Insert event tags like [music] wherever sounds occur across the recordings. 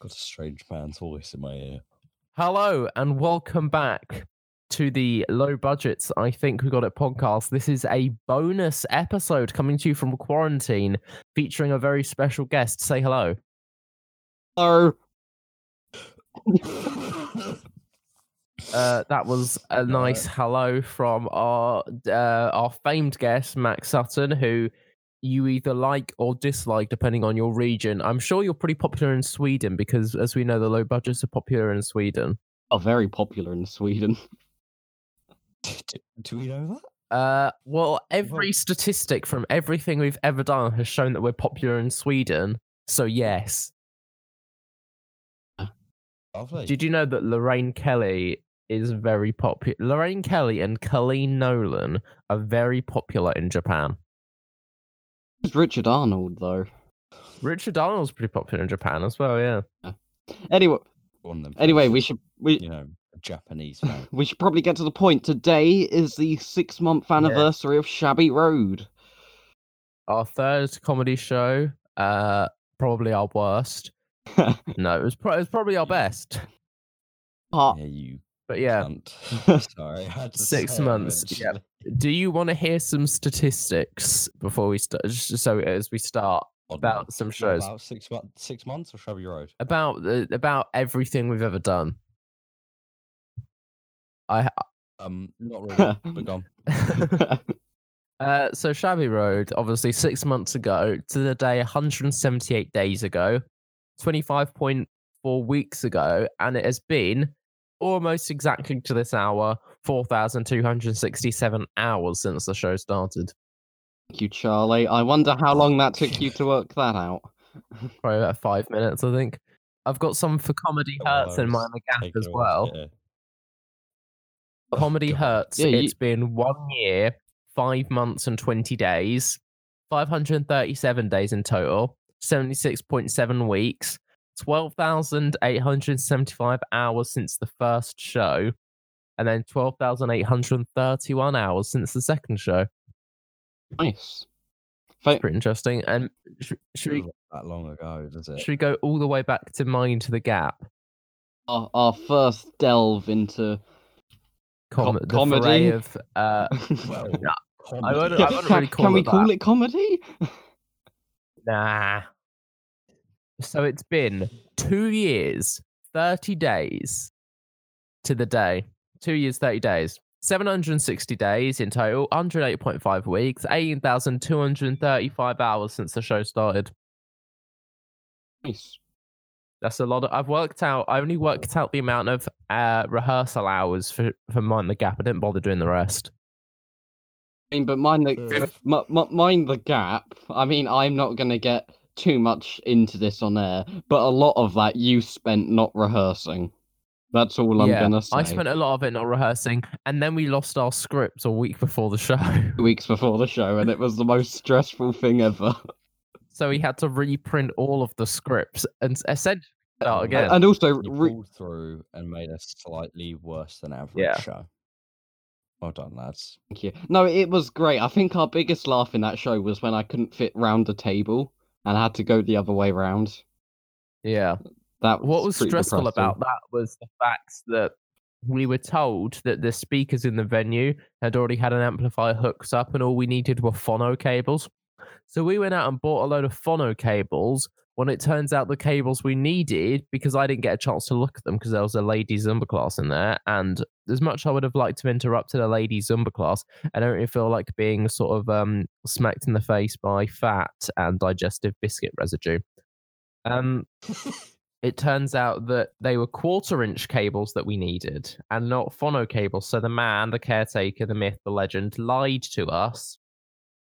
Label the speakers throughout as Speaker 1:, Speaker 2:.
Speaker 1: got a strange man's voice in my
Speaker 2: [laughs]
Speaker 1: ear.
Speaker 2: Hello and welcome back to the low budgets. I think we got it podcast. This is a bonus episode coming to you from quarantine, featuring a very special guest. Say hello.
Speaker 1: Hello.
Speaker 2: Uh, that was a
Speaker 1: No.
Speaker 2: nice hello from our uh, our famed guest Max Sutton, who you either like or dislike depending on your region. I'm sure you're pretty popular in Sweden because, as we know, the low budgets are popular in Sweden.
Speaker 3: are very popular in Sweden.
Speaker 1: do, do we know that?
Speaker 2: Uh, well, every statistic from everything we've ever done has shown that we're popular in Sweden. So yes,
Speaker 1: Lovely.
Speaker 2: did you know that Lorraine Kelly is very popular? Lorraine Kelly and Colleen Nolan are very popular in Japan.
Speaker 3: It's Richard Arnold though.
Speaker 2: Richard Donald's pretty popular in Japan as well, yeah.
Speaker 3: Anyway,
Speaker 1: One of them
Speaker 3: anyway,
Speaker 1: famous,
Speaker 3: we should we
Speaker 1: you know a
Speaker 2: [laughs]
Speaker 1: Japanese man.
Speaker 3: we should probably get to the point. Today is the six month anniversary of Shabby Road.
Speaker 2: Our third comedy show, uh, probably our worst. no, it was, pro- it was probably our best. [laughs]
Speaker 3: Part
Speaker 1: yeah, you
Speaker 2: But Ah, yeah, [laughs]
Speaker 1: cunt. [laughs] Sorry, I had to
Speaker 2: Six
Speaker 1: say it
Speaker 2: months, yeah.
Speaker 1: eventually.
Speaker 2: do you want to hear some statistics before we start? So as we start
Speaker 1: Odd
Speaker 2: about
Speaker 1: month.
Speaker 2: some
Speaker 1: What,
Speaker 2: shows.
Speaker 1: About six months, six months or Shabby Road.
Speaker 2: about the, about everything we've ever done. [laughs] I
Speaker 1: Um,
Speaker 2: [laughs]
Speaker 1: not really. but gone.
Speaker 2: uh, so Shabby Road, obviously six months ago to the day, 178 days ago, 25.4 weeks ago, and it has been almost exactly to this hour, 4,267 hours since the show started.
Speaker 3: Thank you, Charlie. I wonder how long that took you to work that out.
Speaker 2: Probably about five minutes, I think. I've got some for Comedy
Speaker 1: Oh, well,
Speaker 2: Hurts and
Speaker 1: it's
Speaker 2: Miami Gap
Speaker 1: Take
Speaker 2: as
Speaker 1: it away,
Speaker 2: well.
Speaker 1: yeah.
Speaker 2: Comedy
Speaker 1: God.
Speaker 2: Hurts.
Speaker 3: Oh, Yeah, you-
Speaker 2: It's been one year, five months, and 20 days, 537 days in total, 76.7 weeks, 12,875 hours since the first show, and then 12,831 hours since the second show.
Speaker 3: Nice. Fa-
Speaker 2: Pretty interesting. And sh- should, we,
Speaker 1: Not that long ago, does it?
Speaker 2: should we go all the way back to Mind to the Gap?
Speaker 3: our, our first delve
Speaker 2: [laughs]
Speaker 3: into.
Speaker 2: Com-
Speaker 3: Co-
Speaker 2: the
Speaker 3: comedy?
Speaker 2: foray of. Uh,
Speaker 1: Well,
Speaker 3: [laughs]
Speaker 2: [laughs] No, I
Speaker 1: comedy.
Speaker 2: wouldn't, I wouldn't
Speaker 3: Ca-
Speaker 2: really call
Speaker 3: can we
Speaker 2: it that.
Speaker 3: call it comedy?
Speaker 2: Nah. So it's been two years, 30 days to the day. Two years, 30 days. 760 days in total, 108.5 weeks, 18,235 hours since the show started.
Speaker 3: Nice.
Speaker 2: That's a lot. Of, I've worked out, I only worked out the amount of uh, rehearsal hours for, for Mind the Gap. I didn't bother doing the rest.
Speaker 3: I mean, but mind
Speaker 1: Yeah.
Speaker 3: the m- m- mind the gap. I mean, I'm not gonna get too much into this on air, but a lot of that you spent not rehearsing. That's all I'm
Speaker 2: Yeah,
Speaker 3: gonna say.
Speaker 2: I spent a lot of it not rehearsing, and then we lost our scripts a week before the show. [laughs]
Speaker 3: Two weeks before the show, and it was the most stressful
Speaker 2: [laughs]
Speaker 3: thing ever.
Speaker 2: So he had to reprint all of the scripts and s- essentially start
Speaker 1: Oh,
Speaker 2: again.
Speaker 3: And
Speaker 1: You
Speaker 3: also, re-
Speaker 1: pulled through and made a slightly worse than average
Speaker 2: Yeah.
Speaker 1: show. Well done, lads.
Speaker 3: thank you. No, it was great. I think our biggest laugh in that show was when I couldn't fit round the table and I had to go the other way round.
Speaker 2: yeah.
Speaker 3: That
Speaker 2: What was
Speaker 3: pretty
Speaker 2: stressful
Speaker 3: depressing.
Speaker 2: about that was the fact that we were told that the speakers in the venue had already had an amplifier hooked up and all we needed were phono cables. So we went out and bought a load of phono cables when it turns out the cables we needed, because I didn't get a chance to look at them because there was a lady Zumba class in there. And as much I would have liked to have interrupted a lady Zumba class, I don't really feel like being sort of um, smacked in the face by fat and digestive biscuit residue. Um, it turns out that they were quarter inch cables that we needed and not phono cables. So the man, the caretaker, the myth, the legend lied to us.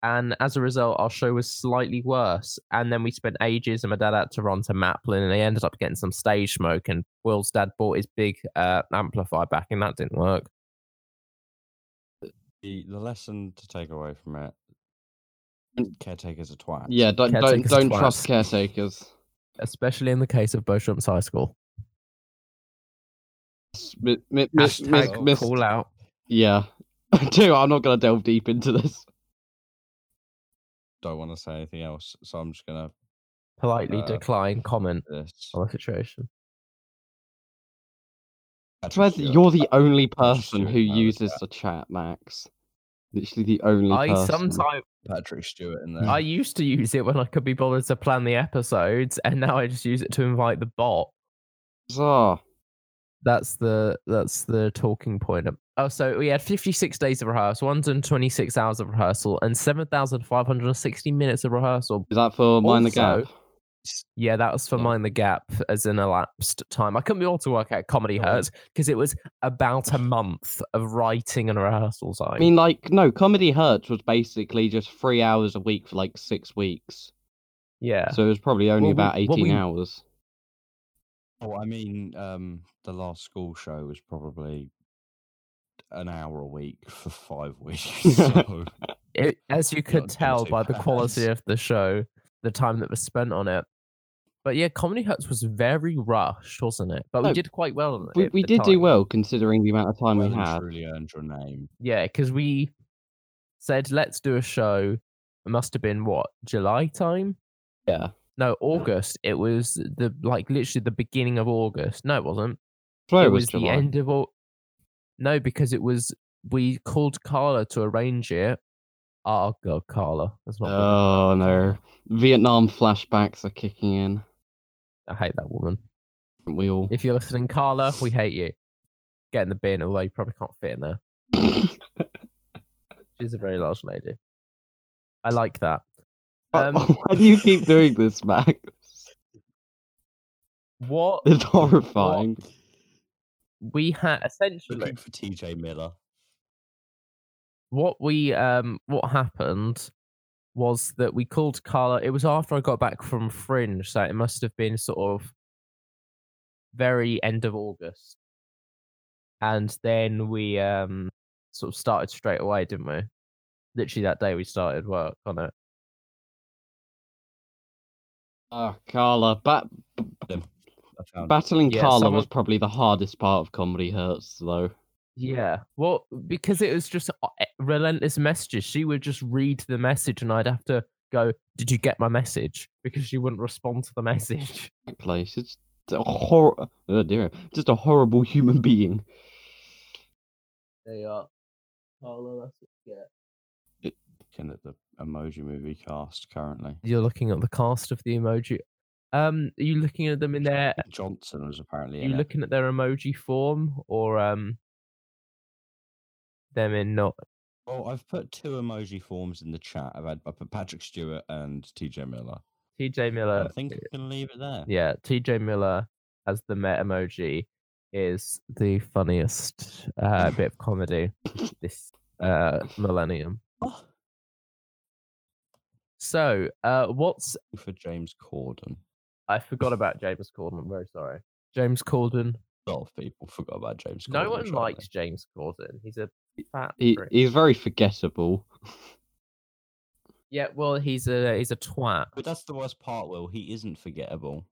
Speaker 2: And as a result, our show was slightly worse. And then we spent ages, and my dad had to run to Maplin, and he ended up getting some stage smoke. And Will's dad bought his big uh, amplifier back, and that didn't work.
Speaker 1: The, the lesson to take away from it
Speaker 3: And-
Speaker 1: caretakers are twat.
Speaker 3: Yeah, don't don't,
Speaker 2: Caretakers are
Speaker 3: don't
Speaker 2: twats.
Speaker 3: trust caretakers.
Speaker 2: Especially in the case of Beauchamp's High School.
Speaker 3: Mi- mi- mi-
Speaker 2: Hashtag
Speaker 3: mi- mis-
Speaker 2: call out.
Speaker 3: Yeah. [laughs] Too, I'm not going to delve deep into this.
Speaker 1: Don't want to say anything else, so I'm just going to
Speaker 2: politely
Speaker 1: Uh,
Speaker 2: decline comment
Speaker 1: This.
Speaker 2: on the situation.
Speaker 3: Fred, you're the only person
Speaker 1: Stewart
Speaker 3: who
Speaker 1: now, the
Speaker 3: uses the chat, Max. Literally the only
Speaker 2: I
Speaker 3: person.
Speaker 2: sometimes
Speaker 1: Patrick Stewart in there.
Speaker 2: I used to use it when I could be bothered to plan the episodes, and now I just use it to invite the bot.
Speaker 3: Bizarre.
Speaker 2: That's the that's the talking point. Oh, so we had 56 days of rehearsal, 126 hours of rehearsal, and 7,560 minutes of rehearsal.
Speaker 3: Is that for Mind the
Speaker 2: Also-
Speaker 3: Gap?
Speaker 2: Yeah, that was for
Speaker 1: Yeah.
Speaker 2: mine the gap as an elapsed time. I couldn't be able to work out comedy hurts because it was about a month of writing and rehearsals. I
Speaker 3: I mean, like, no, Comedy Hurts was basically just three hours a week for like six weeks.
Speaker 2: yeah,
Speaker 3: So it was probably only
Speaker 2: Well, we-
Speaker 3: about
Speaker 2: what
Speaker 3: 18
Speaker 2: we-
Speaker 3: hours.
Speaker 1: Oh, I mean, um, the last school show was probably an hour a week for five [laughs]
Speaker 3: [laughs]
Speaker 1: weeks. So
Speaker 2: It- as you could
Speaker 1: not doing
Speaker 2: tell
Speaker 1: too
Speaker 2: by the quality
Speaker 1: bad.
Speaker 2: of the show, the time that was spent on it. But yeah, Comedy Hurts was very rushed, wasn't it? But we
Speaker 3: No,
Speaker 2: did quite well on it.
Speaker 3: We,
Speaker 2: at
Speaker 3: we
Speaker 2: the
Speaker 3: did do
Speaker 2: time.
Speaker 3: well considering the amount of time
Speaker 1: well
Speaker 3: we
Speaker 1: and
Speaker 3: had.
Speaker 1: truly earned your name.
Speaker 2: Yeah, because we said, let's do a show. It must have been what, July time?
Speaker 3: Yeah.
Speaker 2: No, August. It was the like literally the beginning of August. No, it wasn't.
Speaker 3: So
Speaker 2: it was, the
Speaker 3: Oh, July.
Speaker 2: end of all. No, because it was we called Carla to arrange it. Oh god, Carla. That's not. good.
Speaker 3: Oh, no. Vietnam flashbacks are kicking in.
Speaker 2: I hate that woman.
Speaker 3: aren't We all.
Speaker 2: If you're listening, Carla, we hate you. Get in the bin, although you probably can't fit in there. She's a very large lady. I like that. Um,
Speaker 3: [laughs] Why do you keep doing this, Max?
Speaker 2: [laughs] what
Speaker 3: It's [laughs] horrifying.
Speaker 2: we had essentially
Speaker 1: Looking for TJ Miller.
Speaker 2: what we um what happened was that we called Carla. It was after I got back from Fringe, so it must have been sort of very end of August. And then we um sort of started straight away, didn't we? Literally that day we started work on it.
Speaker 3: Oh, Carla. Bat-
Speaker 1: I found
Speaker 3: battling
Speaker 2: Yeah,
Speaker 3: Carla
Speaker 2: someone-
Speaker 3: was probably the hardest part of Comedy Hurts, though.
Speaker 2: Yeah. Well, because it was just uh, eh, relentless messages. She would just read the message and I'd have to go, Did you get my message? Because she wouldn't respond to the [laughs] message.
Speaker 3: That place. It's a hor- oh, dear. Just a horrible human being.
Speaker 2: They are. Oh, that's
Speaker 1: looking at the emoji movie cast currently.
Speaker 2: You're looking at the cast of the emoji. Um, are you looking at them in their?
Speaker 1: Johnson was apparently
Speaker 2: Are you
Speaker 1: in it.
Speaker 2: looking at their emoji form or um, them in not?
Speaker 1: Well, Oh, I've put two emoji forms in the chat. I've had I put Patrick Stewart and TJ Miller.
Speaker 2: T.J.
Speaker 1: I
Speaker 2: Miller.
Speaker 1: think I can leave it there.
Speaker 2: Yeah, T.J. Miller as the Met emoji is the funniest uh, bit
Speaker 1: [laughs]
Speaker 2: of comedy this uh, millennium.
Speaker 1: Oh,
Speaker 2: So, uh, what's
Speaker 1: For James Corden.
Speaker 2: I forgot about James Corden. I'm very sorry. James Corden.
Speaker 1: A lot of people forgot about James Corden.
Speaker 2: No one
Speaker 1: shortly.
Speaker 2: likes James Corden. He's a fat.
Speaker 3: He,
Speaker 2: prick.
Speaker 3: he's very forgettable.
Speaker 2: Yeah, well, he's a he's a twat.
Speaker 1: But that's the worst part, Will. He isn't forgettable.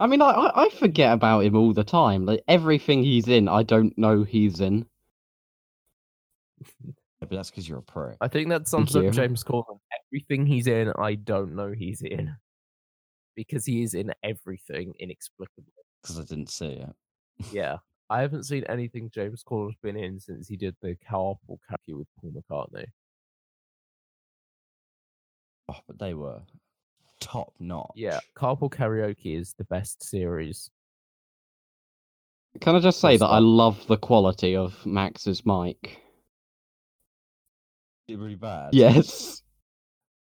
Speaker 3: I mean, I, I, I forget about him all the time. Like, everything he's in, I don't know he's in.
Speaker 1: Yeah, but that's because you're a prick.
Speaker 2: I think that
Speaker 3: Thank
Speaker 2: sums up
Speaker 3: you.
Speaker 2: James Corden. Everything he's in, I don't know he's in, because he is in everything inexplicably.
Speaker 1: Because I didn't see it.
Speaker 2: yeah, I haven't seen anything James Corden's been in since he did the carpool karaoke with Paul McCartney.
Speaker 1: Oh, but they were top notch.
Speaker 2: Yeah, carpool karaoke is the best series.
Speaker 3: Can I just say
Speaker 2: That's
Speaker 3: that I
Speaker 2: fine.
Speaker 3: love the quality of Max's mic?
Speaker 1: Is it really bad.
Speaker 3: Yes.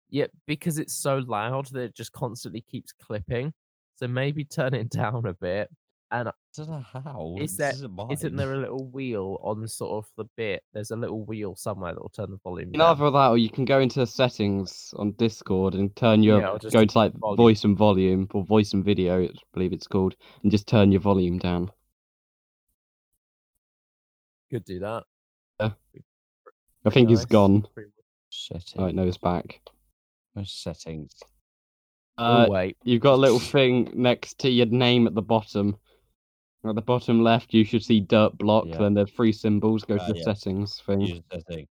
Speaker 2: Yeah, because it's so loud that it just constantly keeps clipping. So maybe turn it [laughs] down a bit.
Speaker 1: I don't know how.
Speaker 2: Is
Speaker 1: this
Speaker 2: that-
Speaker 1: isn't mine.
Speaker 2: Isn't there a little wheel on sort of the bit? There's a little wheel somewhere that will turn the volume.
Speaker 3: In
Speaker 2: down.
Speaker 3: either that, or you can go into the settings on Discord and turn your
Speaker 2: Yeah, or just
Speaker 3: go to like
Speaker 2: volume.
Speaker 3: voice and volume or voice and video, I believe it's called, and just turn your volume down.
Speaker 2: Could do that.
Speaker 3: Yeah.
Speaker 2: Be
Speaker 3: I think he's
Speaker 2: nice.
Speaker 3: gone.
Speaker 2: Pretty much.
Speaker 1: Setting.
Speaker 3: Oh, no, he's back.
Speaker 1: no settings.
Speaker 3: Uh,
Speaker 2: oh wait,
Speaker 3: you've got a little thing next to your name at the bottom. At the bottom left, you should see dirt block.
Speaker 1: Yeah.
Speaker 3: Then there are three
Speaker 2: Uh,
Speaker 3: symbols. Go
Speaker 1: Ah,
Speaker 3: to the
Speaker 1: yeah.
Speaker 3: settings thing.
Speaker 1: Use setting.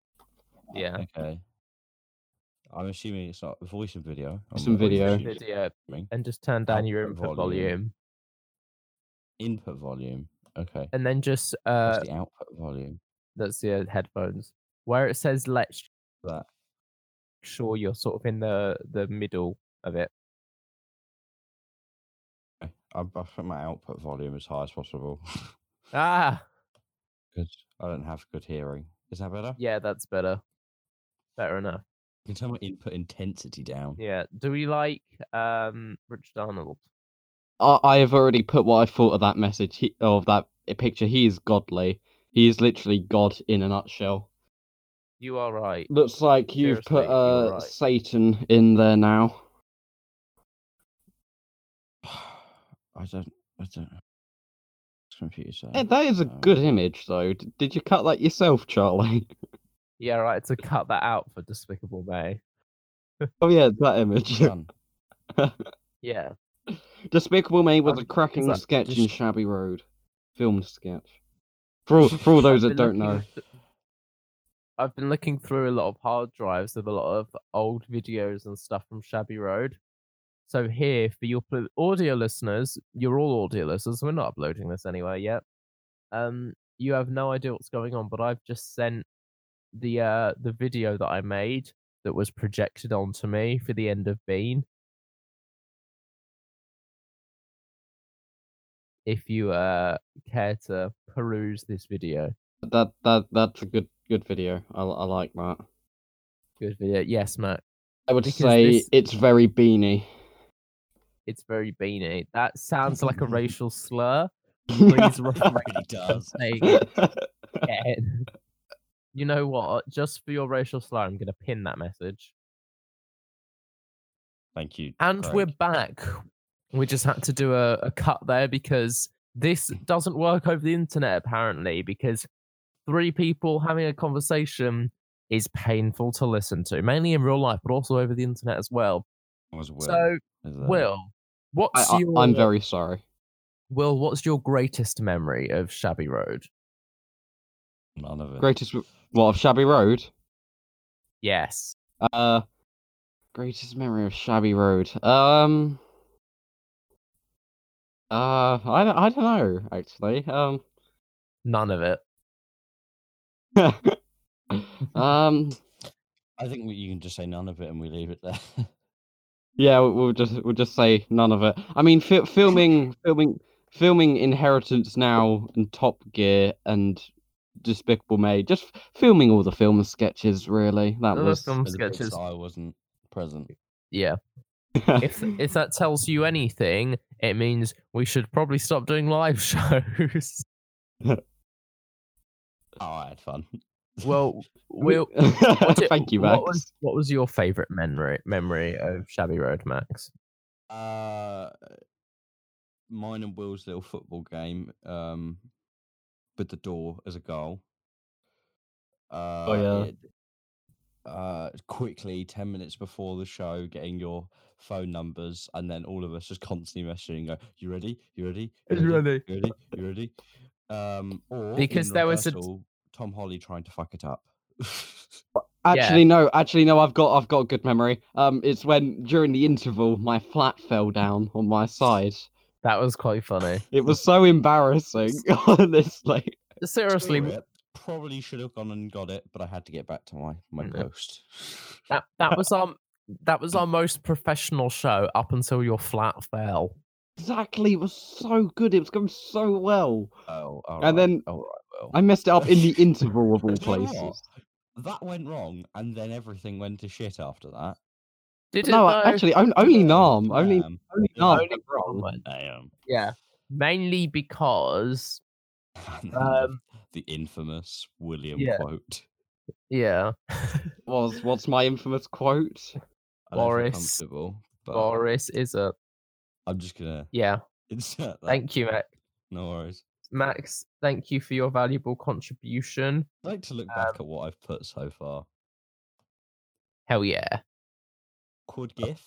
Speaker 2: yeah.
Speaker 1: Okay. I'm assuming it's not voice and video. I'm
Speaker 3: Voice and
Speaker 1: always
Speaker 3: video.
Speaker 1: assuming-
Speaker 2: Video. uh, And just turn down your
Speaker 1: Output
Speaker 2: input
Speaker 1: volume.
Speaker 2: volume.
Speaker 1: Input volume. Okay.
Speaker 2: And then just uh
Speaker 1: That's the output volume.
Speaker 2: that's the uh, headphones. Where it says let's
Speaker 1: That.
Speaker 2: sure you're sort of in the the middle of it.
Speaker 1: okay. I, I put my output volume as high as possible
Speaker 2: Ah
Speaker 1: because [laughs] I don't have good hearing. Is that better?
Speaker 2: yeah, that's better. Better enough.
Speaker 1: You can turn my input intensity down.
Speaker 2: Yeah. Do we like um Richard Arnold?
Speaker 3: I, I have already put what I thought of that message, he, of that picture. He is godly. He is literally God in a nutshell.
Speaker 2: You are right.
Speaker 3: Looks like you've
Speaker 2: Seriously,
Speaker 3: put uh,
Speaker 2: you're right. Oh,
Speaker 3: Satan in there now.
Speaker 1: [sighs] I don't. I don't. What's computer saying?
Speaker 3: Eh, that is a
Speaker 1: [laughs] Um,
Speaker 3: good image, though. D- did you cut that yourself, Charlie? [laughs]
Speaker 2: Yeah, right, to cut that out for Despicable Me.
Speaker 3: oh yeah, that
Speaker 2: [laughs]
Speaker 3: image.
Speaker 1: done.
Speaker 2: Yeah.
Speaker 3: [laughs] Despicable Me was
Speaker 2: Um,
Speaker 3: a cracking
Speaker 2: that
Speaker 3: sketch in
Speaker 1: just-
Speaker 3: Shabby Road, film sketch.
Speaker 2: [laughs]
Speaker 3: For all, for all those
Speaker 2: I've
Speaker 3: that
Speaker 2: been
Speaker 3: don't
Speaker 2: looking
Speaker 3: know,
Speaker 2: th- I've been looking through a lot of hard drives of a lot of old videos and stuff from Shabby Road. So here for your pl- audio listeners, you're all audio listeners. We're not uploading this anywhere yet. Um, you have no idea what's going on, but I've just sent the uh the video that I made that was projected onto me for the end of Bean. If you uh care to peruse this video.
Speaker 3: that that that's a good good video. I, I like that.
Speaker 2: Good video. Yes, Matt.
Speaker 3: I would
Speaker 2: Because
Speaker 3: say
Speaker 2: this-
Speaker 3: it's very beanie.
Speaker 2: It's very beanie. That sounds
Speaker 3: [laughs]
Speaker 2: like a racial slur. Please
Speaker 3: Please
Speaker 2: refrain
Speaker 1: It does.
Speaker 2: from
Speaker 3: [laughs]
Speaker 2: saying it again. You know what? Just for your racial slur, I'm going to pin that message.
Speaker 1: Thank you.
Speaker 2: And we're
Speaker 1: Craig.
Speaker 2: back. We just had to do a, a cut there because this doesn't work over the internet, apparently, because three people having a conversation is painful to listen to, mainly in real life, but also over the internet as well.
Speaker 1: Was Will,
Speaker 2: So,
Speaker 1: is that-
Speaker 2: Will,
Speaker 3: I,
Speaker 2: what's
Speaker 3: uh, I,
Speaker 2: your
Speaker 3: I'm very sorry.
Speaker 2: Will, what's your greatest memory of Shabby Road?
Speaker 1: none of it.
Speaker 3: Greatest w- what of Shabby Road?
Speaker 2: Yes.
Speaker 3: Uh, greatest memory of Shabby Road. Um. Uh, I don't, I don't know actually. Um, [laughs]
Speaker 2: None of it.
Speaker 3: um,
Speaker 1: I think we, you can just say none of it and we leave it there. [laughs]
Speaker 3: yeah, we- we'll just we'll just say none of it. I mean, fi- filming filming filming Inheritance now and Top Gear and Despicable Me. Just filming all the film sketches. Really, that
Speaker 2: None of
Speaker 3: was [laughs]
Speaker 2: film
Speaker 1: For the bits
Speaker 2: sketches.
Speaker 1: that I wasn't present.
Speaker 2: Yeah. If
Speaker 3: [laughs]
Speaker 2: if that tells you anything, it means we should probably stop doing live [laughs] shows.
Speaker 1: Oh, I had fun. [laughs]
Speaker 2: well, Will, what's it-
Speaker 3: [laughs] Thank you, Max.
Speaker 2: what was, what was your favorite memory memory of Shabby Road, Max?
Speaker 1: Uh, mine and Will's little football game um, with the door as a goal. Uh,
Speaker 2: Oh,
Speaker 3: yeah.
Speaker 1: uh, quickly, 10 minutes before the show, getting your phone numbers, and then all of us just constantly messaging, go, You ready? You ready? You ready? You ready? You ready? Um, or
Speaker 2: Because
Speaker 1: in
Speaker 2: there was a-
Speaker 1: reversal, Tom Holly trying to fuck it up. [laughs]
Speaker 2: Yeah.
Speaker 3: Actually, no. Actually, no. I've got I've got a good memory. Um, it's when during the interval my flat fell down on my side.
Speaker 2: That was quite funny.
Speaker 3: It was so embarrassing, [laughs] honestly.
Speaker 2: Seriously,
Speaker 1: Screw it. probably should have gone and got it, but I had to get back to my my
Speaker 2: Mm.
Speaker 1: post.
Speaker 2: that that was our that was our most professional show up until your flat fell.
Speaker 3: Exactly, it was so good. It was going so well.
Speaker 1: Oh, all
Speaker 3: And then-
Speaker 1: all right, well,
Speaker 3: I messed it up in the interval of all
Speaker 1: Do you know what?
Speaker 3: places.
Speaker 1: that went wrong, and then everything went to shit after that.
Speaker 2: Did it?
Speaker 3: No,
Speaker 2: though?
Speaker 3: actually, on- only
Speaker 1: Oh,
Speaker 3: Nam, only
Speaker 1: damn,
Speaker 3: only
Speaker 1: yeah.
Speaker 3: Nam. went
Speaker 2: One
Speaker 3: wrong.
Speaker 1: [laughs]
Speaker 2: went.
Speaker 1: Damn.
Speaker 2: Yeah. Mainly because
Speaker 1: And then
Speaker 2: um
Speaker 1: the, the infamous William
Speaker 2: yeah.
Speaker 1: quote.
Speaker 2: yeah,
Speaker 3: Was what's my infamous quote?
Speaker 1: I don't feel
Speaker 2: Boris-
Speaker 1: comfortable, but
Speaker 2: Boris is a
Speaker 1: I'm just gonna [laughs]
Speaker 2: yeah.
Speaker 1: insert that.
Speaker 2: Thank you, Max.
Speaker 1: No worries.
Speaker 2: Max, thank you for your valuable contribution.
Speaker 1: I like to look back at what I've put so far.
Speaker 2: Hell yeah.
Speaker 1: Quad GIF.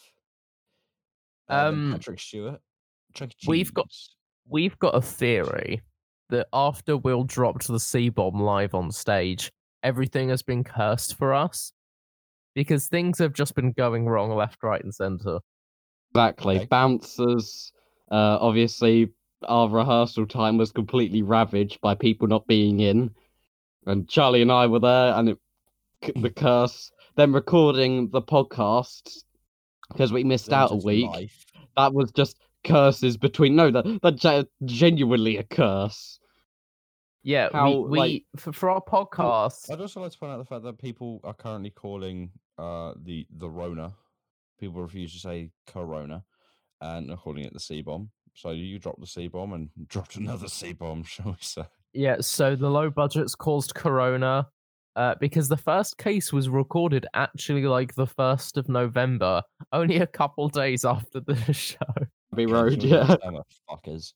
Speaker 1: uh, then
Speaker 2: um,
Speaker 1: Patrick Stewart. Chuck E.
Speaker 2: we've got-
Speaker 1: Cheese.
Speaker 2: We've got a theory that after Will dropped the C bomb live on stage, everything has been cursed for us. because things have just been going wrong left, right, and centre.
Speaker 3: Exactly.
Speaker 1: Okay.
Speaker 3: Bouncers. Uh, obviously, our rehearsal time was completely ravaged by people not being in, and Charlie and I were there, and it c-
Speaker 1: [laughs]
Speaker 3: the curse. Then recording the podcast because we missed out a
Speaker 1: Just
Speaker 3: week.
Speaker 1: life.
Speaker 3: That was just curses between. No, that that ge- genuinely a curse.
Speaker 2: Yeah,
Speaker 3: How,
Speaker 2: we, we
Speaker 3: like-
Speaker 2: for, for our podcast.
Speaker 1: I'd also like to point out the fact that people are currently calling uh, the the Rona. People refuse to say Corona, and they're calling it the C bomb. So you dropped the C bomb and [laughs] dropped another C bomb, [laughs] shall we say?
Speaker 2: Yeah, so the low budgets caused corona uh, because the first case was recorded actually like the 1st of November, only a couple days after the [laughs] show.
Speaker 3: Be
Speaker 1: Can't
Speaker 3: road,
Speaker 1: you [laughs]
Speaker 3: yeah.
Speaker 1: understand, Fuckers.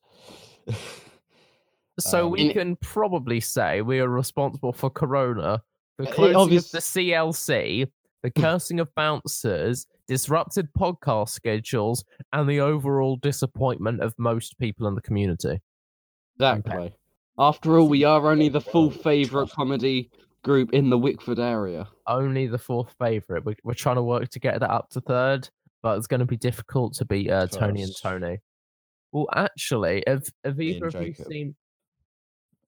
Speaker 2: So
Speaker 1: Um,
Speaker 2: we
Speaker 3: In-
Speaker 2: can probably say we are responsible for corona, the
Speaker 3: Uh, it
Speaker 2: closing
Speaker 3: obvious- Hmm.
Speaker 2: of the CLC, the cursing of bouncers, disrupted podcast schedules, and the overall disappointment of most people in the community.
Speaker 3: Exactly. After all, we are only the full
Speaker 1: Well,
Speaker 3: favourite
Speaker 1: trust me.
Speaker 3: comedy group in the Wickford area.
Speaker 2: Only the fourth favourite. We're, we're trying to work to get that up to third, but it's going to be difficult to beat uh, Tony and
Speaker 1: First.
Speaker 2: Tony. Well, actually, have, have
Speaker 1: Me
Speaker 2: either
Speaker 1: and
Speaker 2: of you
Speaker 1: Jacob.
Speaker 2: seen?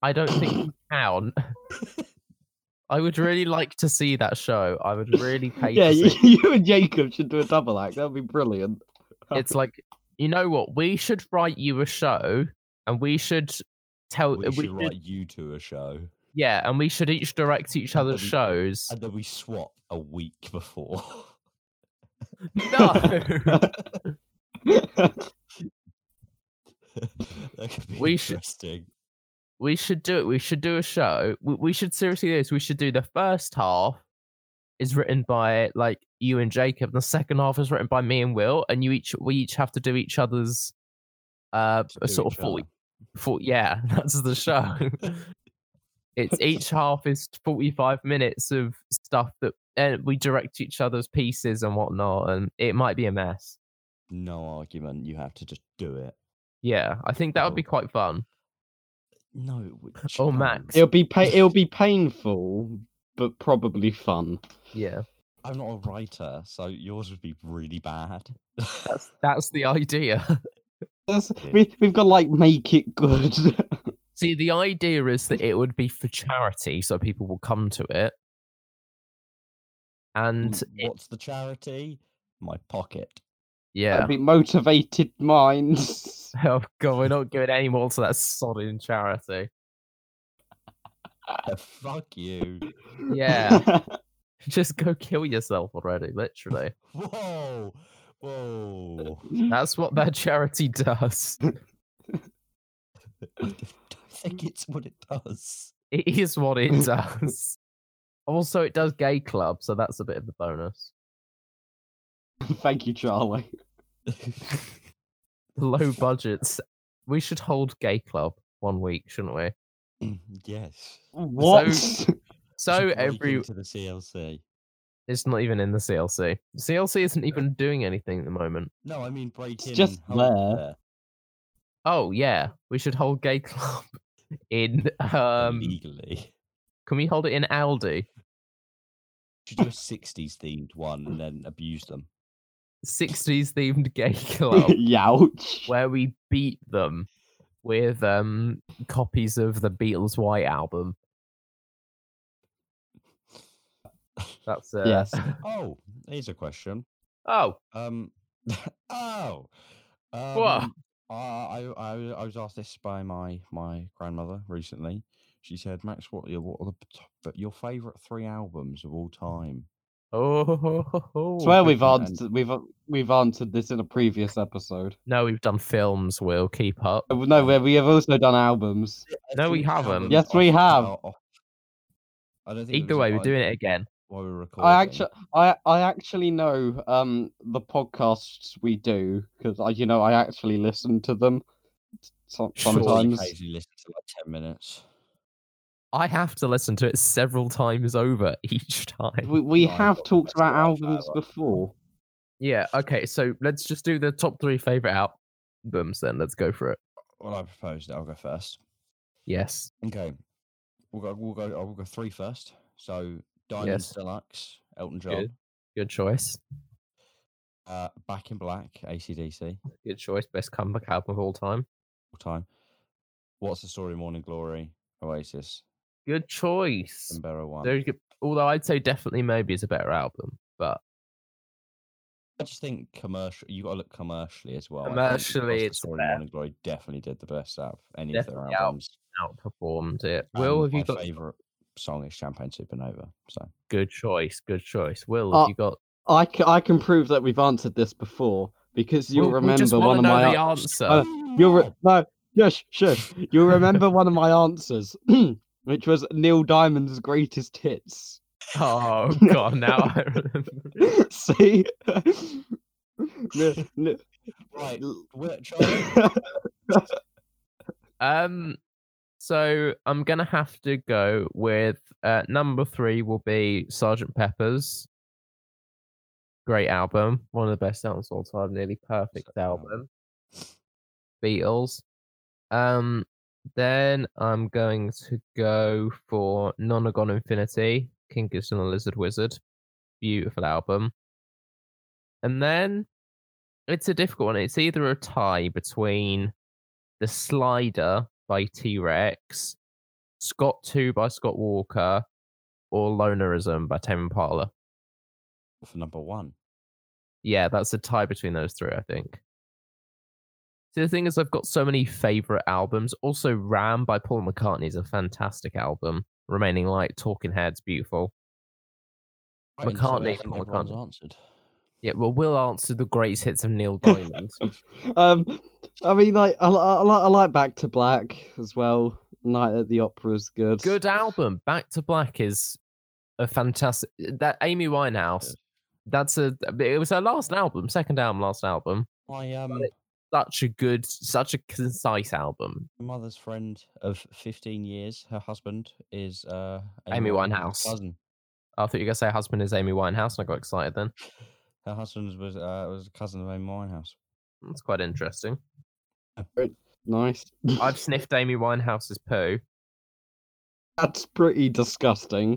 Speaker 2: I don't
Speaker 1: [coughs]
Speaker 2: think you can. I would really like to see that show. I
Speaker 1: [laughs]
Speaker 2: would really pay.
Speaker 3: yeah,
Speaker 2: to see
Speaker 3: you, [laughs] you and Jacob should do a double act. That'd be brilliant.
Speaker 2: it's like you know what we should write you a show and we should tell
Speaker 1: we, should write you to a show,
Speaker 2: yeah and we should each direct each
Speaker 1: And
Speaker 2: other's
Speaker 1: then-
Speaker 2: shows
Speaker 1: and then we swap a week before. [laughs]
Speaker 2: no [laughs]
Speaker 3: [laughs]
Speaker 1: that could be
Speaker 2: We should-
Speaker 1: interesting.
Speaker 2: we should do it we should do a show we, we should seriously do this we should do the first half is written by like you and jacob and the second half is written by me and will and you each we each have to do each other's uh
Speaker 1: to do
Speaker 2: sort
Speaker 1: each
Speaker 2: of 40
Speaker 1: other.
Speaker 2: Four, yeah, [laughs] that's
Speaker 1: [laughs]
Speaker 2: the show. it's each half is 45 minutes of stuff that and we direct each other's pieces and whatnot, and it might be a mess.
Speaker 1: No argument. You have to just do it.
Speaker 2: Yeah, I think that would be quite fun.
Speaker 1: No. w- no.
Speaker 2: Oh, Max.
Speaker 3: It'll be pa- it'll be painful, but probably fun.
Speaker 2: Yeah,
Speaker 1: I'm not a writer, so yours would be really bad. [laughs]
Speaker 2: that's that's the idea.
Speaker 3: That's, we we've got to, like make it good.
Speaker 2: See, the idea is that it would be for charity, so people will come to it. And
Speaker 1: Mm,
Speaker 2: it-
Speaker 1: What's the charity? My pocket. [laughs]
Speaker 2: yeah,
Speaker 3: That'd [laughs] be motivated minds.
Speaker 2: [laughs] oh god, we're not giving any more to that sodding charity.
Speaker 1: Oh, Fuck you.
Speaker 3: [laughs]
Speaker 2: Yeah. [laughs] Just go kill yourself already, literally.
Speaker 1: Whoa. Whoa.
Speaker 2: That's what that charity does. [laughs]
Speaker 1: I don't think it's what it does. [laughs]
Speaker 2: It is what it does. also, it does gay club, so that's a bit of a bonus.
Speaker 3: Thank you, Charlie.
Speaker 2: Low budgets. We should hold gay club one week, shouldn't we?
Speaker 1: yes.
Speaker 3: [laughs] What?
Speaker 2: So [laughs]
Speaker 1: Should break
Speaker 2: every
Speaker 1: into the CLC.
Speaker 2: it's not even in the CLC. CLC isn't even doing anything at the moment.
Speaker 1: No, I mean break
Speaker 3: It's
Speaker 1: in.
Speaker 3: just
Speaker 1: and hold
Speaker 3: there.
Speaker 2: Oh yeah, we should hold gay [laughs] club in.
Speaker 1: [laughs]
Speaker 2: Um,
Speaker 1: illegally.
Speaker 2: can we hold it in Aldi?
Speaker 1: Should do a '60s themed one and then abuse them.
Speaker 2: Sixties themed gay club
Speaker 3: Youch.
Speaker 2: where we beat them with um copies of the Beatles' White Album. That's uh,
Speaker 3: Yes.
Speaker 1: Oh, here's a question.
Speaker 2: Oh,
Speaker 1: Um, [laughs] oh, um,
Speaker 2: What?
Speaker 1: Uh, I, I w- I was asked this by my my grandmother recently. She said, "Max, what are your what are the p- top, but your favorite three albums of all time?"
Speaker 2: oh, ho, ho, ho.
Speaker 3: Swear we've
Speaker 1: man.
Speaker 3: answered we've we've answered this in a previous episode. Uh,
Speaker 2: no, we've done films. Will keep up.
Speaker 3: No, we- we have also done albums.
Speaker 2: No, we
Speaker 1: Every
Speaker 2: haven't.
Speaker 1: album
Speaker 3: Yes, we
Speaker 1: off-
Speaker 3: have.
Speaker 1: uh, off- I don't think it
Speaker 2: Either
Speaker 1: was
Speaker 2: way, we're
Speaker 1: live
Speaker 2: doing it again.
Speaker 1: while we were recording.
Speaker 3: I actually, I, I actually know um the podcasts we do because I, you know, I actually listen to them so-
Speaker 1: Sure,
Speaker 2: Sure.
Speaker 1: you
Speaker 3: sometimes.
Speaker 1: occasionally listen to like ten minutes.
Speaker 2: I have to listen to it several times over [laughs] each time.
Speaker 3: We, we
Speaker 1: No, I've
Speaker 3: have
Speaker 1: got
Speaker 3: talked
Speaker 1: the
Speaker 3: about
Speaker 1: best
Speaker 3: albums
Speaker 1: hour.
Speaker 3: before.
Speaker 2: Yeah. Okay. So let's just do the top three favorite albums. Then let's go for it.
Speaker 1: Well, I proposed it. I'll go first.
Speaker 2: Yes.
Speaker 1: Okay, we'll go. We'll go. I'll go three first. So, Diamonds
Speaker 2: Yes.
Speaker 1: Deluxe, Elton
Speaker 2: Good.
Speaker 1: John.
Speaker 2: Good choice.
Speaker 1: Uh, Back in Black, ACDC, all
Speaker 2: Good choice. Best comeback album of all time.
Speaker 1: time. What's the story? Morning Glory, Oasis,
Speaker 2: Good choice.
Speaker 1: Embera One.
Speaker 2: Very good. Although I'd say definitely maybe it's a better album, but
Speaker 1: I just think commercial. You got to look commercially as well. I think
Speaker 2: Commercially,
Speaker 1: What's the
Speaker 2: it's
Speaker 1: story?
Speaker 2: better.
Speaker 1: Morning Glory definitely did the best out of any of
Speaker 2: Definitely
Speaker 1: their
Speaker 2: out.
Speaker 1: albums.
Speaker 2: outperformed it.
Speaker 1: Um,
Speaker 2: Will, have you
Speaker 1: my
Speaker 2: got
Speaker 1: favorite song is Champagne Supernova? So
Speaker 2: good choice? Good choice. Will,
Speaker 3: Uh,
Speaker 2: have you got?
Speaker 3: I, c- I can prove that we've answered this before because you'll
Speaker 2: We'll- we
Speaker 3: remember
Speaker 2: just
Speaker 3: one
Speaker 2: wanna
Speaker 3: of
Speaker 2: know
Speaker 3: my
Speaker 2: the
Speaker 3: a-
Speaker 2: answer.
Speaker 3: uh, you'll re- no shush shush you'll remember one of my answers [clears throat] which was Neil Diamond's greatest hits.
Speaker 2: [laughs]
Speaker 3: [laughs]
Speaker 2: oh god, now I remember.
Speaker 3: See. [laughs] N- n-
Speaker 1: right,
Speaker 2: Um, so I'm gonna have to go with uh, number three will be Sergeant Pepper's. Great album, one of the best albums of all time, nearly perfect
Speaker 1: Second album.
Speaker 2: album. Beatles. Um, then I'm going to go for Nonagon Infinity, King Crimson and the Lizard Wizard. Beautiful album. And then it's a difficult one. It's either a tie between The Slider by T Rex, Scott 2 by Scott Walker, or Lonerism by Tame Impala.
Speaker 1: [coughs] for number one.
Speaker 2: Yeah, that's a tie between those three, I think. See, the thing is, I've got so many favorite albums. Also, Ram by Paul McCartney is a fantastic album. Remaining Light, Talking Heads, beautiful.
Speaker 1: Right, and
Speaker 2: McCartney,
Speaker 1: I think
Speaker 2: McCartney.
Speaker 1: everyone's answered.
Speaker 2: Yeah, well, we'll answer the greatest hits of Neil Diamond.
Speaker 3: [laughs] um, I mean, like I, li- I, li- I like Back to Black as well. Night at the Opera's good.
Speaker 2: Good album. Back to Black is a fantastic. That Amy Winehouse. That's a. It was her last album, second album, last album.
Speaker 1: My um,
Speaker 2: Such a good, such a concise album.
Speaker 1: mother's friend of 15 years, her husband is uh,
Speaker 2: Amy Winehouse.
Speaker 1: Cousin.
Speaker 2: I thought you were gonna say husband is Amy Winehouse, and I got excited then.
Speaker 1: Her husband was uh, was a cousin of Amy Winehouse.
Speaker 2: That's quite interesting.
Speaker 3: nice. [laughs]
Speaker 2: I've sniffed Amy Winehouse's poo.
Speaker 3: That's pretty disgusting.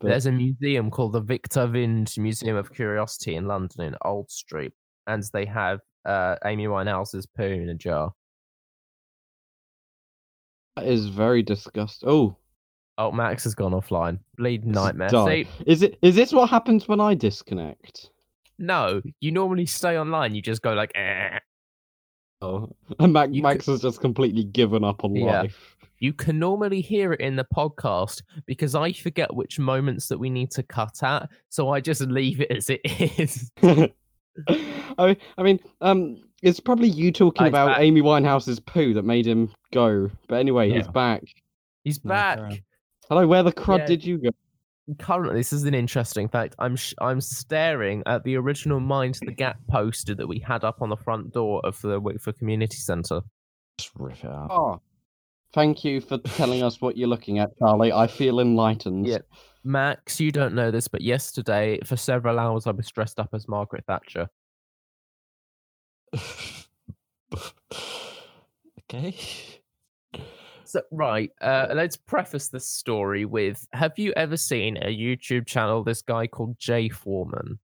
Speaker 3: But-
Speaker 2: There's a museum called the Victor Vind Museum of Curiosity in London in Old Street, and they have uh, Amy Winehouse's poo in a jar.
Speaker 3: That is very disgusting. Oh,
Speaker 2: Oh, Max has gone offline. Bleed
Speaker 3: this is
Speaker 2: nightmare.
Speaker 3: dumb.
Speaker 2: See,
Speaker 3: Is it? Is this what happens when I disconnect?
Speaker 2: no, you normally stay online. You just go like, "Eh."
Speaker 3: Oh, and [laughs] Mac-
Speaker 2: You
Speaker 3: Max has just completely given up on
Speaker 2: Yeah.
Speaker 3: life.
Speaker 2: you can normally hear it in the podcast because I forget which moments that we need to cut at, so I just leave it as it [laughs] is.
Speaker 3: [laughs] I, I mean, um, it's probably you talking
Speaker 2: Nice
Speaker 3: about
Speaker 2: back.
Speaker 3: Amy Winehouse's poo that made him go. But anyway, he's
Speaker 1: Yeah.
Speaker 3: back.
Speaker 2: He's
Speaker 1: No, fair
Speaker 2: back.
Speaker 1: enough.
Speaker 3: Hello, where the crud
Speaker 2: Yeah.
Speaker 3: did you go?
Speaker 2: currently this is an interesting fact i'm sh- i'm staring at the original mind the gap poster that we had up on the front door of the wickford community centre
Speaker 1: Just rip it
Speaker 2: Oh.
Speaker 1: up.
Speaker 3: Ah, thank you for telling us what you're looking at, Charlie. I feel enlightened.
Speaker 2: Yeah. max you don't know this but yesterday for several hours i was dressed up as margaret thatcher
Speaker 1: [laughs] okay.
Speaker 2: so right uh, let's preface this story with have you ever seen a youtube channel this guy called jay foreman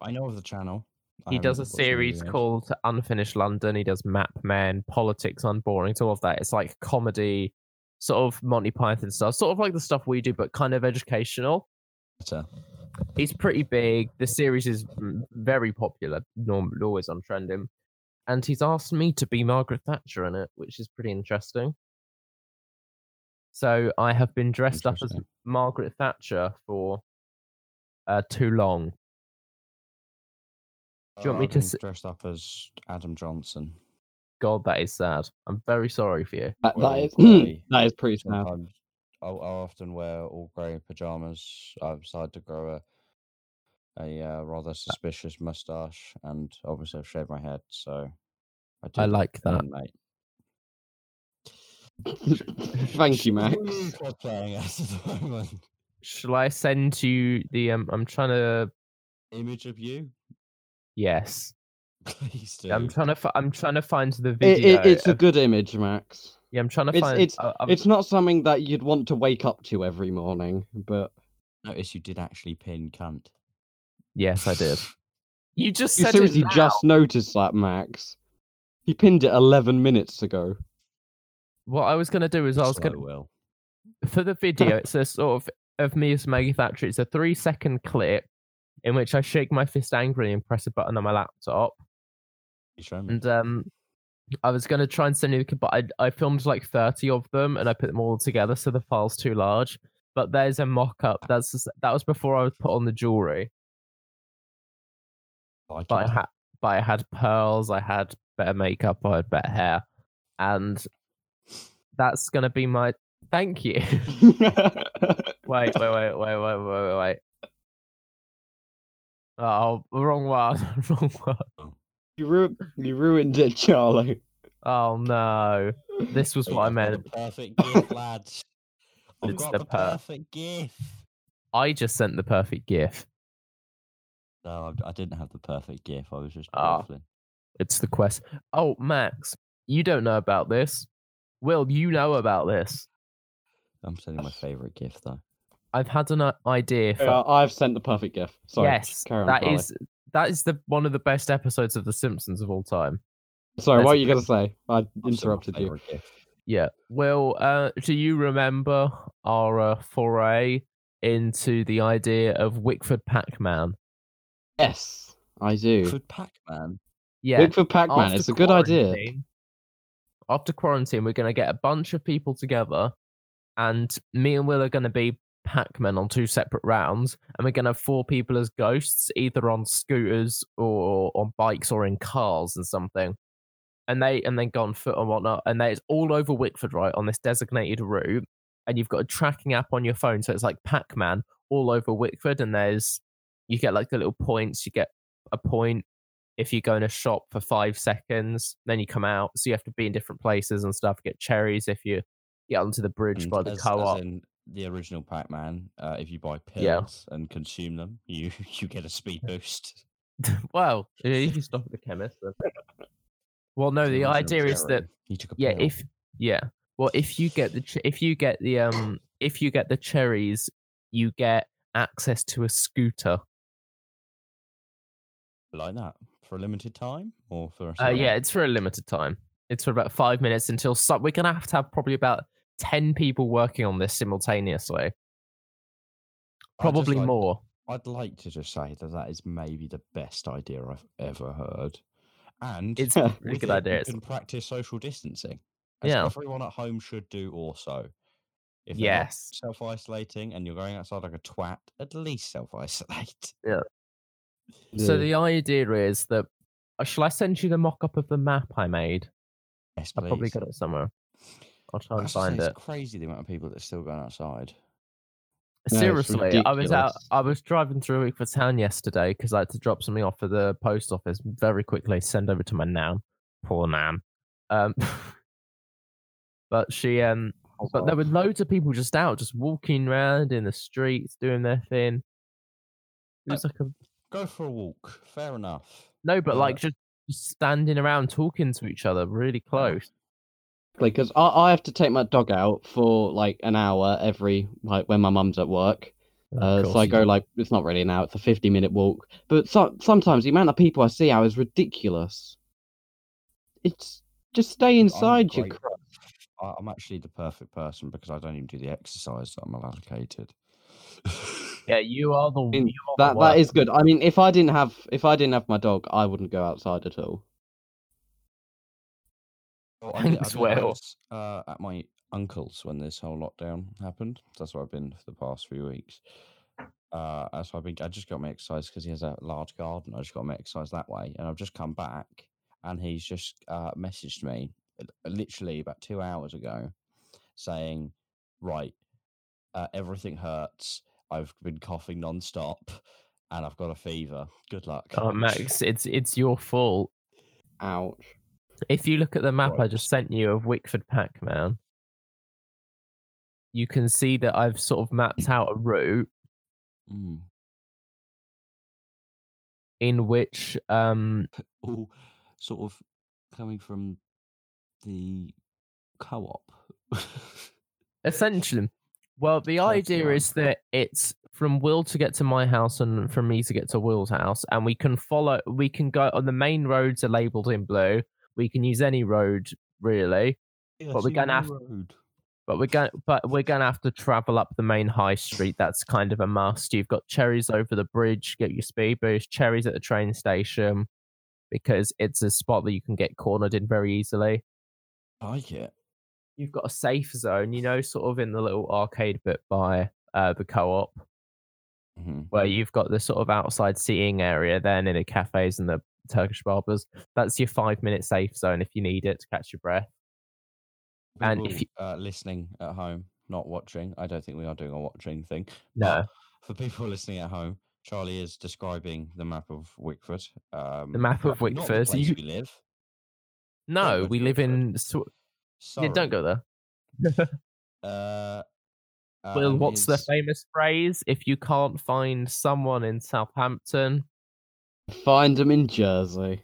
Speaker 1: I know of the channel. I
Speaker 2: he
Speaker 1: haven't
Speaker 2: does a
Speaker 1: watched any of
Speaker 2: series
Speaker 1: those.
Speaker 2: called Unfinished London. He does Map Men, Politics Unboring, it's all of that. It's like comedy, sort of Monty Python stuff, sort of like the stuff we do, but kind of educational.
Speaker 1: Better.
Speaker 2: He's pretty big. The series is mm, very popular, norm- always on trending. And he's asked me to be Margaret Thatcher in it, which is pretty interesting. So I have been dressed up as
Speaker 1: Interesting.
Speaker 2: Margaret Thatcher for uh, too long. Do you want me
Speaker 1: I've
Speaker 2: to
Speaker 1: been
Speaker 2: s-
Speaker 1: dressed up as Adam Johnson?
Speaker 2: God, that is sad. I'm very sorry for you.
Speaker 3: That,
Speaker 1: Well,
Speaker 3: that is
Speaker 1: okay.
Speaker 3: [clears throat] that is pretty sad.
Speaker 1: Sometimes I, I often wear all grey pajamas. I've decided to grow a a uh, rather suspicious mustache, and obviously I've shaved my head. So I do
Speaker 2: I
Speaker 1: look
Speaker 2: like that.
Speaker 1: thin, mate.
Speaker 3: [laughs] Thank you, Max.
Speaker 1: We're playing at the [laughs] moment.
Speaker 2: Shall I send you the um I'm trying to
Speaker 1: Image of you, [laughs]
Speaker 2: yes.
Speaker 1: please do.
Speaker 2: I'm trying to fi- I'm trying to find the
Speaker 3: It,
Speaker 2: video.
Speaker 3: it, it's a
Speaker 2: of-
Speaker 3: good image, Max.
Speaker 2: yeah, I'm trying to
Speaker 3: it's-
Speaker 2: find uh, um, I- I'm-
Speaker 3: It's not something that you'd want to wake up to every morning, but
Speaker 1: Notice you did actually pin cunt.
Speaker 2: Yes, I did. You just
Speaker 3: You
Speaker 2: said it.
Speaker 3: seriously
Speaker 2: now.
Speaker 3: just noticed that, Max. He pinned it 11 minutes
Speaker 2: [laughs]
Speaker 3: ago.
Speaker 2: What I was gonna do is I was
Speaker 1: So
Speaker 2: gonna
Speaker 1: well.
Speaker 2: for the video. It's a sort of of me as Maggie Thatcher. It's a three second clip in which I shake my fist angrily and press a button on my laptop.
Speaker 1: You show me.
Speaker 2: and um I was gonna try and send you, the c- but I, I filmed like thirty of them, and I put them all together, so the file's too large. But there's a mock-up. That's just- that was before I was put on the jewelry.
Speaker 1: Like
Speaker 2: But
Speaker 1: it.
Speaker 2: I had, but I had pearls. I had better makeup. I had better hair, and that's gonna be my thank you. wait, wait, wait, wait, wait, wait, wait, wait. Oh, wrong one, [laughs] wrong one.
Speaker 3: you, ru- you ruined it, Charlie.
Speaker 2: Oh no, this was
Speaker 1: Wait,
Speaker 2: what I
Speaker 1: I've got the
Speaker 2: meant. [laughs]
Speaker 1: Perfect gift, lads. I've
Speaker 2: It's
Speaker 1: got
Speaker 2: the
Speaker 1: the,
Speaker 2: per-
Speaker 1: perfect gift.
Speaker 2: I just sent the perfect GIF.
Speaker 1: No, I, I didn't have the perfect gift. I was just
Speaker 2: Ah.
Speaker 1: waffling.
Speaker 2: It's the quest. Oh, Max, you don't know about this. Will, you know about this.
Speaker 1: I'm sending my favorite gift though.
Speaker 2: I've had an i- idea for
Speaker 3: Uh, I've sent the perfect gift. Sorry.
Speaker 2: yes,
Speaker 3: carry on,
Speaker 2: that
Speaker 3: Charlie.
Speaker 2: is that is the one of the best episodes of The Simpsons of all time.
Speaker 3: Sorry,
Speaker 2: that's a
Speaker 3: what are you going to say? I
Speaker 1: I've sent my
Speaker 3: interrupted you.
Speaker 1: favourite gift.
Speaker 2: Yeah. Will, uh, do you remember our uh, foray into the idea of Wickford Pac-Man?
Speaker 3: Yes, I do.
Speaker 1: Wickford Pac-Man.
Speaker 2: Yeah.
Speaker 3: Look for Pac Man.
Speaker 2: after
Speaker 3: It's a good idea.
Speaker 2: quarantine- After quarantine, we're going to get a bunch of people together, and me and Will are going to be Pac Men on two separate rounds, and we're going to have four people as ghosts, either on scooters or on bikes or in cars and something. And they and then go on foot and whatnot, and they, it's all over Wickford, right, on this designated route. And you've got a tracking app on your phone, so it's like Pac Man all over Wickford, and there's you get like the little points, you get a point if you go in a shop for five seconds, then you come out. So you have to be in different places and stuff. Get cherries if you get onto the bridge
Speaker 1: Mm,
Speaker 2: by the
Speaker 1: as- as
Speaker 2: co-op. [laughs]
Speaker 1: in the original Pac-Man. Uh, if you buy pills
Speaker 2: Yeah.
Speaker 1: and consume them, you [laughs] you get a
Speaker 2: [laughs]
Speaker 1: speed boost. [laughs]
Speaker 2: well, yeah, if you stop at the chemist. Then. Well, no,
Speaker 1: It's
Speaker 2: the
Speaker 1: original
Speaker 2: idea is that
Speaker 1: Jerry. he took a
Speaker 2: yeah,
Speaker 1: pill.
Speaker 2: if yeah, well, if you get the ch- if you get the um if you get the cherries, you get access to a scooter.
Speaker 1: like that for a limited time or for a
Speaker 2: Uh, yeah, it's for a limited time. It's for about five minutes until some, we're gonna have to have probably about ten people working on this simultaneously, probably more.
Speaker 1: I'd like to just say that that is maybe the best idea I've ever heard. And
Speaker 2: It's
Speaker 3: Yeah.
Speaker 2: a really
Speaker 1: with
Speaker 2: good
Speaker 1: it,
Speaker 2: idea.
Speaker 1: You [laughs]
Speaker 2: It's-
Speaker 1: can practice social distancing. As
Speaker 2: Yeah.
Speaker 1: Everyone at home should do also. If
Speaker 2: Yes.
Speaker 1: Self isolating and you're going outside like a twat, at least self isolate.
Speaker 2: So the idea is that. uh, Shall I send you the mock-up of the map I made?
Speaker 1: [laughs] Yes,
Speaker 2: I
Speaker 1: please.
Speaker 2: probably got it somewhere. I'll try and
Speaker 1: That's just-
Speaker 2: find it.
Speaker 1: It's crazy the amount of people that are still going outside.
Speaker 3: No, it's
Speaker 2: Seriously, I was out.
Speaker 3: ridiculous.
Speaker 2: I was driving through Wickford Town yesterday because I had to drop something off for the post office very quickly. Send over to my nan, poor nan. Um, [laughs] but she um, but
Speaker 3: Oh.
Speaker 2: there were loads of people just out, just walking around in the streets, doing their thing. It
Speaker 3: Uh,
Speaker 2: was like a
Speaker 1: Go for a walk. Fair enough.
Speaker 2: no, but
Speaker 1: Yeah.
Speaker 2: like just, just standing around talking to each other, really close.
Speaker 3: because I, I have to take my dog out for like an hour every like when my mum's at work. Uh, so I go like it's not really an hour; it's a fifty-minute walk. But so, sometimes the amount of people I see out is ridiculous. It's just stay
Speaker 1: I'm
Speaker 3: inside, you.
Speaker 1: great-
Speaker 3: Cr-
Speaker 1: I- I'm actually the perfect person because I don't even do the exercise that I'm allocated. [laughs]
Speaker 2: Yeah, you are the
Speaker 3: mean,
Speaker 2: you are the
Speaker 3: that that
Speaker 2: worst.
Speaker 3: is good. I mean, if I didn't have if I didn't have my dog, I wouldn't go outside at all.
Speaker 1: Well, I did- I
Speaker 2: Thanks,
Speaker 1: did- I
Speaker 2: Will.
Speaker 1: was, uh, at my uncle's when this whole lockdown happened. That's where I've been for the past few weeks. Uh, and so I've been. I just got my exercise because he has a large garden. I just got my exercise that way, and I've just come back, and he's just uh, messaged me uh, literally about two hours ago, saying, "Right, uh, everything hurts. I've been coughing non-stop, and I've got a fever. Good luck."
Speaker 2: Oh, Max, it's it's your fault.
Speaker 3: Ouch.
Speaker 2: If you look at the map I
Speaker 1: Right.
Speaker 2: just sent you of Wickford Pac-Man, you can see that I've sort of mapped out a route
Speaker 1: Mm.
Speaker 2: in which um
Speaker 1: all sort of coming from the co-op. [laughs]
Speaker 2: essentially well the
Speaker 1: Close
Speaker 2: idea
Speaker 1: line.
Speaker 2: is that it's from Will to get to my house and from me to get to Will's house. And we can follow, we can go on the main roads are labeled in blue. We can use any road really, But we're gonna have- but we're going, but we're going to have to travel up the main high street. That's kind of a must. You've got cherries over the bridge. Get your speed boost. Cherries at the train station because it's a spot that you can get cornered in very easily.
Speaker 1: I like it.
Speaker 2: you've got a safe zone, you know, sort of in the little arcade bit by uh, the co-op,
Speaker 1: Mhm.
Speaker 2: where you've got the sort of outside seating area, then in the cafes and the Turkish barbers. That's your five-minute safe zone if you need it to catch your breath. And if
Speaker 1: People,
Speaker 2: you-
Speaker 1: uh, listening at home, not watching, I don't think we are doing a watching thing.
Speaker 2: No,
Speaker 1: For people listening at home, Charlie is describing the map of Wickford. Um,
Speaker 2: the map
Speaker 1: not
Speaker 2: of Wickford.
Speaker 1: the
Speaker 2: so
Speaker 1: place
Speaker 2: you-
Speaker 1: we live.
Speaker 2: no,
Speaker 1: go
Speaker 2: we
Speaker 1: to
Speaker 2: live
Speaker 1: Wickford.
Speaker 2: in. Sw-
Speaker 1: Sorry.
Speaker 2: yeah, don't go there.
Speaker 1: Uh, uh,
Speaker 2: Well,
Speaker 1: and
Speaker 2: what's the
Speaker 1: it's-
Speaker 2: famous phrase? If you can't find someone in Southampton,
Speaker 3: Find them in Jersey.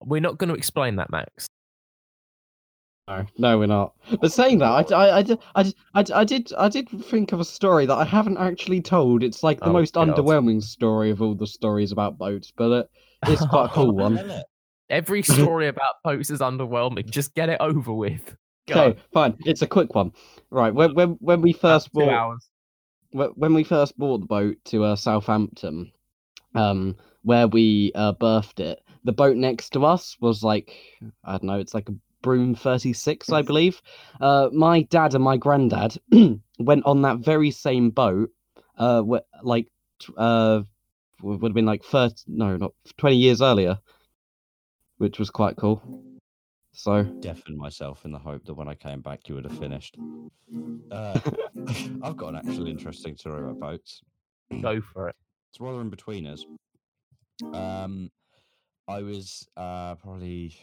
Speaker 2: we're not going to explain that, Max.
Speaker 3: No, no, we're not. But saying that, I, I, I, I, I, I did, I did think of a story that I haven't actually told. It's like the
Speaker 2: Oh,
Speaker 3: most
Speaker 2: God.
Speaker 3: underwhelming story of all the stories about boats, but it, it's quite a [laughs] cool one.
Speaker 1: Tell it. [laughs]
Speaker 2: Every story about boats is underwhelming. Just get it
Speaker 1: [laughs]
Speaker 2: over with.
Speaker 3: Okay, fine. It's a quick one. Right, when when when we first
Speaker 2: Two
Speaker 3: bought
Speaker 2: hours.
Speaker 3: wh- when we first bought the boat to uh, Southampton, um, where we uh, berthed it, the boat next to us was like I don't know, it's like a Broom 36, I believe. Uh, my dad and my granddad [clears throat] went on that very same boat, uh, wh- like t- uh, would have been like 30, no, not 20 years earlier, which was quite cool. So.
Speaker 1: deafen myself in the hope that when I came back, you would have finished. Uh, [laughs] I've got an actual interesting story about boats.
Speaker 2: Go for it.
Speaker 1: It's rather in between us. Um, I was uh, probably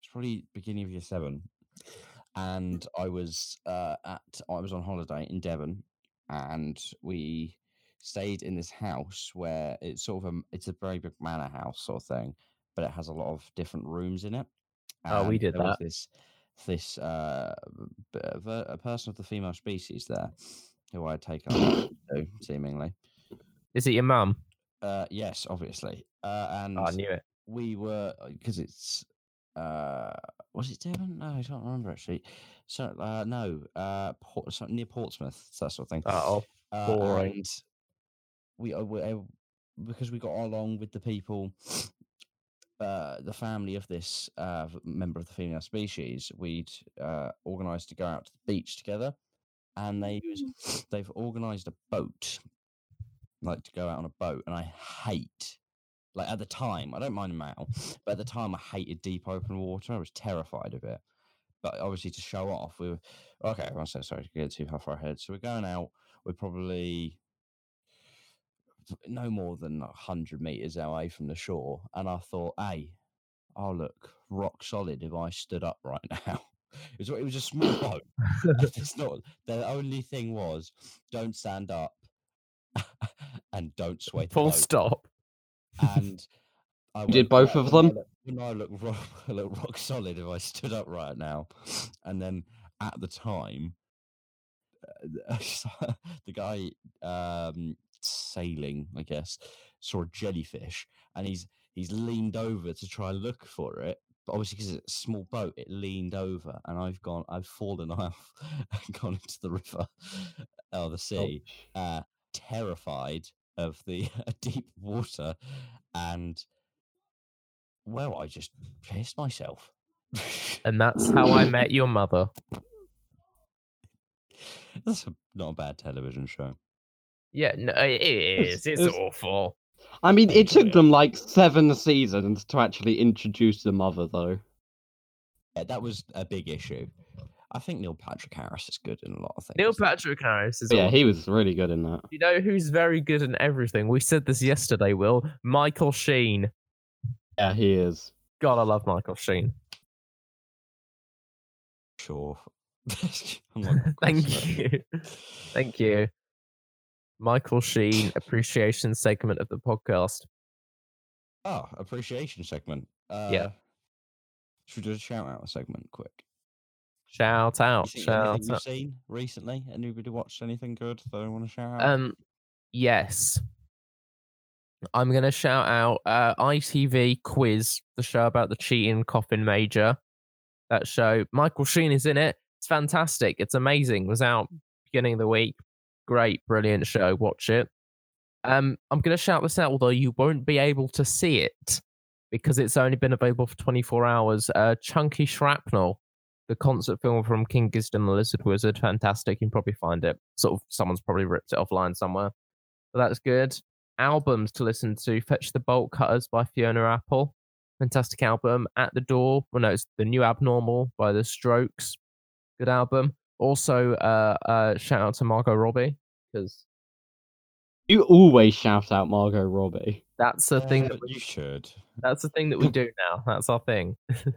Speaker 1: it's probably beginning of year seven, and I was uh, at I was on holiday in Devon, and we stayed in this house where it's sort of a it's a very big manor house sort of thing, but it has a lot of different rooms in it.
Speaker 2: Oh, we
Speaker 1: and
Speaker 2: did
Speaker 1: there was This this uh, b- a ver- a person of the female species there, who I had taken
Speaker 2: [coughs]
Speaker 1: up to seemingly.
Speaker 2: Is it your mum?
Speaker 1: Uh, yes, obviously. Uh, and
Speaker 2: Oh, I knew it.
Speaker 1: we were because it's uh, was it Devon? No, I don't remember actually. So uh, no, uh, Port, so near Portsmouth, so that sort of thing.
Speaker 2: Oh,
Speaker 1: Uh,
Speaker 2: boring.
Speaker 1: And we uh, were able, because we got along with the people, uh, the family of this uh, v- member of the female species. We'd uh, organised to go out to the beach together, and they was, [sniffs] they've organised a boat, like to go out on a boat. And I hate, like at the time, I don't mind now, but at the time I hated deep open water. I was terrified of it. But obviously, to show off, we were okay. Everyone said sorry to get too far ahead. So we're going out. We're probably no more than a hundred meters away from the shore, and I thought, hey, I'll look rock solid if I stood up right [laughs] now. It was, it was a small boat. [laughs] it's not the only thing was don't stand up [laughs] and don't sway. the
Speaker 2: Full
Speaker 1: boat
Speaker 2: stop.
Speaker 1: and I
Speaker 3: You did
Speaker 1: went,
Speaker 3: both
Speaker 1: "Right,
Speaker 3: of
Speaker 1: well,
Speaker 3: them?
Speaker 1: I look, [laughs] when I look, rock, I look rock solid if I stood up right now. And then at the time, uh, [laughs] the guy um, sailing, I guess, saw a jellyfish, and he's he's leaned over to try and look for it. But obviously, because it's a small boat, it leaned over, and I've gone, I've fallen [laughs] off and gone into the river
Speaker 3: Oh.
Speaker 1: or the sea uh, terrified of the [laughs] deep water, and well, I just pissed myself. [laughs]
Speaker 2: And that's how I met your mother.
Speaker 1: That's a, not a bad television show.
Speaker 2: Yeah, no, uh, it is. It's,
Speaker 3: it's-
Speaker 2: awful.
Speaker 3: I mean, it took
Speaker 1: Yeah.
Speaker 3: them like seven seasons to actually introduce the mother, though.
Speaker 1: Yeah, Uh, that was a big issue. I think Neil Patrick Harris is good in a lot of things.
Speaker 2: Neil Patrick Harris is.
Speaker 3: But yeah,
Speaker 2: awful.
Speaker 3: he was really good in that.
Speaker 2: You know who's very good in everything? We said this yesterday, Will. Michael Sheen.
Speaker 3: Yeah, he is.
Speaker 2: God, I love Michael Sheen. [laughs]
Speaker 1: sure. [laughs] I'm not gonna
Speaker 2: Thank
Speaker 1: question
Speaker 2: you.
Speaker 1: it.
Speaker 2: Thank you. Michael Sheen appreciation segment of the podcast.
Speaker 1: Oh, appreciation segment. Uh,
Speaker 2: Yeah.
Speaker 1: Should we do a shout out segment quick?
Speaker 2: Shout out.
Speaker 1: You seen anything
Speaker 2: Shout
Speaker 1: you've
Speaker 2: out.
Speaker 1: seen recently? Anybody watched anything good that I want to shout out?
Speaker 2: Um, yes. I'm going to shout out uh, ITV Quiz, the show about the cheating coffin major. That show, Michael Sheen is in it. It's fantastic. It's amazing. It was out beginning of the week. Great, brilliant show. Watch it. Um, I'm going to shout this out, although you won't be able to see it because it's only been available for 24 hours. Uh, Chunky Shrapnel, the concert film from King Gizzard and the Lizard Wizard. Fantastic. You can probably find it. Sort of, someone's probably ripped it offline somewhere. But that's good. Albums to listen to Fetch the Bolt Cutters by Fiona Apple. Fantastic album. At the Door. Well, no, it's The New Abnormal by The Strokes. Good album. Also, uh, uh, shout out to Margot Robbie because
Speaker 3: You always shout out Margot Robbie.
Speaker 2: that's the thing
Speaker 1: Uh,
Speaker 2: that we
Speaker 1: you should.
Speaker 2: That's the thing that we do now. That's our thing. [laughs]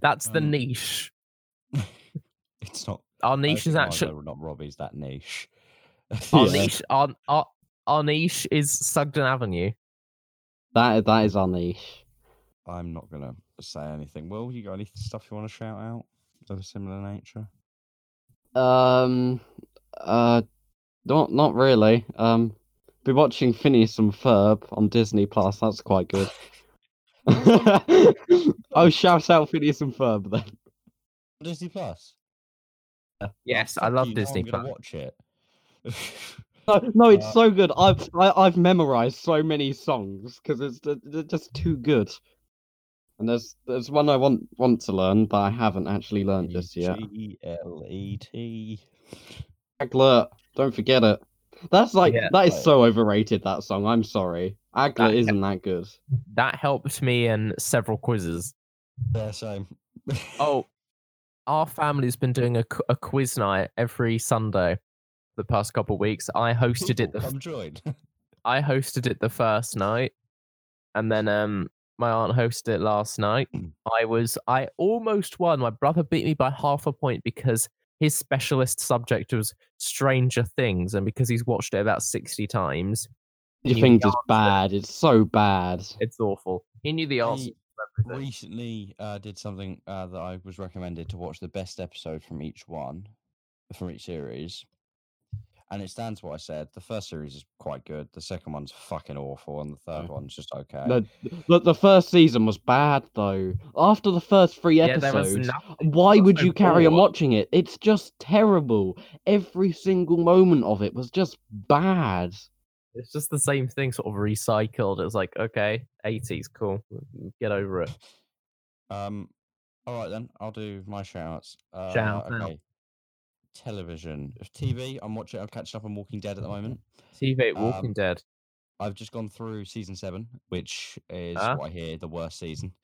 Speaker 2: That's the
Speaker 1: Um,
Speaker 2: niche.
Speaker 1: It's not.
Speaker 2: Our
Speaker 1: I don't
Speaker 2: niche
Speaker 1: think
Speaker 2: is
Speaker 1: mine,
Speaker 2: actually
Speaker 1: though, not Robbie's that niche. [laughs]
Speaker 2: our
Speaker 1: Yeah.
Speaker 2: niche. Our, our our niche is Sugden Avenue.
Speaker 3: That that is our niche.
Speaker 1: I'm not gonna say anything. Will you got any stuff you want to shout out of a similar nature?
Speaker 3: Um, uh, not not really. Um, be watching Phineas and Ferb on Disney Plus. That's quite good. [laughs] oh, shout out Phineas and Ferb then.
Speaker 1: Disney Plus.
Speaker 2: Yes,
Speaker 1: Fuck
Speaker 2: I love
Speaker 1: you, now
Speaker 2: Disney
Speaker 1: I'm gonna
Speaker 2: Plus.
Speaker 1: Watch it.
Speaker 3: No, no, it's
Speaker 1: Uh,
Speaker 3: so good. I've I, I've memorized so many songs because it's ju- they're just too good. And there's there's one I want want to learn that I haven't actually
Speaker 1: [laughs]
Speaker 3: learned just yet.
Speaker 1: G L E T.
Speaker 3: Aglet, don't forget it. That's like
Speaker 2: Yeah.
Speaker 3: that is so overrated. That song. I'm sorry, Aglet isn't that good.
Speaker 2: That helped me in several quizzes.
Speaker 1: Yeah, same.
Speaker 2: Oh, our family's been doing a, qu- a quiz night every Sunday for the past couple of weeks.
Speaker 1: [laughs]
Speaker 2: I hosted it.
Speaker 1: Ooh,
Speaker 2: The,
Speaker 1: I'm joined.
Speaker 2: I hosted it the first night, and then um my aunt hosted it last night. I was I almost won. My brother beat me by half a point because his specialist subject was Stranger Things, and because he's watched it about sixty times,
Speaker 3: Your
Speaker 2: You
Speaker 3: thing is
Speaker 2: answer.
Speaker 3: bad. It's so bad.
Speaker 2: it's awful. He knew the answer.
Speaker 1: I recently uh, did something uh, that I was recommended to watch the best episode from each one, from each series. And it stands what I said. The first series is quite good. The second one's fucking awful, and the
Speaker 2: Mm.
Speaker 1: third one's just okay.
Speaker 3: No, the, the first season was bad though. After the first three
Speaker 2: Yeah, there was
Speaker 3: episodes,
Speaker 2: nothing.
Speaker 3: why
Speaker 2: was
Speaker 3: would
Speaker 2: so
Speaker 3: you carry on
Speaker 2: bored.
Speaker 3: watching it? It's just terrible. Every single moment of it was just bad. [laughs]
Speaker 2: It's just the same thing, sort of recycled. It's like okay, eighties, cool, get over it.
Speaker 1: Um, all right then, I'll do my shout-outs. Uh,
Speaker 2: Shout out.
Speaker 1: Television, If TV. I'm watching. I'm catching up on Walking Dead at the moment.
Speaker 2: TV,
Speaker 1: Um,
Speaker 2: Walking Dead.
Speaker 1: I've just gone through season seven, which is
Speaker 2: Ah.
Speaker 1: what I hear the worst season.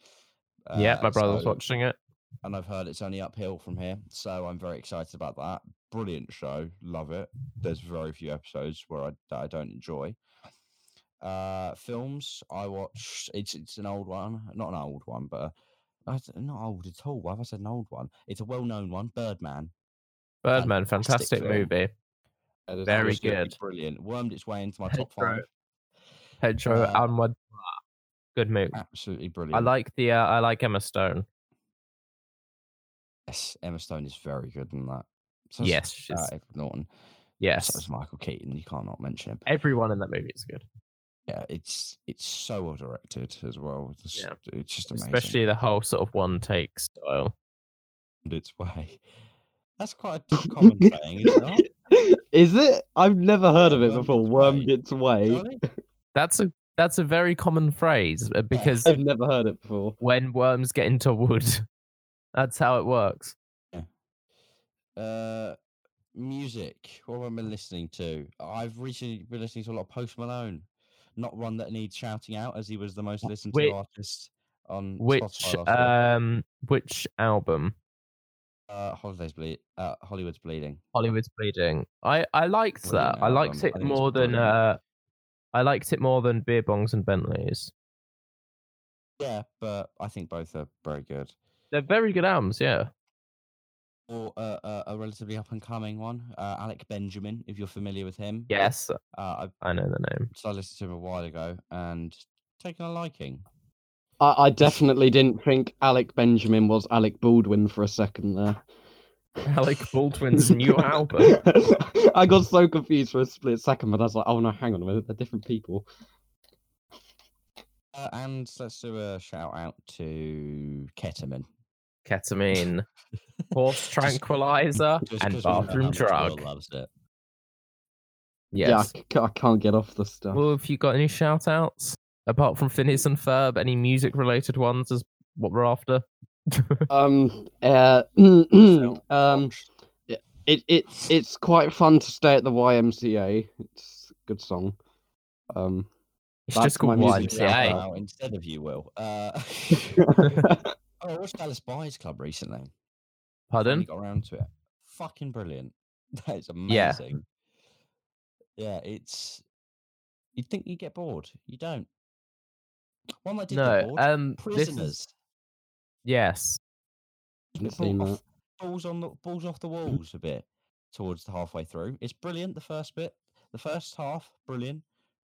Speaker 2: yeah, my
Speaker 1: Uh,
Speaker 2: brother's
Speaker 1: so-
Speaker 2: watching it.
Speaker 1: and I've heard it's only uphill from here, so I'm very excited about that. Brilliant show, love it. There's very few episodes where I that I don't enjoy. Uh, films I watched. It's it's an old one, not an old one, but a, I s- not old at all. Why have I said an old one? It's a well-known one, Birdman.
Speaker 2: Birdman,
Speaker 1: fantastic
Speaker 2: fantastic
Speaker 1: film.
Speaker 2: movie.
Speaker 1: Uh, there's
Speaker 2: Very
Speaker 1: absolutely
Speaker 2: good.
Speaker 1: brilliant. Wormed its way
Speaker 2: [laughs]
Speaker 1: into my
Speaker 2: Hey,
Speaker 1: top
Speaker 2: bro.
Speaker 1: five.
Speaker 2: Pedro
Speaker 1: Uh,
Speaker 2: Almodovar. Good movie.
Speaker 1: Absolutely brilliant.
Speaker 2: I like the. Uh, I like Emma Stone.
Speaker 1: yes, Emma Stone is very good in that. So is,
Speaker 2: Yes, she's,
Speaker 1: uh, Edward Norton. So
Speaker 2: yes.
Speaker 1: is Michael Keaton. You can't not mention him.
Speaker 2: Everyone in that movie is good,
Speaker 1: yeah, it's it's so well directed as well. It's,
Speaker 2: Yeah.
Speaker 1: it's just amazing.
Speaker 2: especially the whole sort of one take style.
Speaker 1: [laughs] in its way. That's quite
Speaker 2: [laughs]
Speaker 1: a common saying, is it Oh, not?
Speaker 3: Is it? I've never heard of it
Speaker 1: Wormed
Speaker 3: before.
Speaker 1: its
Speaker 3: Wormed
Speaker 1: way.
Speaker 3: its way.
Speaker 1: Charlie?
Speaker 2: That's a that's a very common phrase uh, because
Speaker 3: I've never heard it before.
Speaker 2: when worms get into wood, [laughs] that's how it works.
Speaker 1: Uh, music. What have I been listening to? I've recently been listening to a lot of Post Malone. Not one that needs shouting out, as he was the most listened to
Speaker 2: Which-
Speaker 1: artist on
Speaker 2: Which
Speaker 1: Spotify. last year.
Speaker 2: um which album?
Speaker 1: uh, Holidays Bleed, uh, Hollywood's Bleeding.
Speaker 2: Hollywood's Bleeding. I I liked
Speaker 1: Brilliant
Speaker 2: that. I
Speaker 1: album.
Speaker 2: liked
Speaker 1: I
Speaker 2: it
Speaker 1: think it's
Speaker 2: more than
Speaker 1: brilliant.
Speaker 2: uh, I liked it more than beer bongs and Bentleys.
Speaker 1: Yeah, but I think both are very good.
Speaker 2: They're very good albums. Yeah.
Speaker 1: Or uh, uh, a relatively up and coming one, uh, Alec Benjamin, if you're familiar with him.
Speaker 2: Yes,
Speaker 1: Uh, I
Speaker 2: I know the name. [laughs]
Speaker 1: so I listened to him a while ago and taken a liking.
Speaker 3: I, I definitely didn't think Alec Benjamin was Alec Baldwin for a second there.
Speaker 2: Alec
Speaker 1: [laughs]
Speaker 2: Baldwin's
Speaker 3: [laughs]
Speaker 2: new album.
Speaker 3: I got so confused for a split second, but I was like, oh no, hang on a minute, they're different people.
Speaker 1: Uh, and let's do a shout out to ketamine.
Speaker 2: Ketamine,
Speaker 1: [laughs]
Speaker 2: horse
Speaker 1: Just-
Speaker 2: tranquilizer,
Speaker 1: just
Speaker 2: and
Speaker 1: 'cause we know how
Speaker 2: bathroom
Speaker 1: much Will
Speaker 2: drug.
Speaker 1: loves it.
Speaker 3: Yeah, I
Speaker 2: Yes.
Speaker 3: c- I, can't get off the stuff.
Speaker 2: Well, have you got any shout outs apart from Phineas and Ferb? Any music related ones is what we're after.
Speaker 3: Um, uh, [clears throat] um, it, it, it's quite fun to stay at the YMCA. It's a good song.
Speaker 2: [laughs]
Speaker 3: Um,
Speaker 2: It's
Speaker 3: That's
Speaker 2: just called
Speaker 3: my
Speaker 1: Music
Speaker 3: music
Speaker 1: shout
Speaker 2: YMCA.
Speaker 3: shout-out.
Speaker 1: out Instead of you, Will. Uh, [laughs] oh, I watched Dallas Buyers Club recently. finally
Speaker 2: Pardon?
Speaker 1: got around to it. Fucking brilliant. [laughs] That is
Speaker 2: Yeah.
Speaker 1: amazing. Yeah, it's. You'd think you get bored. You don't. One that did get
Speaker 2: No.
Speaker 1: bored.
Speaker 2: Um. This is,
Speaker 1: Prisoners.
Speaker 2: yes.
Speaker 3: Haven't
Speaker 1: It uh, brought
Speaker 3: seen
Speaker 1: off- balls on the balls off the walls a bit towards the halfway through. It's brilliant. The first bit, the first half, brilliant.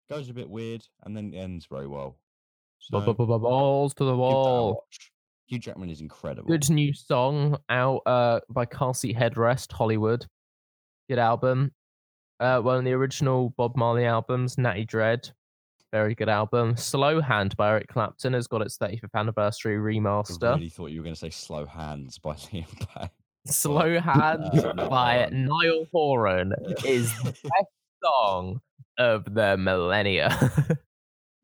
Speaker 1: Goes a bit weird and then ends very well. So, give that a
Speaker 2: Balls to the wall.
Speaker 1: watch. Hugh Jackman is incredible.
Speaker 2: Good new song out uh, by Can't Seat Headrest, Hollywood. Good album. Uh, one of the original Bob Marley albums, Natty Dread. Very good album. Slow Hand by Eric Clapton has got its 35th anniversary
Speaker 1: I
Speaker 2: remaster.
Speaker 1: really thought you were going to say "Slow Hands" by [laughs] Liam Payne. [laughs]
Speaker 2: Slow Hand
Speaker 1: Uh, no,
Speaker 2: by
Speaker 1: Horan.
Speaker 2: Niall Horan is
Speaker 1: [laughs]
Speaker 2: the best song of the millennia. [laughs]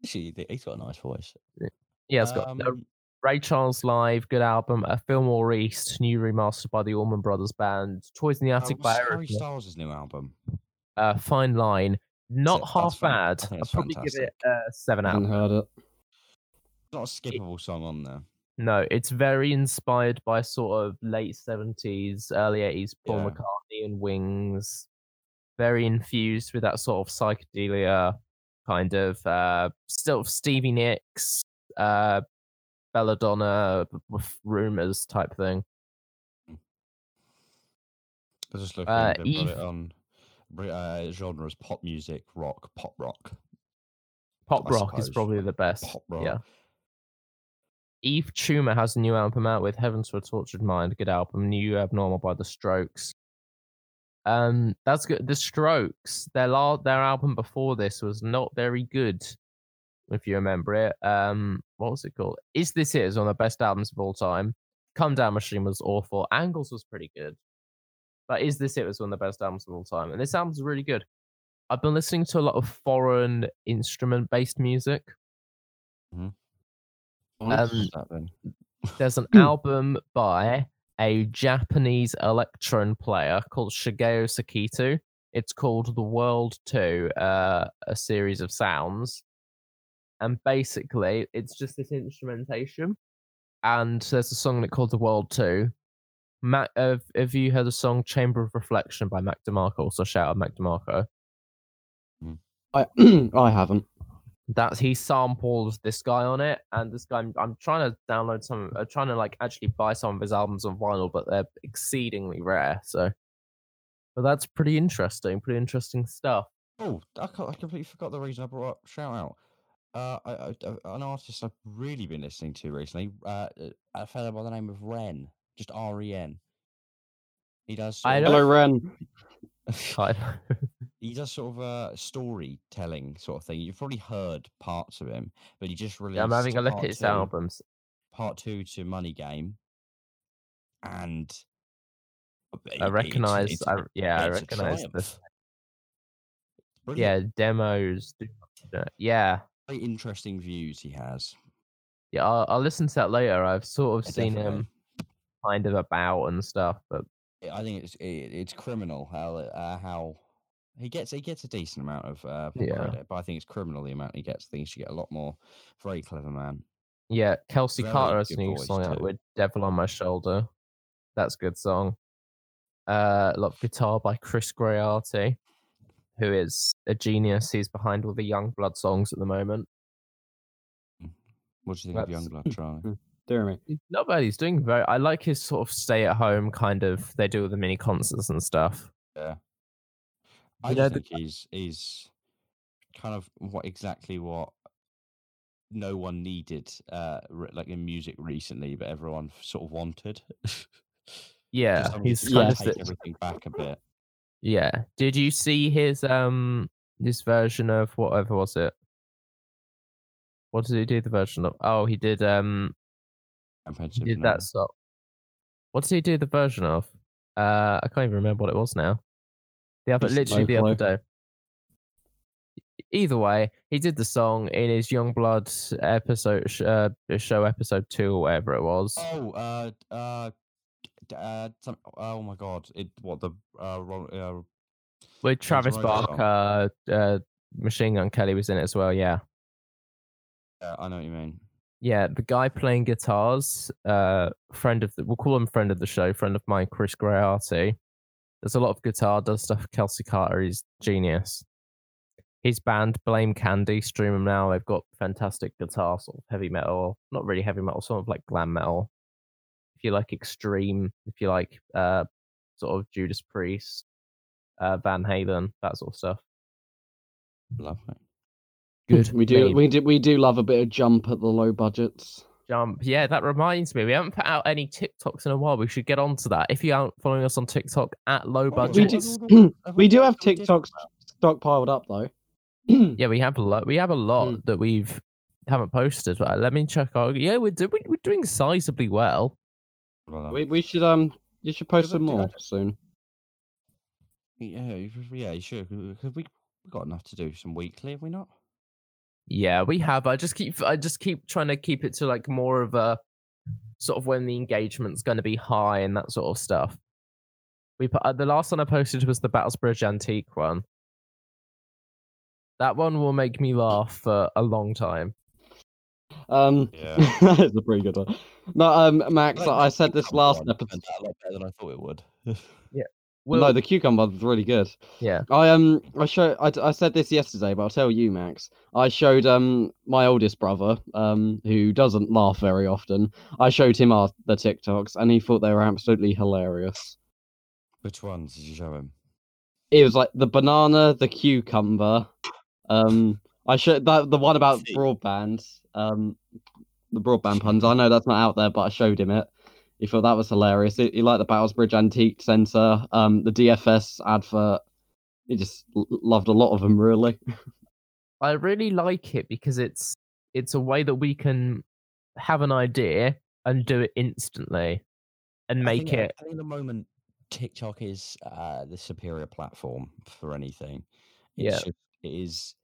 Speaker 1: Actually, th- he's got a nice voice.
Speaker 2: yeah, it's got uh,
Speaker 1: Um,
Speaker 2: Ray Charles Live, good album. A Fillmore East, new remastered by the Allman Brothers Band. Toys in the
Speaker 1: uh,
Speaker 2: Attic by
Speaker 1: what's Harry
Speaker 2: Aerosmith.
Speaker 1: Styles' new album.
Speaker 2: uh, fine line. Not
Speaker 1: that's
Speaker 2: half
Speaker 1: fan- I
Speaker 2: bad.
Speaker 1: think
Speaker 2: I'll
Speaker 1: that's
Speaker 2: probably give it
Speaker 1: fantastic. Mm.
Speaker 2: a seven out.
Speaker 3: heard it.
Speaker 1: It's not a skippable song on there.
Speaker 2: No, it's very inspired by sort of late seventies, early eighties Paul
Speaker 1: Yeah.
Speaker 2: McCartney and Wings. Very infused with that sort of psychedelia kind of uh still Stevie Nicks, uh Belladonna with rumors type thing.
Speaker 1: I was just looking.
Speaker 2: Uh,
Speaker 1: they put
Speaker 2: Eve-
Speaker 1: it on br- uh, genres: pop music, rock, pop rock,
Speaker 2: Pop
Speaker 1: I
Speaker 2: rock is
Speaker 1: suppose.
Speaker 2: probably the best.
Speaker 1: pop rock.
Speaker 2: Yeah. Eve Tumor has a new album out with Heaven to a Tortured Mind. Good album. New Abnormal by The Strokes. Um, that's good. The Strokes, their la- their album before this was not very good, if you remember it. Um, what was it called? Is This It is one of the best albums of all time. Come Down Machine was awful. Angles was pretty good, but Is This It was one of the best albums of all time. And this album's really good. I've been listening to a lot of foreign instrument based music.
Speaker 1: What's
Speaker 2: Um,
Speaker 1: that then?
Speaker 2: There's an album by a Japanese electron player called Shigeo Sakitu. It's called The World 2, uh, a series of sounds. And basically, it's just this instrumentation. And there's a song that called The World 2. Mac, have, have you heard the song Chamber of Reflection by Mac DeMarco? Also, shout out Mac DeMarco.
Speaker 3: I, I [clears throat] haven't.
Speaker 2: that he sampled this guy on it and this guy i'm, I'm trying to download some i'm trying to like actually buy some of his albums on vinyl but they're exceedingly rare so but that's pretty interesting pretty interesting stuff
Speaker 1: Oh, I, co- I completely forgot the reason I brought up. Shout out. Uh, I, I- I- an artist I've really been listening to recently, uh, uh, a fellow by the name of Ren, just R E N. He does. sort
Speaker 2: I
Speaker 1: of-
Speaker 2: don't-
Speaker 3: Hello, Ren.
Speaker 2: [laughs] I,
Speaker 1: [laughs] he does sort of a storytelling sort of thing. You've probably heard parts of him, but he just released.
Speaker 2: i'm having a look
Speaker 1: part
Speaker 2: at his
Speaker 1: two-
Speaker 2: albums
Speaker 1: Part two to Money Game, and uh, it-
Speaker 2: i
Speaker 1: it's-
Speaker 2: recognize
Speaker 1: it's-
Speaker 2: I, yeah i
Speaker 1: it's a
Speaker 2: recognize
Speaker 1: triumph.
Speaker 2: this
Speaker 1: Brilliant.
Speaker 2: yeah demos do- yeah
Speaker 1: very interesting views he has.
Speaker 2: yeah I'll, I'll listen to that later i've sort
Speaker 1: Yeah,
Speaker 2: of seen
Speaker 1: Oh, definitely.
Speaker 2: him kind of about and stuff but
Speaker 1: I- I think it's it, it's criminal how uh, how he gets he gets a decent amount of uh,
Speaker 2: Yeah.
Speaker 1: credit, but I think it's criminal the amount he gets. I think he should get a lot more. Very clever man.
Speaker 2: Yeah, Kelsey
Speaker 1: Very
Speaker 2: Carter has a
Speaker 1: good
Speaker 2: new
Speaker 1: voice
Speaker 2: song out
Speaker 1: too.
Speaker 2: with Devil on My Shoulder. That's a good song. Uh, a lot of guitar by Chris Grayarty, who is a genius. He's behind all the Young Blood songs at the moment.
Speaker 1: What do you think
Speaker 2: That's-
Speaker 1: of
Speaker 2: [laughs]
Speaker 1: Youngblood, Charlie?
Speaker 3: Dear me.
Speaker 2: Not bad. He's doing very. I like his sort of stay at home kind of. They do all the mini concerts and stuff.
Speaker 1: I
Speaker 2: You know,
Speaker 1: just
Speaker 2: the-
Speaker 1: think he's he's kind of what exactly what no one [laughs] needed, uh, re- like in music recently, but everyone sort of wanted.
Speaker 2: Yeah,
Speaker 1: Just having to
Speaker 2: he's
Speaker 1: kinda
Speaker 2: kind of
Speaker 1: take
Speaker 2: sit-
Speaker 1: everything back a bit.
Speaker 2: yeah. Did you see his um his version of whatever was it? What did he do the version of? Oh, he did um he [laughs]
Speaker 1: Comprehensive
Speaker 2: did
Speaker 1: now.
Speaker 2: that song. What did he do the version of? Uh, I can't even remember what it was now. The other,
Speaker 3: Just
Speaker 2: literally the
Speaker 3: Low
Speaker 2: other day. E-, Either way, he did the song in his Young Blood episode, sh- uh, show episode two or whatever it was.
Speaker 1: Oh, uh, uh, d- uh, some, oh my god! It what the uh, Ron- uh
Speaker 2: With Travis
Speaker 1: right as
Speaker 2: Barker, uh, Machine Gun Kelly was in it as well. Yeah,
Speaker 1: yeah, I know what you mean.
Speaker 2: yeah. The guy playing guitars, uh, friend of the, we'll call him friend of the show, friend of mine, Chris Grayarty. There's a lot of guitar, does stuff. Kelsey Carter is genius. His band Blame Candy, stream them now. They've got fantastic guitar, sort of heavy metal, not really heavy metal, sort of like glam metal. If you like extreme, if you like uh, sort of Judas Priest, uh, Van Halen, that sort of stuff.
Speaker 1: Lovely.
Speaker 2: Good.
Speaker 3: We do,
Speaker 2: name.
Speaker 3: we do, we do love a bit of jump at the low budgets.
Speaker 2: Jump. Yeah, that reminds me. We haven't put out any TikToks in a while. We should get onto that. If you aren't following us on TikTok at low
Speaker 3: we
Speaker 2: budget.
Speaker 3: do- We do have TikToks stockpiled up
Speaker 2: [clears throat]
Speaker 3: though.
Speaker 2: Yeah, we have a lot. We have a lot
Speaker 3: Mm.
Speaker 2: that we've haven't posted. But let me check out. Yeah, we're, do- we- we're doing sizably well.
Speaker 1: uh,
Speaker 3: we, we should um, you should post
Speaker 1: but
Speaker 3: some
Speaker 1: did I
Speaker 3: more soon.
Speaker 1: Yeah, you- yeah, you should. Because we we got enough to do some weekly, have we not?
Speaker 2: Yeah, we have. I just keep I just keep trying to keep it to like more of a sort of when the engagement's going to be high and that sort of stuff. We put, uh, the last one I posted was the Battlesbridge Antique one. That one will make me laugh for a long time.
Speaker 3: Um,
Speaker 1: Yeah.
Speaker 3: [laughs] that is a pretty good one. No, um, Max, I said this last episode.
Speaker 1: a lot better than I thought it would. [laughs]
Speaker 3: no, the cucumber was really good.
Speaker 2: Yeah.
Speaker 3: I um, I show, I, I said this yesterday, but I'll tell you, Max. I showed um my oldest brother, um, who doesn't laugh very often. I showed him our the TikToks, and he thought they were absolutely hilarious.
Speaker 1: Which ones did you show him?
Speaker 3: It was like the banana, the cucumber. Um, I showed that the one about
Speaker 1: See.
Speaker 3: broadband. Um, the broadband puns. I know that's not out there, but I showed him it. He thought that was hilarious. He, he liked the Battlesbridge Antique Centre, um, the DFS advert. He just l- loved a lot of them, really.
Speaker 2: I really like it because it's it's a way that we can have an idea and do it instantly and
Speaker 1: I
Speaker 2: make
Speaker 1: think-
Speaker 2: it
Speaker 1: I think at the moment, TikTok is uh, the superior platform for anything. It's
Speaker 2: Yeah.
Speaker 1: just- it is.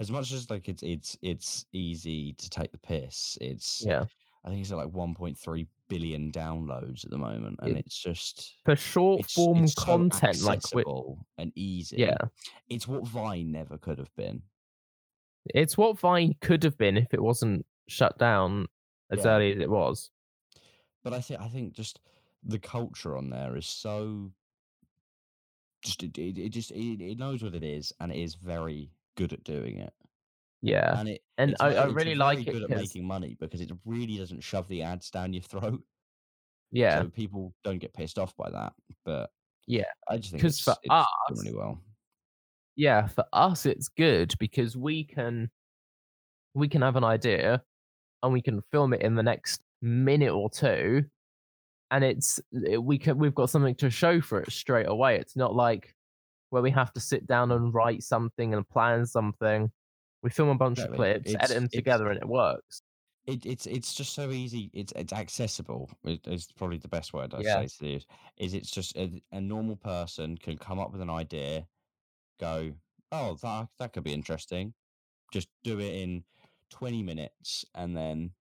Speaker 1: As much as like it's it's it's easy to take the piss. It's
Speaker 2: yeah
Speaker 1: I think it's at like 1.3 billion downloads at the moment, and it's just
Speaker 2: for short
Speaker 1: it's,
Speaker 2: form
Speaker 1: it's so
Speaker 2: content like we,
Speaker 1: accessible and easy.
Speaker 2: yeah
Speaker 1: it's what Vine never could have been.
Speaker 2: it's what Vine could have been if it wasn't shut down as
Speaker 1: Yeah.
Speaker 2: early as it was.
Speaker 1: But I think I think just the culture on there is so just it, it, it just it, it knows what it is, and it is very good at doing it.
Speaker 2: Yeah,
Speaker 1: and it Uh,
Speaker 2: and
Speaker 1: it's
Speaker 2: I-
Speaker 1: ve-
Speaker 2: I
Speaker 1: it's
Speaker 2: really like
Speaker 1: very
Speaker 2: it
Speaker 1: good at
Speaker 2: 'cause-
Speaker 1: making money because it really doesn't shove the ads down your throat.
Speaker 2: yeah.
Speaker 1: so people don't get pissed off by that. But
Speaker 2: Yeah,
Speaker 1: I just think
Speaker 2: 'cause
Speaker 1: it's,
Speaker 2: for
Speaker 1: it's doing really well.
Speaker 2: yeah for us it's good because we can we can have an idea and we can film it in the next minute or two and it's it- we can we've got something to show for it straight away it's not like where we have to sit down and write something and plan something we film a bunch
Speaker 1: Exactly.
Speaker 2: of clips
Speaker 1: It's-
Speaker 2: edit them
Speaker 1: it's-
Speaker 2: together and it works
Speaker 1: It, it's it's just so easy. It's it's accessible. Is is probably the best word I
Speaker 2: Yeah.
Speaker 1: say to use. Is it's just a, a normal person can come up with an idea, go, oh that that could be interesting. Just do it in twenty minutes and then.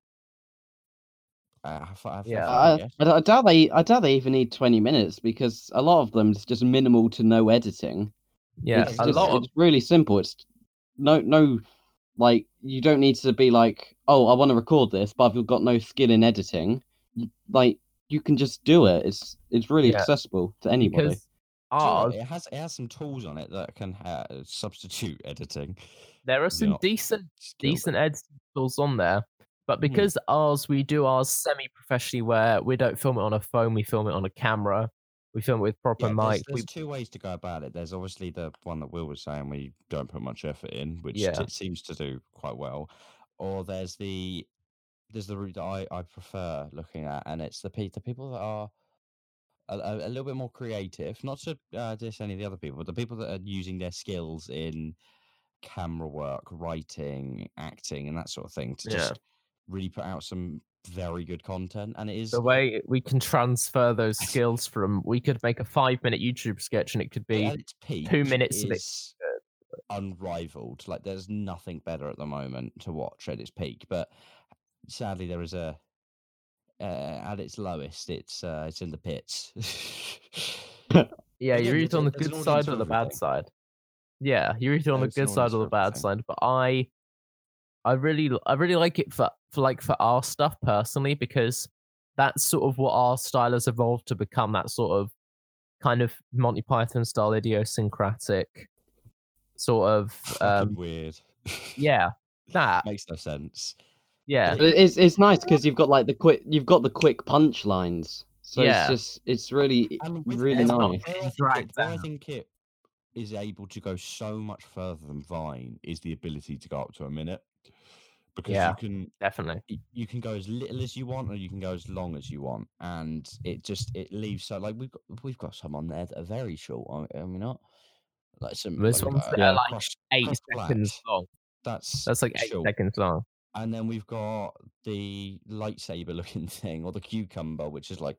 Speaker 1: Uh, have, fu- have,
Speaker 2: Yeah.
Speaker 1: fun,
Speaker 3: I, I, I doubt they, I doubt they even need twenty minutes because a lot of them is just minimal to no editing.
Speaker 2: yeah
Speaker 3: it's
Speaker 2: a
Speaker 3: just-
Speaker 2: lot of
Speaker 3: It's really simple. It's no, no, like you don't need to be like, oh, I want to record this, but I've got no skill in editing. You- Like you can just do it. It's it's really
Speaker 2: Yeah.
Speaker 3: accessible to anybody.
Speaker 2: because
Speaker 1: Do you know what?
Speaker 2: ours
Speaker 1: it has it has some tools on it that can ha- substitute [laughs] editing.
Speaker 2: there are
Speaker 1: They're
Speaker 2: some
Speaker 1: not
Speaker 2: decent
Speaker 1: skilled.
Speaker 2: decent editing tools on there. But
Speaker 1: Hmm.
Speaker 2: because ours, we do ours semi professionally where we don't film it on a phone, we film it on a camera, we film it with proper
Speaker 1: Yeah, there's,
Speaker 2: mic.
Speaker 1: there's
Speaker 2: we,
Speaker 1: two ways to go about it. There's obviously the one that Will was saying where you don't put much effort in, which
Speaker 2: Yeah.
Speaker 1: it seems to do quite well. Or there's the there's the route that I, I prefer looking at, and it's the pe- the people that are a, a, a little bit more creative. Not to uh, diss any of the other people, but the people that are using their skills in camera work, writing, acting, and that sort of thing to
Speaker 2: Yeah.
Speaker 1: just really put out some very good content. And it is
Speaker 2: The way we can
Speaker 1: [laughs]
Speaker 2: transfer those skills from, we could make a five-minute YouTube sketch, and it could be
Speaker 1: at its peak,
Speaker 2: minutes of it.
Speaker 1: is unrivaled. Like there's nothing better at the moment to watch at its peak. But sadly, there is a uh, at its lowest, it's uh, it's in the pits. [laughs]
Speaker 2: Yeah,
Speaker 1: Again,
Speaker 2: you're
Speaker 1: there's
Speaker 2: either
Speaker 1: a-
Speaker 2: on the
Speaker 1: there's an
Speaker 2: good
Speaker 1: audience
Speaker 2: side
Speaker 1: for
Speaker 2: or the bad
Speaker 1: everything.
Speaker 2: side. Yeah, you're either on the
Speaker 1: There's an
Speaker 2: good side
Speaker 1: audience
Speaker 2: or the
Speaker 1: for
Speaker 2: bad
Speaker 1: everything.
Speaker 2: side. But I, I really, l- I really like it for, for like for our stuff personally because that's sort of what our style has evolved to become. That sort of kind of Monty Python style idiosyncratic
Speaker 1: [laughs]
Speaker 2: sort of
Speaker 1: Fucking
Speaker 2: um,
Speaker 1: weird. [laughs]
Speaker 2: yeah that
Speaker 1: makes no sense.
Speaker 2: yeah
Speaker 3: But it's it's nice because you've got like the quick you've got the quick punchlines. So
Speaker 2: Yeah.
Speaker 3: it's just it's really
Speaker 1: And with
Speaker 3: really
Speaker 1: Em-
Speaker 3: nice.
Speaker 1: where I think
Speaker 2: Dragged
Speaker 1: it- where I
Speaker 2: down.
Speaker 1: think it is able to go so much further than Vine is the ability to go up to a minute because
Speaker 2: Yeah.
Speaker 1: you can
Speaker 2: definitely
Speaker 1: y- you can go as little as you want or you can go as long as you want and it just it leaves so like we've got we've got some on there that are very short aren't- are we not like some
Speaker 2: This
Speaker 1: like,
Speaker 2: one's
Speaker 1: uh,
Speaker 2: that
Speaker 3: Yeah.
Speaker 2: are like
Speaker 1: cross-
Speaker 2: eight
Speaker 1: cross
Speaker 2: seconds
Speaker 1: flaps.
Speaker 2: long.
Speaker 1: that's
Speaker 2: That's like eight
Speaker 1: short.
Speaker 2: seconds long.
Speaker 1: and then we've got the lightsaber looking [laughs] thing or the cucumber which is like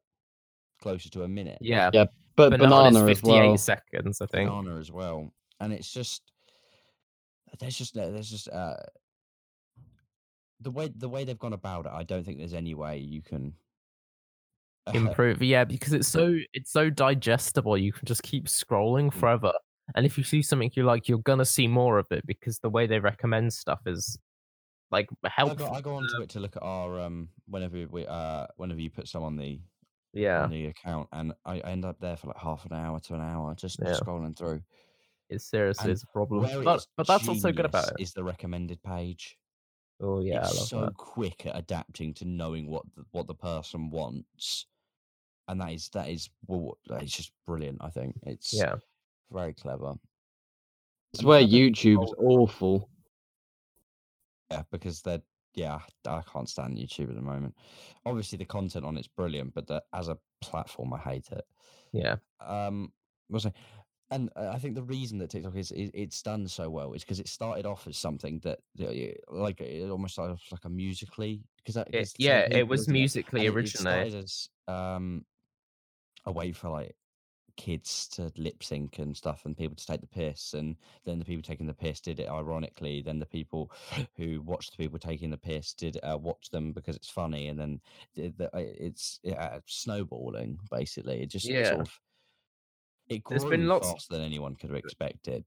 Speaker 1: closer to a minute
Speaker 2: Yeah,
Speaker 3: Yeah, But
Speaker 2: banana,
Speaker 3: banana,
Speaker 2: is
Speaker 3: as
Speaker 2: fifty-eight
Speaker 3: well.
Speaker 2: seconds, I think.
Speaker 1: Banana as well, and it's just there's just no- there's just uh, the way the way they've gone about it. I don't think there's any way you can Uh-huh. uh,
Speaker 2: improve. Yeah, because it's so it's so digestible. You can just keep scrolling
Speaker 1: Mm.
Speaker 2: forever. And if you see something you like, you're gonna see more of it because the way they recommend stuff is like
Speaker 1: I
Speaker 2: helpful.
Speaker 1: go, I go onto it to look at our um whenever we uh whenever you put some on the
Speaker 2: Yeah,
Speaker 1: on the account, and I, I end up there for like half an hour to an hour just
Speaker 2: Yeah.
Speaker 1: scrolling through.
Speaker 2: it's seriously
Speaker 1: And
Speaker 2: it's a problem.
Speaker 1: Where
Speaker 2: But
Speaker 1: it's
Speaker 2: but that's also good about
Speaker 1: genius
Speaker 2: it.
Speaker 1: Is the recommended page?
Speaker 2: Oh yeah, I love
Speaker 1: it's so
Speaker 2: that.
Speaker 1: quick at adapting to knowing what the, what the person wants, and that is that is well, that is just brilliant. I think it's
Speaker 2: Yeah,
Speaker 1: very clever.
Speaker 3: It's where YouTube's
Speaker 2: [laughs]
Speaker 3: awful.
Speaker 1: Yeah, because they're yeah, I can't stand YouTube at the moment. Obviously, the content on it's brilliant, but the, as a platform, I hate it.
Speaker 2: yeah,
Speaker 1: um was I, and uh, I think the reason that TikTok is, is it's done so well is because it started off as something that that you- like it almost started off like a musically because
Speaker 2: It- yeah. It was musically
Speaker 1: It
Speaker 2: originally.
Speaker 1: started as um a way for like kids to lip sync and stuff and people to take the piss and then the people taking the piss did it ironically then the people [gasps] who watched the people taking the piss did uh, watch them because it's funny and then the, the, uh, it's uh, snowballing basically it just
Speaker 2: Yeah.
Speaker 1: sort of it grew
Speaker 2: There's been lots-
Speaker 1: faster than anyone could have expected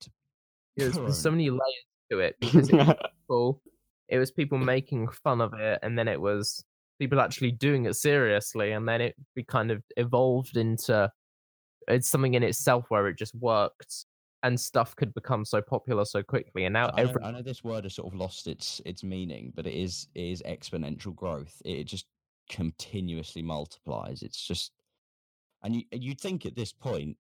Speaker 2: There's been so
Speaker 1: Corona.
Speaker 2: many layers
Speaker 1: [laughs]
Speaker 2: to it because it
Speaker 3: yeah,
Speaker 2: people. It was people making fun of it, and then it was people actually doing it seriously, and then it be kind of evolved into it's something in itself where it just worked, and stuff could become so popular so quickly. And now
Speaker 1: I know,
Speaker 2: every
Speaker 1: I know this word has sort of lost its its meaning, but it is it is exponential growth. It just continuously multiplies. It's just, and you and you'd think at this point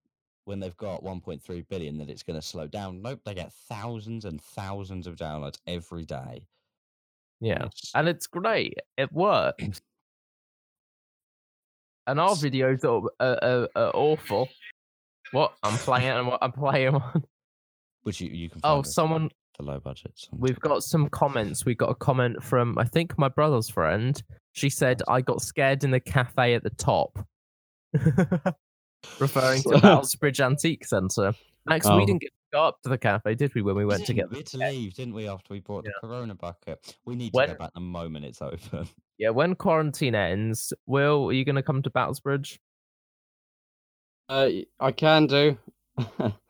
Speaker 1: when they've got 1.3 billion that it's going to slow down. Nope, they get thousands and thousands of downloads every day. and
Speaker 2: yeah,
Speaker 1: it's-
Speaker 2: and it's great. It works. And our
Speaker 1: S-
Speaker 2: videos are, are, are, are awful. What I'm playing and what I'm playing [laughs] on.
Speaker 1: which you, you can find
Speaker 2: Oh,
Speaker 1: us
Speaker 2: someone
Speaker 1: for low budgets. on
Speaker 2: We've
Speaker 1: TikTok.
Speaker 2: got some comments. We got a comment from I think my brother's friend. She said I got scared in the cafe at the top, referring to Battlesbridge Antique Centre. Max, we
Speaker 3: Oh.
Speaker 2: didn't get to go up to the cafe, did we? When we
Speaker 1: We
Speaker 2: went to
Speaker 1: didn't-
Speaker 2: get
Speaker 1: we had to leave, didn't we? After we bought the Corona bucket, we need to
Speaker 2: When-
Speaker 1: go back the moment it's open.
Speaker 2: yeah, when quarantine ends, Will, are you going to come to Battlesbridge?
Speaker 3: uh, I can do.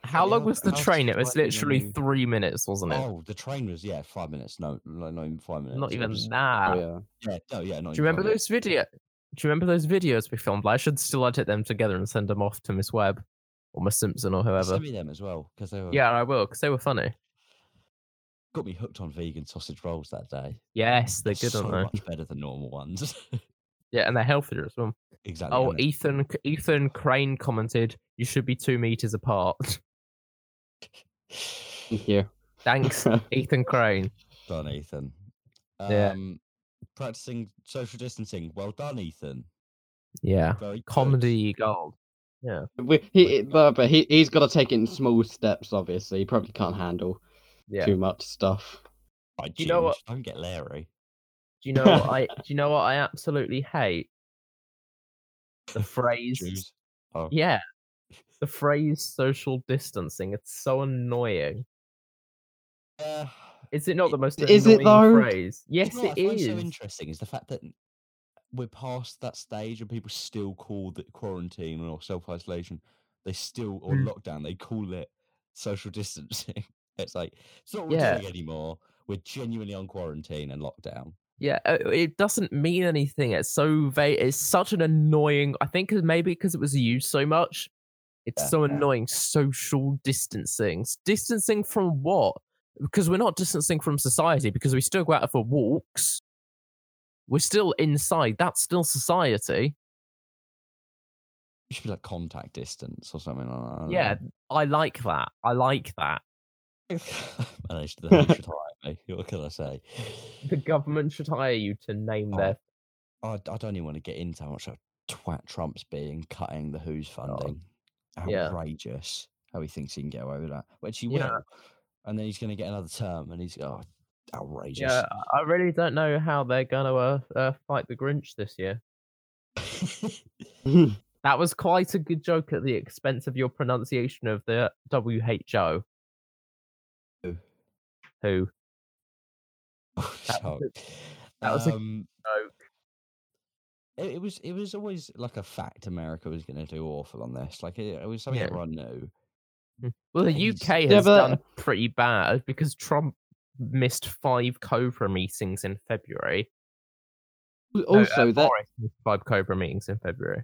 Speaker 2: How
Speaker 1: Yeah,
Speaker 2: long was the
Speaker 1: I'll
Speaker 2: train?
Speaker 1: just
Speaker 2: It was
Speaker 1: wait in the
Speaker 2: literally
Speaker 1: new-
Speaker 2: three minutes, wasn't it?
Speaker 1: Oh, the train was yeah, five minutes. No, no, not even five minutes.
Speaker 2: Not
Speaker 1: it
Speaker 2: even
Speaker 1: was-
Speaker 2: that.
Speaker 3: Oh, yeah.
Speaker 1: Yeah, no, yeah. Not
Speaker 2: Do you
Speaker 1: even
Speaker 2: remember
Speaker 1: five minutes.
Speaker 2: those video? Do you remember those videos we filmed? I should still edit them together and send them off to Miss Webb or Miss Simpson or whoever.
Speaker 1: Send me them as well because they were
Speaker 2: Yeah, I will because they were funny.
Speaker 1: got me hooked on vegan sausage rolls that day.
Speaker 2: Yes, they're good,
Speaker 1: so
Speaker 2: aren't they?
Speaker 1: much better than normal ones. [laughs]
Speaker 2: Yeah, and they're healthier as well.
Speaker 1: exactly.
Speaker 2: Oh,
Speaker 1: and it's-
Speaker 2: Ethan Ethan Crane commented, "You should be two meters apart." [laughs]
Speaker 3: Thank you. [laughs]
Speaker 2: Thanks, [laughs] Ethan Crane.
Speaker 1: done, Ethan.
Speaker 2: Yeah.
Speaker 1: Um, practicing social distancing. Well done, Ethan.
Speaker 2: Yeah,
Speaker 1: Very good.
Speaker 2: comedy gold. Yeah.
Speaker 3: We, he, but but he he's got to take it in small steps. Obviously, he probably can't handle
Speaker 2: Yeah.
Speaker 3: too much stuff. [laughs]
Speaker 1: Like,
Speaker 2: You know
Speaker 1: Ginge,
Speaker 2: what-
Speaker 1: Don't get Larry.
Speaker 2: Do you know what I? Do you know what I absolutely hate? The phrase.
Speaker 1: Jews. Oh.
Speaker 2: Yeah. The phrase social distancing. It's so annoying.
Speaker 1: Uh,
Speaker 2: Is it not the most
Speaker 3: Is it
Speaker 2: annoying
Speaker 3: though?
Speaker 2: phrase? Yes,
Speaker 1: you know
Speaker 2: it
Speaker 1: what I find so
Speaker 2: is.
Speaker 1: interesting is the fact that we're past that stage and people still call the quarantine or self isolation. They still or
Speaker 2: Mm.
Speaker 1: lockdown. They call it social [laughs] distancing. it's like it's not what
Speaker 2: Yeah.
Speaker 1: we're doing anymore. We're genuinely on quarantine and lockdown.
Speaker 2: Yeah, uh, it doesn't mean anything. It's so vague. It's such an annoying. I think 'cause- maybe because it was used so much, it's
Speaker 1: Yeah.
Speaker 2: so annoying. Social distancing. S- Distancing from what? Because we're not distancing from society. Because we still go out for walks. We're still inside. That's still society.
Speaker 1: It should be like contact distance or something like that. I don't
Speaker 2: Yeah, [laughs] I like that. I like that.
Speaker 1: know. [laughs] managed the hatred hire me. What can I say?
Speaker 2: The government should hire you to name
Speaker 1: Oh,
Speaker 2: their.
Speaker 1: I, I don't even want to get into how much of a twat Trump's being cutting the WHO's
Speaker 2: God.
Speaker 1: funding.
Speaker 2: Oh, Yeah.
Speaker 1: Outrageous how he thinks he can get away with that, which he
Speaker 2: Yeah.
Speaker 1: will. And then he's going to get another term, and he's oh, outrageous. [laughs]
Speaker 2: Yeah, I- I really don't know how they're gonna uh, uh, fight the Grinch this year. That was quite a good joke at the expense of your pronunciation of the WHO.
Speaker 1: Who?
Speaker 2: Who?
Speaker 1: Oh,
Speaker 2: That
Speaker 1: so-
Speaker 2: was that was a [laughs]
Speaker 1: um, it, it was it was always like a fact America was going to do awful on this. Like it, it was something
Speaker 2: Yeah.
Speaker 1: everyone knew.
Speaker 2: Well, the
Speaker 1: He's-
Speaker 2: UK has
Speaker 3: Yeah, but-
Speaker 2: done pretty bad because Trump missed five Cobra meetings in February. No, uh,
Speaker 3: also, that
Speaker 2: Boris missed five Cobra meetings in February.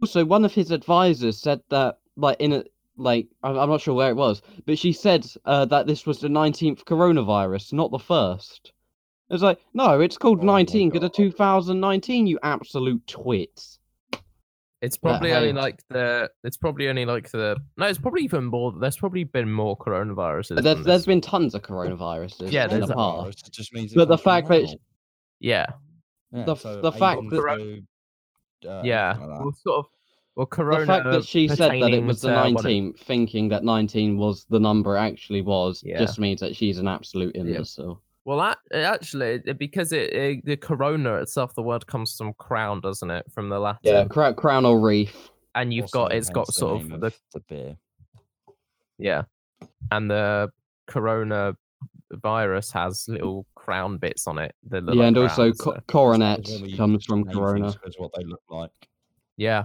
Speaker 3: also one of his advisors said that like in a like I'm, I'm not sure where it was, but she said uh, that this was the 19th coronavirus, not the first. It's like no, it's called
Speaker 1: Oh my
Speaker 3: 19 because
Speaker 1: God.
Speaker 3: of 2019. You absolute twits.
Speaker 2: It's
Speaker 3: That
Speaker 2: probably only
Speaker 3: hate.
Speaker 2: like the. It's probably only like the. No, it's probably even more. There's probably been more coronaviruses.
Speaker 3: There's
Speaker 2: than
Speaker 3: there's
Speaker 2: this.
Speaker 3: been tons of coronaviruses
Speaker 2: Yeah,
Speaker 3: in
Speaker 2: there's
Speaker 3: the
Speaker 2: a-
Speaker 3: past.
Speaker 1: Coronavirus, it just means it
Speaker 3: But the
Speaker 1: comes from
Speaker 3: fact that
Speaker 1: animal.
Speaker 3: sh-
Speaker 2: yeah,
Speaker 1: Yeah,
Speaker 3: the f-
Speaker 1: so
Speaker 3: the fact
Speaker 1: Avon
Speaker 3: that-
Speaker 1: Blue, uh,
Speaker 2: yeah.
Speaker 1: everything like that.
Speaker 2: Well, sort of. Well, Corona.
Speaker 3: the fact that she said that it
Speaker 2: pertaining
Speaker 3: was the
Speaker 2: to one of-
Speaker 3: 19th, thinking that 19 was the number it actually was,
Speaker 2: Yeah.
Speaker 3: just means that she's an absolute imbecile.
Speaker 2: Well, that, it actually, it- because it, it the corona itself, the word comes from crown, doesn't it? From the Latin.
Speaker 3: Cra- crown or wreath.
Speaker 2: And you've
Speaker 1: Also
Speaker 2: got it's got
Speaker 1: hence the
Speaker 2: sort of
Speaker 1: name
Speaker 2: the
Speaker 1: the beer.
Speaker 2: yeah, and the corona virus has little crown bits on it. The little
Speaker 3: yeah, and also
Speaker 2: crowns,
Speaker 3: co-
Speaker 2: so-
Speaker 3: coronet
Speaker 1: Whatever you
Speaker 3: comes from
Speaker 1: name things
Speaker 3: corona.
Speaker 1: 'cause what they look like.
Speaker 2: yeah.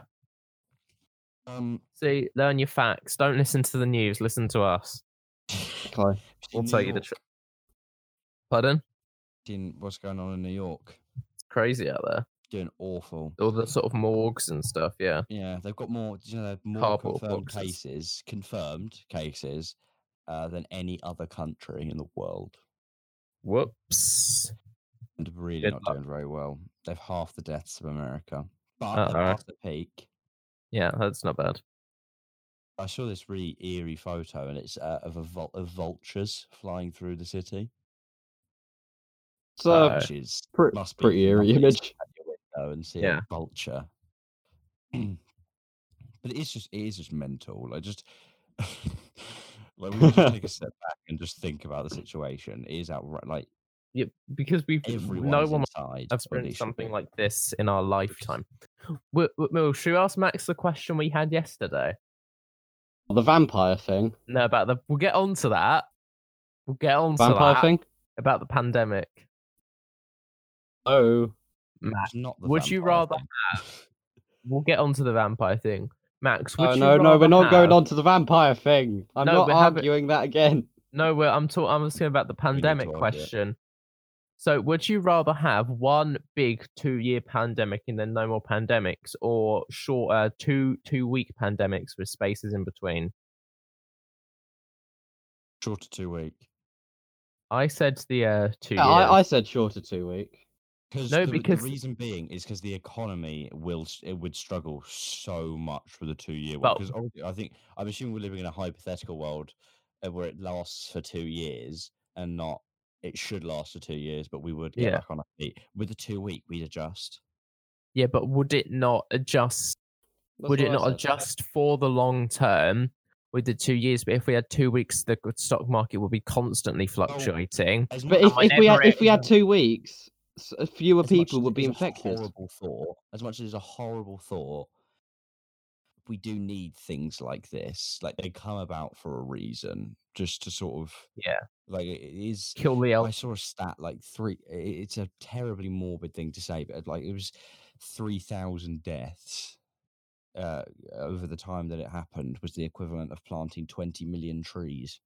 Speaker 1: Um,
Speaker 2: See, learn your facts. Don't listen to the news. Listen to us.
Speaker 3: Okay.
Speaker 2: We'll
Speaker 1: in
Speaker 2: tell
Speaker 1: New
Speaker 2: you the
Speaker 1: York,
Speaker 2: truth. Pardon?
Speaker 1: in what's going on in New York?
Speaker 2: It's crazy out there.
Speaker 1: Doing awful.
Speaker 2: All the sort of morgues and stuff. Yeah.
Speaker 1: Yeah, they've got more. do You know, they've more
Speaker 2: Cardboard
Speaker 1: confirmed
Speaker 2: boxes.
Speaker 1: cases, confirmed cases, uh, than any other country in the world.
Speaker 2: Whoops.
Speaker 1: And really
Speaker 2: Good
Speaker 1: not
Speaker 2: luck.
Speaker 1: doing very well. They've half the deaths of America, but
Speaker 2: Uh,
Speaker 1: they're
Speaker 2: alright.
Speaker 1: past the peak.
Speaker 2: Yeah, that's not bad.
Speaker 1: I saw this really eerie photo, and it's uh, of a vul- of vultures flying through the city,
Speaker 3: So,
Speaker 2: Uh,
Speaker 1: which is
Speaker 3: pre-
Speaker 1: must be
Speaker 3: pretty eerie
Speaker 1: lovely to
Speaker 3: image.
Speaker 1: stand at your window and see
Speaker 2: Yeah.
Speaker 1: a vulture. [clears throat] but it is just it is just mental. Like just [laughs] like we can just
Speaker 2: [laughs]
Speaker 1: take a step back and just think about the situation. It is outright like
Speaker 2: Yeah, because we've
Speaker 1: everyone's
Speaker 2: no one
Speaker 1: inside.
Speaker 2: I've
Speaker 1: or at
Speaker 2: experienced
Speaker 1: least should
Speaker 2: something
Speaker 1: be.
Speaker 2: like this in our lifetime. [gasps] Will, Will, should we ask Max the question we had yesterday?
Speaker 3: The vampire thing.
Speaker 2: No, about the. We'll get on to that. We'll get on to
Speaker 3: Vampire
Speaker 2: that
Speaker 3: thing?
Speaker 2: about the pandemic.
Speaker 3: Oh.
Speaker 1: It's not the
Speaker 2: would you
Speaker 1: vampire
Speaker 2: rather
Speaker 1: thing. [laughs]
Speaker 2: We'll get on to the vampire thing. Max, would
Speaker 3: Oh,
Speaker 2: you
Speaker 3: no, no,
Speaker 2: rather
Speaker 3: we're not going
Speaker 2: have-
Speaker 3: on to the vampire thing. I'm
Speaker 2: No,
Speaker 3: not
Speaker 2: we're having-
Speaker 3: arguing that again.
Speaker 2: No, we're, I'm talking. I'm asking about the
Speaker 1: need to
Speaker 2: pandemic
Speaker 1: argue it.
Speaker 2: question. So, would you rather have one big two-year pandemic and then no more pandemics, or shorter two two-week pandemics with spaces in between?
Speaker 1: short of two week?
Speaker 2: I said the uh, two
Speaker 3: Yeah,
Speaker 2: years.
Speaker 3: I, I said shorter two week.
Speaker 1: Because
Speaker 2: No,
Speaker 1: the,
Speaker 2: because-
Speaker 1: the reason being is because the economy will s- it would struggle so much with a two year one.
Speaker 2: Well-
Speaker 1: Because I think I'm assuming we're living in a hypothetical world uh, where it lasts for two years and not it should last for two years, but we would get
Speaker 2: Yeah.
Speaker 1: back on our feet with the two week. We'd adjust.
Speaker 2: Yeah, but would it not adjust
Speaker 3: That's
Speaker 2: would it
Speaker 3: what I
Speaker 2: not
Speaker 3: said.
Speaker 2: adjust for the long term with the two years? But if we had two weeks, the good stock market would be constantly fluctuating.
Speaker 1: As
Speaker 3: But
Speaker 1: mu-
Speaker 3: if, if we had
Speaker 2: whenever
Speaker 3: if we
Speaker 2: it-
Speaker 3: had two weeks, s- fewer
Speaker 1: as much
Speaker 3: people
Speaker 1: as
Speaker 3: would
Speaker 1: it
Speaker 3: be
Speaker 1: is a
Speaker 3: infected.
Speaker 1: Horrible thought. As much as it's a horrible thought, we do need things like this. Like they come about for a reason, just to sort of
Speaker 2: Yeah.
Speaker 1: Like it it is
Speaker 2: Kill the
Speaker 1: I
Speaker 2: elf.
Speaker 1: saw a stat like three. i- It's a terribly morbid thing to say, but like it was three thousand deaths uh, over the time that it happened was the equivalent of planting twenty million trees.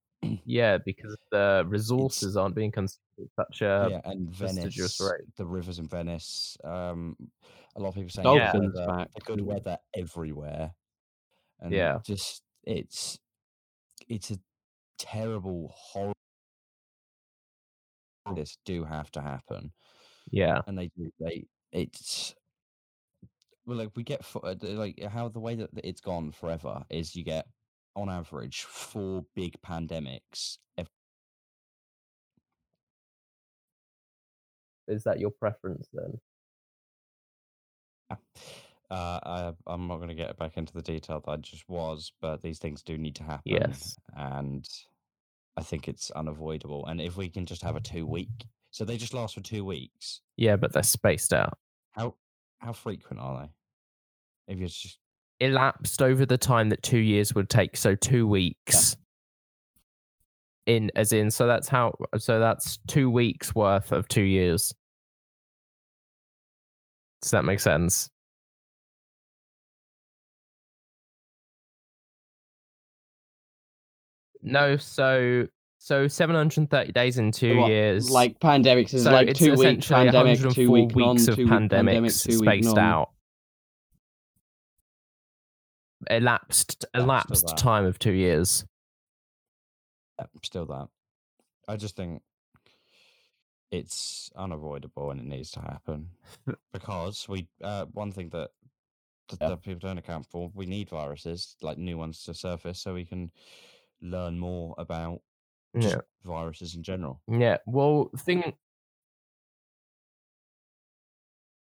Speaker 2: Yeah, because the resources aren't being consumed at such a
Speaker 1: yeah, and
Speaker 2: prestigious
Speaker 1: Venice,
Speaker 2: rate.
Speaker 1: the rivers in Venice. Um, a lot of people saying
Speaker 2: Yeah.
Speaker 1: good
Speaker 3: Dolphins
Speaker 1: weather-
Speaker 3: back.
Speaker 1: the good weather everywhere, and
Speaker 2: Yeah.
Speaker 1: just it's it's a terrible horror. This do have to happen.
Speaker 2: yeah.
Speaker 1: and they do they it's well like we get fo- uh, the- like how the way that it's gone forever is you get on average four big pandemics ev-
Speaker 2: Is that your preference then?
Speaker 1: ah, uh, I, I'm not going to get back into the detail that I just was, but these things do need to happen.
Speaker 2: Yes.
Speaker 1: And I think it's unavoidable. And if we can just have a two week, so they just last for two weeks.
Speaker 2: Yeah, but they're spaced out.
Speaker 1: How how frequent are they? If you're just
Speaker 2: Elapsed over the time that two years would take, so two weeks. In as in, so that's how. So that's two weeks worth of two years. Does that make sense? No, so so seven hundred thirty days in two
Speaker 3: What,
Speaker 2: years,
Speaker 3: Like pandemics is
Speaker 2: so
Speaker 3: like
Speaker 2: it's
Speaker 3: two week
Speaker 2: essentially
Speaker 3: pandemic,
Speaker 2: 104
Speaker 3: two week non,
Speaker 2: weeks
Speaker 3: two
Speaker 2: of
Speaker 3: week
Speaker 2: pandemics
Speaker 3: pandemic, two week
Speaker 2: spaced
Speaker 3: non.
Speaker 2: out. Elapsed
Speaker 1: Elapsed
Speaker 2: elapsed
Speaker 1: about.
Speaker 2: time of two years.
Speaker 1: yeah, Uh, still that. I just think it's unavoidable and it needs to
Speaker 2: [laughs]
Speaker 1: happen because we uh, one thing that th-
Speaker 3: Yeah.
Speaker 1: that people don't account for we need viruses like new ones to surface so we can learn more about just
Speaker 2: Yeah.
Speaker 1: viruses in general.
Speaker 2: Yeah. Well, thing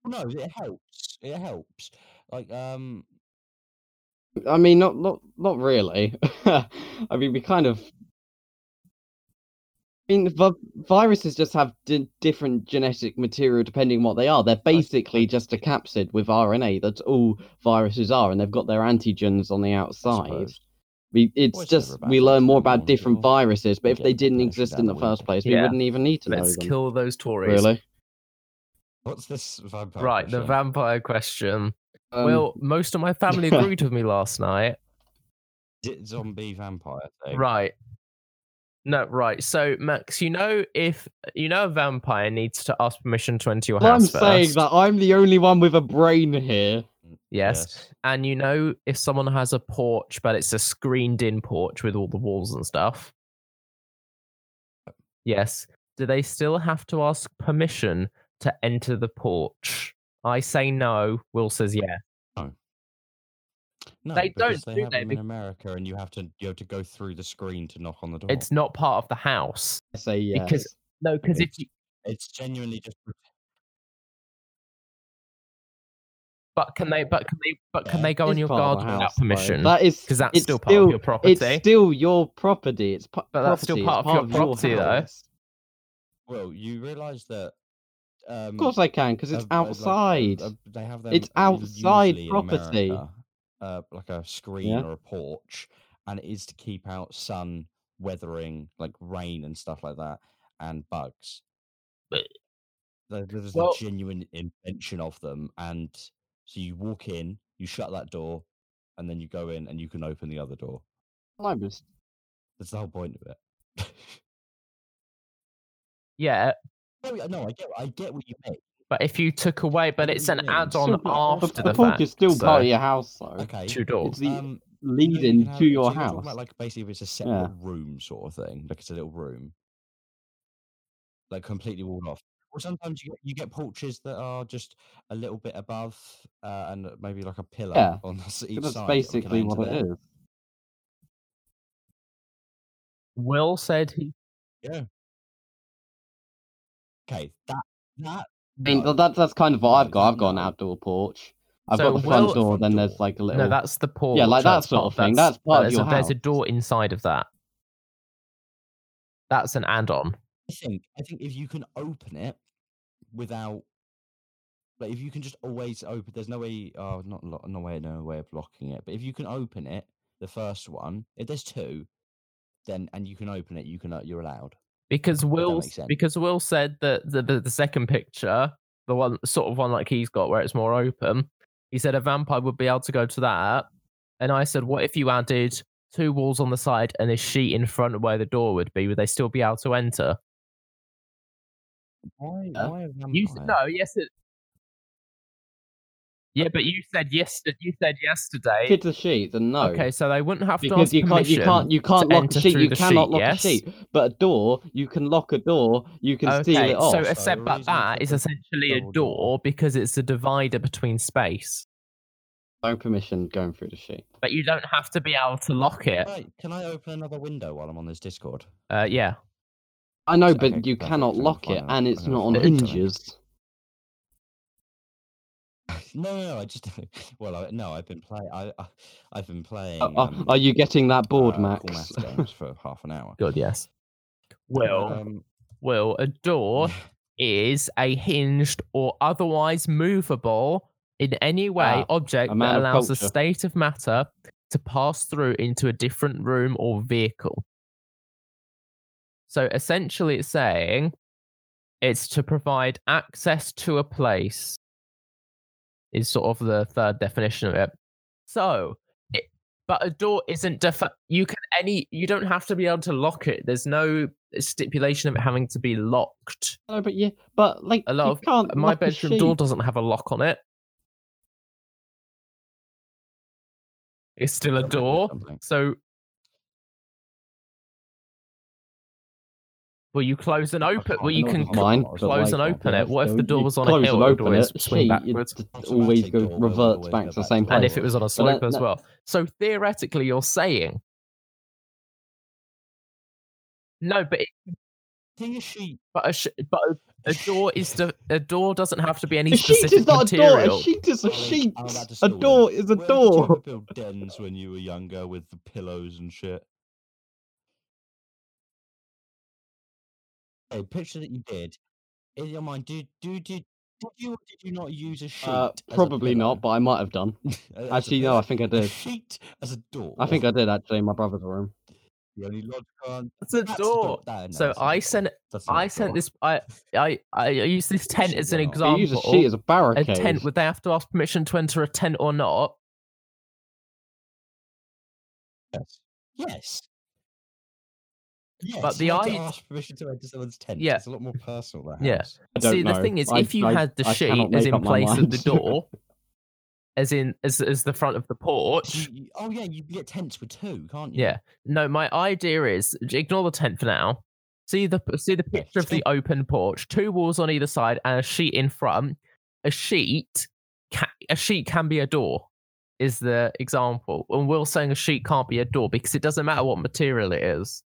Speaker 1: No, it helps. It helps. Like um,
Speaker 3: I mean, not not not really. [laughs] I mean, we kind of. I mean, vi- viruses just have di- different genetic material depending on what they are. They're basically just a capsid with RNA. That's all viruses are, and they've got their antigens on the
Speaker 1: I
Speaker 3: outside.
Speaker 1: suppose.
Speaker 3: We, it's
Speaker 1: Well, it's never
Speaker 3: just
Speaker 1: a bad
Speaker 3: we
Speaker 1: thing to
Speaker 3: learn more
Speaker 1: know
Speaker 3: about
Speaker 1: more,
Speaker 3: different
Speaker 1: sure.
Speaker 3: viruses, but
Speaker 1: We
Speaker 3: if
Speaker 1: get
Speaker 3: they didn't
Speaker 1: information
Speaker 3: exist
Speaker 1: down
Speaker 3: in
Speaker 1: the
Speaker 3: the first
Speaker 1: weed.
Speaker 3: place, we
Speaker 2: Yeah.
Speaker 3: wouldn't even need to
Speaker 2: let's
Speaker 3: know them.
Speaker 2: kill those Tories.
Speaker 3: Really?
Speaker 1: What's this vampire?
Speaker 2: Right, the
Speaker 1: question?
Speaker 2: vampire question.
Speaker 3: Um,
Speaker 2: well, most of my family agreed with me last
Speaker 3: [laughs]
Speaker 2: night.
Speaker 1: Is it zombie vampire thing.
Speaker 2: Right. No, right. So Max, you know if you know a vampire needs to ask permission to enter your
Speaker 3: I'm
Speaker 2: house
Speaker 3: saying
Speaker 2: first.
Speaker 3: that I'm the only one with a brain here.
Speaker 2: yes. And you know, if someone has a porch, but it's a screened in porch with all the walls and stuff. Yes. Do they still have to ask permission to enter the porch? I say no. Will says yeah.
Speaker 1: No,
Speaker 2: They
Speaker 1: because they
Speaker 2: don't, do
Speaker 1: have
Speaker 2: they?
Speaker 1: them
Speaker 2: Be-
Speaker 1: in America, and you have to you have to go through the screen to knock on
Speaker 3: Oh.
Speaker 1: the door.
Speaker 2: It's not part of the house.
Speaker 3: I say yes.
Speaker 2: Because- No, because if
Speaker 1: It's-
Speaker 2: you,
Speaker 1: It's genuinely just
Speaker 2: but can they but can they but can
Speaker 1: Yeah,
Speaker 2: they go in
Speaker 3: It's
Speaker 2: your
Speaker 3: part
Speaker 2: garden
Speaker 3: of the
Speaker 2: without
Speaker 3: house, though.
Speaker 2: permission?
Speaker 3: That is
Speaker 2: Because that's
Speaker 3: it's
Speaker 2: still part of your property.
Speaker 3: It's still your property. It's pu-
Speaker 2: But that's still
Speaker 3: property,
Speaker 2: part
Speaker 3: it's
Speaker 2: of your property, though.
Speaker 3: house.
Speaker 1: well. You realise that. Um,
Speaker 3: Of course I can, because it's
Speaker 1: a- a- like, a-
Speaker 3: outside.
Speaker 1: a- they have them
Speaker 3: It's
Speaker 1: u-
Speaker 3: outside
Speaker 1: usually in
Speaker 3: property.
Speaker 1: America, uh, like a screen
Speaker 3: Yeah.
Speaker 1: or a porch, and it is to keep out sun, weathering, like rain and stuff like that, and bugs.
Speaker 2: But-
Speaker 1: There- there's
Speaker 2: Well-
Speaker 1: a genuine invention of them, and so you walk in, you shut that door, and then you go in and you can open the other door.
Speaker 3: I was-
Speaker 1: That's the whole point of it. [laughs]
Speaker 2: Yeah,
Speaker 1: no, yeah, no, I get, I get what you mean.
Speaker 2: but if you took away, but
Speaker 1: What
Speaker 2: it's
Speaker 1: do
Speaker 2: an
Speaker 1: you mean?
Speaker 2: add-on
Speaker 3: still part-
Speaker 2: after
Speaker 3: the,
Speaker 2: the,
Speaker 3: the porch
Speaker 2: fact,
Speaker 3: is still
Speaker 2: so
Speaker 3: part of your house, though.
Speaker 1: Okay,
Speaker 2: two doors.
Speaker 3: It's the
Speaker 1: um, No, you
Speaker 3: leading
Speaker 1: can have-
Speaker 3: to your
Speaker 1: so you're talking
Speaker 3: house.
Speaker 1: About like basically, it's a separate
Speaker 3: Yeah.
Speaker 1: room sort of thing, like it's a little room, like completely walled off. Or sometimes you get, you get porches that are just a little bit above, uh, and maybe like a pillar
Speaker 3: Yeah,
Speaker 1: on [laughs] the s- each
Speaker 3: that's
Speaker 1: side.
Speaker 3: basically what it is.
Speaker 2: Will said he
Speaker 1: Okay, that that
Speaker 3: I mean,
Speaker 1: no,
Speaker 3: that, that's kind of what
Speaker 1: no,
Speaker 3: I've got.
Speaker 1: that
Speaker 3: I've got an
Speaker 1: no.
Speaker 3: outdoor porch. I've
Speaker 2: So
Speaker 3: got the
Speaker 2: Will-
Speaker 3: front door, then there's like a little.
Speaker 2: No, that's the porch.
Speaker 3: Yeah, like that
Speaker 2: that's
Speaker 3: sort
Speaker 2: part-
Speaker 3: of thing. That's part of
Speaker 2: there's
Speaker 3: your
Speaker 2: a, There's a
Speaker 3: house.
Speaker 2: door inside of that. That's an add-on.
Speaker 1: I think I think if you can open it without, like, if you can just always open, there's no way. Oh, not lo- no way, no way of blocking it. But if you can open it, the first one, if there's two, then and you can open it, you can uh, you're allowed.
Speaker 2: because Will
Speaker 1: makes sense.
Speaker 2: because Will said that the, the the second picture, the one sort of one like he's got where it's more open, he said a vampire would be able to go to that, and I said, what if you added two walls on the side and a sheet in front of where the door would be? Would they still be able to enter?
Speaker 1: Why?
Speaker 3: Uh,
Speaker 1: why a
Speaker 2: You s-
Speaker 1: vampire?
Speaker 2: no, yes it. Yeah, but you said yes. You said yesterday.
Speaker 3: Kids are sheep, then no.
Speaker 2: Okay, so they wouldn't have to
Speaker 3: because
Speaker 2: ask
Speaker 3: you can't, you
Speaker 2: permission.
Speaker 3: can't, you can't lock
Speaker 2: enter
Speaker 3: the sheet.
Speaker 2: through
Speaker 3: You
Speaker 2: the
Speaker 3: cannot
Speaker 2: sheet,
Speaker 3: lock
Speaker 2: yes?
Speaker 3: the sheet. But a door, you can lock a door. You can seal
Speaker 2: okay,
Speaker 3: it off.
Speaker 2: so
Speaker 1: So
Speaker 2: a
Speaker 1: the
Speaker 2: setback
Speaker 1: reason
Speaker 2: that
Speaker 1: for
Speaker 2: is
Speaker 1: the
Speaker 2: essentially a
Speaker 1: double door-
Speaker 2: door because it's a divider between space.
Speaker 3: No permission going through the sheet.
Speaker 2: but you don't have to be able to lock it.
Speaker 1: Right, can I open another window while I'm on this Discord? [laughs]
Speaker 2: Uh, yeah,
Speaker 3: I know,
Speaker 1: Okay,
Speaker 3: but you
Speaker 1: perfect,
Speaker 3: cannot
Speaker 1: I'm
Speaker 3: lock
Speaker 1: fine
Speaker 3: it,
Speaker 1: now.
Speaker 3: and it's
Speaker 1: I'm
Speaker 3: not on
Speaker 1: fine now.
Speaker 3: hinges.
Speaker 1: No, no, no, I just [laughs] well, I, no, I've been playing. I, I, I've been playing.
Speaker 3: Are, are-
Speaker 1: um,
Speaker 3: are you getting that board,
Speaker 1: uh, Cool
Speaker 3: Max?
Speaker 1: Maths games for half an [laughs] hour.
Speaker 2: good, yes. Will,
Speaker 1: Um,
Speaker 2: will a door is a hinged or otherwise movable in any way
Speaker 3: Ah,
Speaker 2: object
Speaker 3: a
Speaker 2: that
Speaker 3: man of
Speaker 2: allows a
Speaker 3: culture.
Speaker 2: state of matter to pass through into a different room or vehicle. So essentially, it's saying it's to provide access to a place, is sort of the third definition of it. So, it, but a door isn't defi- you can any you don't have to be able to lock it. There's no stipulation of it having to be locked.
Speaker 3: no, but yeah, but like
Speaker 2: A lot
Speaker 3: you
Speaker 2: of-
Speaker 3: can't
Speaker 2: My
Speaker 3: lock a
Speaker 2: bedroom door
Speaker 3: sheet.
Speaker 2: doesn't have a lock on it. It's still a
Speaker 1: Something-
Speaker 2: door.
Speaker 1: something.
Speaker 2: So, well, you close and
Speaker 1: I
Speaker 2: open.
Speaker 1: can't-
Speaker 2: Well, you
Speaker 1: I
Speaker 2: can
Speaker 1: can't
Speaker 2: cl-
Speaker 3: Mine.
Speaker 1: what I was
Speaker 2: close and
Speaker 1: like,
Speaker 2: open
Speaker 1: but
Speaker 2: it. What if the
Speaker 3: So
Speaker 2: door
Speaker 3: you
Speaker 2: was on a
Speaker 3: close
Speaker 2: hill?
Speaker 3: and
Speaker 2: It would
Speaker 3: open
Speaker 2: always
Speaker 3: it,
Speaker 2: swing
Speaker 3: sheet,
Speaker 2: backwards.
Speaker 3: It
Speaker 1: Automatic
Speaker 3: always
Speaker 1: door
Speaker 3: goes,
Speaker 1: will
Speaker 3: reverts
Speaker 1: always
Speaker 3: back
Speaker 1: go
Speaker 3: to the
Speaker 1: back
Speaker 3: same
Speaker 1: to
Speaker 3: place.
Speaker 2: And if it was on a slope
Speaker 3: that-
Speaker 2: as
Speaker 3: that-
Speaker 2: well. So theoretically, you're saying no, but it,
Speaker 1: Thing is, she
Speaker 2: but a sh- but a, a door
Speaker 3: [laughs]
Speaker 2: is de- a door doesn't have to be any
Speaker 3: a sheet
Speaker 2: specific
Speaker 3: is not
Speaker 2: material.
Speaker 3: a door. A sheet is a
Speaker 1: Well,
Speaker 3: sheet.
Speaker 1: I'm about to
Speaker 3: A
Speaker 1: steal them.
Speaker 3: door is
Speaker 1: Where
Speaker 3: a
Speaker 1: did you ever
Speaker 3: door.
Speaker 1: build dens when you were younger with the pillows and shit? Hey, Oh, picture that you did. In your mind, did do did did you or did you not use a sheet?
Speaker 3: Uh,
Speaker 1: as a
Speaker 3: probably
Speaker 1: pillow?
Speaker 3: not, but I might have done.
Speaker 1: As a-
Speaker 3: Actually, no, I
Speaker 1: as
Speaker 3: think I
Speaker 1: a- a
Speaker 3: did.
Speaker 1: sheet as a door.
Speaker 3: I think I did actually in my brother's room.
Speaker 1: the only logical. an-
Speaker 2: It's a
Speaker 1: That's
Speaker 2: door.
Speaker 1: That- no,
Speaker 2: So
Speaker 1: that's not
Speaker 2: I
Speaker 1: a door.
Speaker 2: sent
Speaker 1: That's not
Speaker 2: I
Speaker 1: a
Speaker 2: sent
Speaker 1: door.
Speaker 2: this I I I use this tent as an
Speaker 1: Shit,
Speaker 2: example.
Speaker 1: wow.
Speaker 3: You use a sheet as a
Speaker 2: a
Speaker 3: barricade.
Speaker 2: tent would they have to ask permission to enter a tent or not
Speaker 1: Yes. Yes. Yes,
Speaker 2: But the
Speaker 1: you had to
Speaker 2: i-
Speaker 1: ask permission to enter someone's tent.
Speaker 2: Yeah.
Speaker 1: It's a lot more personal. That
Speaker 2: Yeah.
Speaker 1: house.
Speaker 3: I don't
Speaker 2: see the
Speaker 3: know.
Speaker 2: thing is
Speaker 3: I-
Speaker 2: if you
Speaker 3: I-
Speaker 2: had the
Speaker 3: I
Speaker 2: sheet
Speaker 3: cannot
Speaker 2: as
Speaker 3: make
Speaker 2: in
Speaker 3: up my
Speaker 2: place of the
Speaker 3: mind. [laughs]
Speaker 2: door as in as, as the front of the porch
Speaker 1: You- you- oh yeah, you can get tents with two, can't you?
Speaker 2: yeah no my idea is j- ignore the tent for now see the see the
Speaker 1: Yeah,
Speaker 2: picture of the open porch two walls on either side and a sheet in front a sheet ca a sheet can be a door is the example and will saying a sheet can't be a door because it doesn't matter what material it is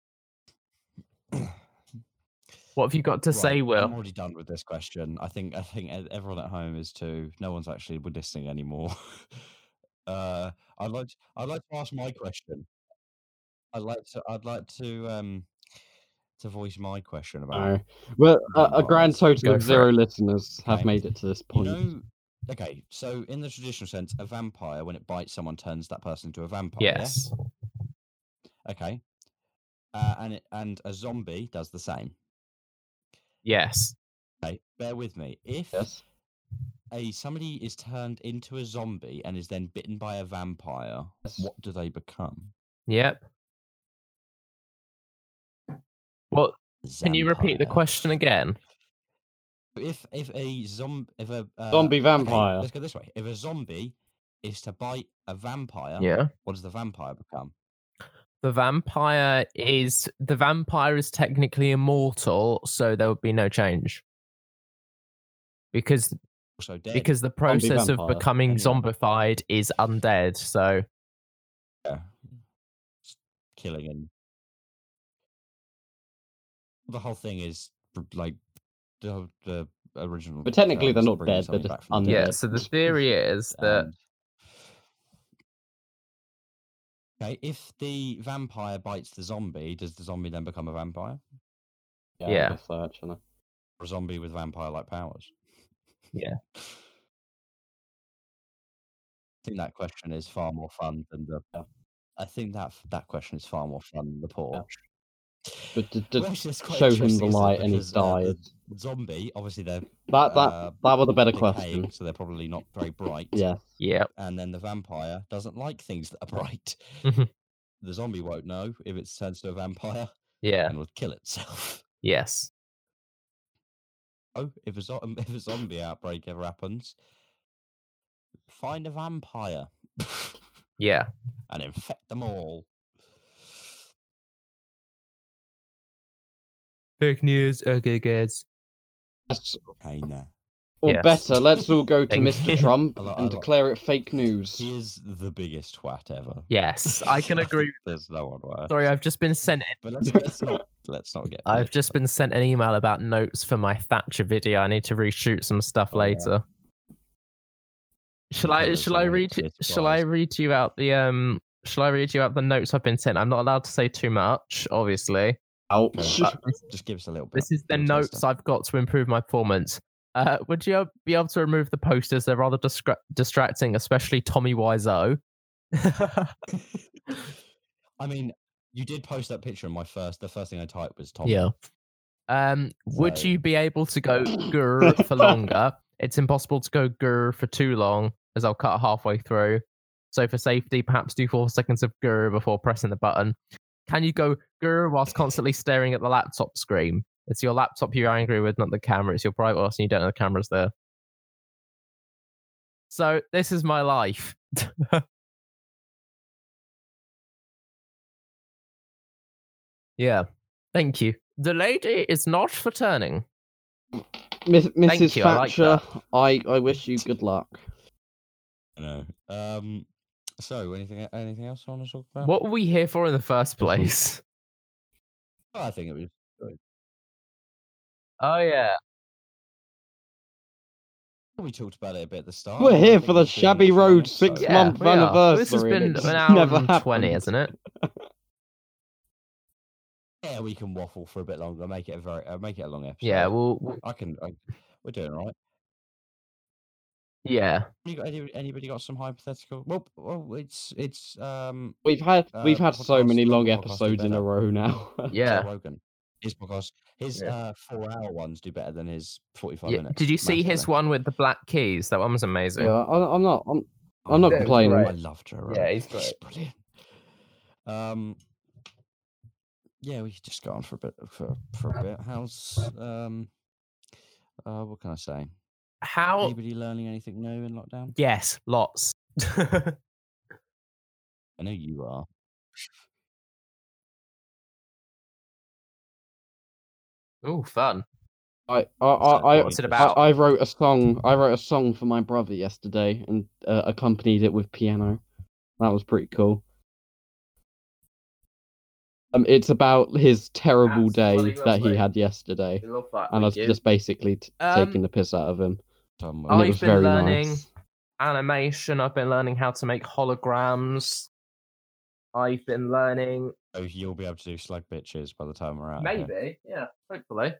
Speaker 2: what have you got to
Speaker 1: Right,
Speaker 2: say will
Speaker 1: I'm already done with this question. I think I think e- everyone at home is too. No one's actually listening anymore. [laughs] uh, I'd like to, I'd like to ask my question. I'd like to I'd like to um to voice my question about
Speaker 2: Oh,
Speaker 3: No. Well,
Speaker 1: No,
Speaker 3: a, a
Speaker 1: no,
Speaker 3: grand
Speaker 2: go
Speaker 3: total of
Speaker 2: for
Speaker 3: zero listeners
Speaker 1: Okay.
Speaker 3: have made it to this
Speaker 1: you
Speaker 3: point.
Speaker 1: know. Okay, so in the traditional sense, a vampire when it bites someone turns that person into a vampire. yeah?
Speaker 2: yes
Speaker 1: Okay. Uh, and it, and a zombie does the same.
Speaker 2: yes
Speaker 1: Okay, bear with me. If
Speaker 3: Yes.
Speaker 1: a somebody is turned into a zombie and is then bitten by a vampire,
Speaker 3: Yes.
Speaker 1: what do they become?
Speaker 2: yep well can you repeat the
Speaker 1: Zampire.
Speaker 2: question again
Speaker 1: If if a zombie if a uh,
Speaker 3: Zombie
Speaker 1: okay,
Speaker 3: vampire.
Speaker 1: let's go this way. If a zombie is to bite a vampire,
Speaker 2: yeah
Speaker 1: what does the vampire become?
Speaker 2: the vampire is the vampire is technically immortal so there would be no change because
Speaker 1: Also dead.
Speaker 2: because the process of
Speaker 3: vampire,
Speaker 2: becoming
Speaker 1: anyway.
Speaker 2: zombified is undead so
Speaker 1: Yeah. S- killing and the whole thing is r- like the the original.
Speaker 3: But technically,
Speaker 1: terms,
Speaker 3: they're not
Speaker 1: bringing
Speaker 3: dead, they're
Speaker 1: something
Speaker 3: just
Speaker 1: back from the
Speaker 3: undead.
Speaker 2: Yeah.
Speaker 1: dead,
Speaker 2: So the theory is that
Speaker 1: and- Okay, if the vampire bites the zombie, does the zombie then become a vampire?
Speaker 3: I
Speaker 2: Yeah.
Speaker 3: guess so, actually.
Speaker 1: Or a zombie with vampire-like powers?
Speaker 2: Yeah.
Speaker 1: I think that question is far more fun than the. uh,
Speaker 3: Yeah.
Speaker 1: I think that that question is far more fun than the porch. [laughs]
Speaker 3: But to,
Speaker 1: Well,
Speaker 3: to
Speaker 1: actually, that's quite
Speaker 3: show him the
Speaker 1: interesting, isn't it?
Speaker 3: light and he
Speaker 1: Because, uh, the
Speaker 3: died.
Speaker 1: zombie, obviously, they're
Speaker 3: That that
Speaker 1: uh,
Speaker 3: that was a better
Speaker 1: decaying,
Speaker 3: question.
Speaker 1: so they're probably not very bright.
Speaker 3: Yeah.
Speaker 2: yeah,
Speaker 1: And then the vampire doesn't like things that are bright.
Speaker 2: Mhm.
Speaker 1: the zombie won't know if it's turns to a vampire
Speaker 2: yeah,
Speaker 1: and will kill itself. [laughs]
Speaker 2: yes,
Speaker 1: Oh, if a, zo- [laughs] if a zombie outbreak ever happens, find a vampire
Speaker 2: yeah.
Speaker 1: and infect them all.
Speaker 2: Fake news. Okay, guys.
Speaker 3: Yes.
Speaker 1: Hey, now.
Speaker 3: Or
Speaker 2: Yes.
Speaker 3: better, let's all go to
Speaker 2: Thank you.
Speaker 3: Mr. Trump
Speaker 1: I like- I
Speaker 3: and
Speaker 1: like-
Speaker 3: declare it fake news.
Speaker 1: He is the biggest twat ever.
Speaker 2: Yes,
Speaker 1: [laughs]
Speaker 2: I can agree.
Speaker 1: There's no one worse.
Speaker 2: Sorry, I've just been sent. [laughs]
Speaker 1: But let's, let's not let's not get.
Speaker 2: I've
Speaker 1: political.
Speaker 2: just been sent an email about notes for my Thatcher video. I need to reshoot some stuff
Speaker 1: Oh, yeah.
Speaker 2: later. Shall
Speaker 1: You
Speaker 2: I?
Speaker 1: told us
Speaker 2: Shall I
Speaker 1: already,
Speaker 2: read?
Speaker 1: so it's
Speaker 2: Shall I
Speaker 1: flies.
Speaker 2: read to you out the um? Shall I read you out the notes I've been sent? I'm not allowed to say too much, obviously.
Speaker 3: Ouch.
Speaker 2: But this-
Speaker 1: Just give us a little bit.
Speaker 2: This is the
Speaker 1: little
Speaker 2: notes
Speaker 1: taster.
Speaker 2: I've got to improve my performance. Uh, would you be able to remove the posters? They're rather distra- distracting, especially
Speaker 1: [laughs]
Speaker 2: Tommy Wiseau.
Speaker 1: I mean, you did post that picture, and my first, the first thing I typed was Tom.
Speaker 2: yeah. Um, would
Speaker 1: So-
Speaker 2: you be able to go grr for longer? It's impossible to go grr for too long, as I'll cut halfway through. So for safety, perhaps do four seconds of grr before pressing the button. Can you go grr whilst constantly staring at the laptop screen? It's your laptop you're angry with, not the camera. It's your private and you don't know the camera's there. So this is my life. yeah. Thank you. The lady is not for turning.
Speaker 3: Miss, Mrs.
Speaker 2: you, I like
Speaker 3: Thatcher, I, I wish you good luck.
Speaker 1: I know. Um. So, anything anything else I want to talk about?
Speaker 2: What were we here for in the
Speaker 3: [laughs]
Speaker 2: first place?
Speaker 1: Oh, I think it was.
Speaker 2: Oh yeah.
Speaker 1: We talked about it a bit at the start.
Speaker 3: We're
Speaker 1: but I
Speaker 3: here
Speaker 1: think
Speaker 3: for the
Speaker 1: it's been
Speaker 3: shabby
Speaker 1: enough
Speaker 3: road
Speaker 1: so-
Speaker 3: six
Speaker 2: Yeah,
Speaker 3: month
Speaker 2: we are.
Speaker 3: anniversary.
Speaker 2: This has been
Speaker 3: and it's
Speaker 2: an hour
Speaker 3: never
Speaker 2: and twenty,
Speaker 3: happened.
Speaker 2: isn't it?
Speaker 1: [laughs] Yeah, we can waffle for a bit longer. Make it a very uh, make it a long episode.
Speaker 2: Yeah. Well. w-
Speaker 1: I can. I, we're doing all right.
Speaker 3: [laughs]
Speaker 2: Yeah.
Speaker 1: You got any, anybody got some hypothetical? Well, well, it's it's um
Speaker 3: We've had
Speaker 1: Uh,
Speaker 3: we've had so
Speaker 1: podcast-
Speaker 3: many long
Speaker 1: podcast is
Speaker 3: episodes in a
Speaker 1: better.
Speaker 3: row now.
Speaker 1: Joe
Speaker 2: [laughs] Yeah.
Speaker 1: Rogan. His podcast, his
Speaker 2: Yeah.
Speaker 1: uh, four-hour ones do better than his forty-five
Speaker 2: yeah.
Speaker 1: minutes.
Speaker 2: Did you see his
Speaker 1: massively.
Speaker 2: one with the black keys? That one was amazing.
Speaker 3: yeah, I, I'm not. I'm, I'm not
Speaker 1: Yeah, he's
Speaker 3: complaining.
Speaker 1: great. I love Joe Rogan.
Speaker 2: Yeah, he's great.
Speaker 1: brilliant. Um, yeah, we could just go on for a bit for for a bit. How's um, uh, what can I say?
Speaker 2: How?
Speaker 1: Anybody learning anything new in lockdown?
Speaker 2: Yes. Lots. [laughs]
Speaker 1: I know you are.
Speaker 2: oh, fun.
Speaker 3: I I I, I,
Speaker 1: What's
Speaker 2: it
Speaker 3: I
Speaker 2: about?
Speaker 3: I wrote a song. I wrote a song for my brother yesterday and uh, accompanied it with piano. That was pretty cool. Um, it's about his terrible
Speaker 2: That's bloody
Speaker 3: day that he
Speaker 2: lovely.
Speaker 3: had yesterday,
Speaker 2: love that.
Speaker 3: and I was just basically t-
Speaker 2: Um,
Speaker 3: taking the piss out of him.
Speaker 1: Somewhere.
Speaker 3: And
Speaker 2: I've
Speaker 3: it was
Speaker 2: Oh, been
Speaker 3: very
Speaker 2: learning-
Speaker 3: nice.
Speaker 2: animation. I've been learning how to make holograms. I've been learning.
Speaker 1: So you'll be able to do slug bitches by the time we're out. of here.
Speaker 2: Maybe. Yeah. Hopefully.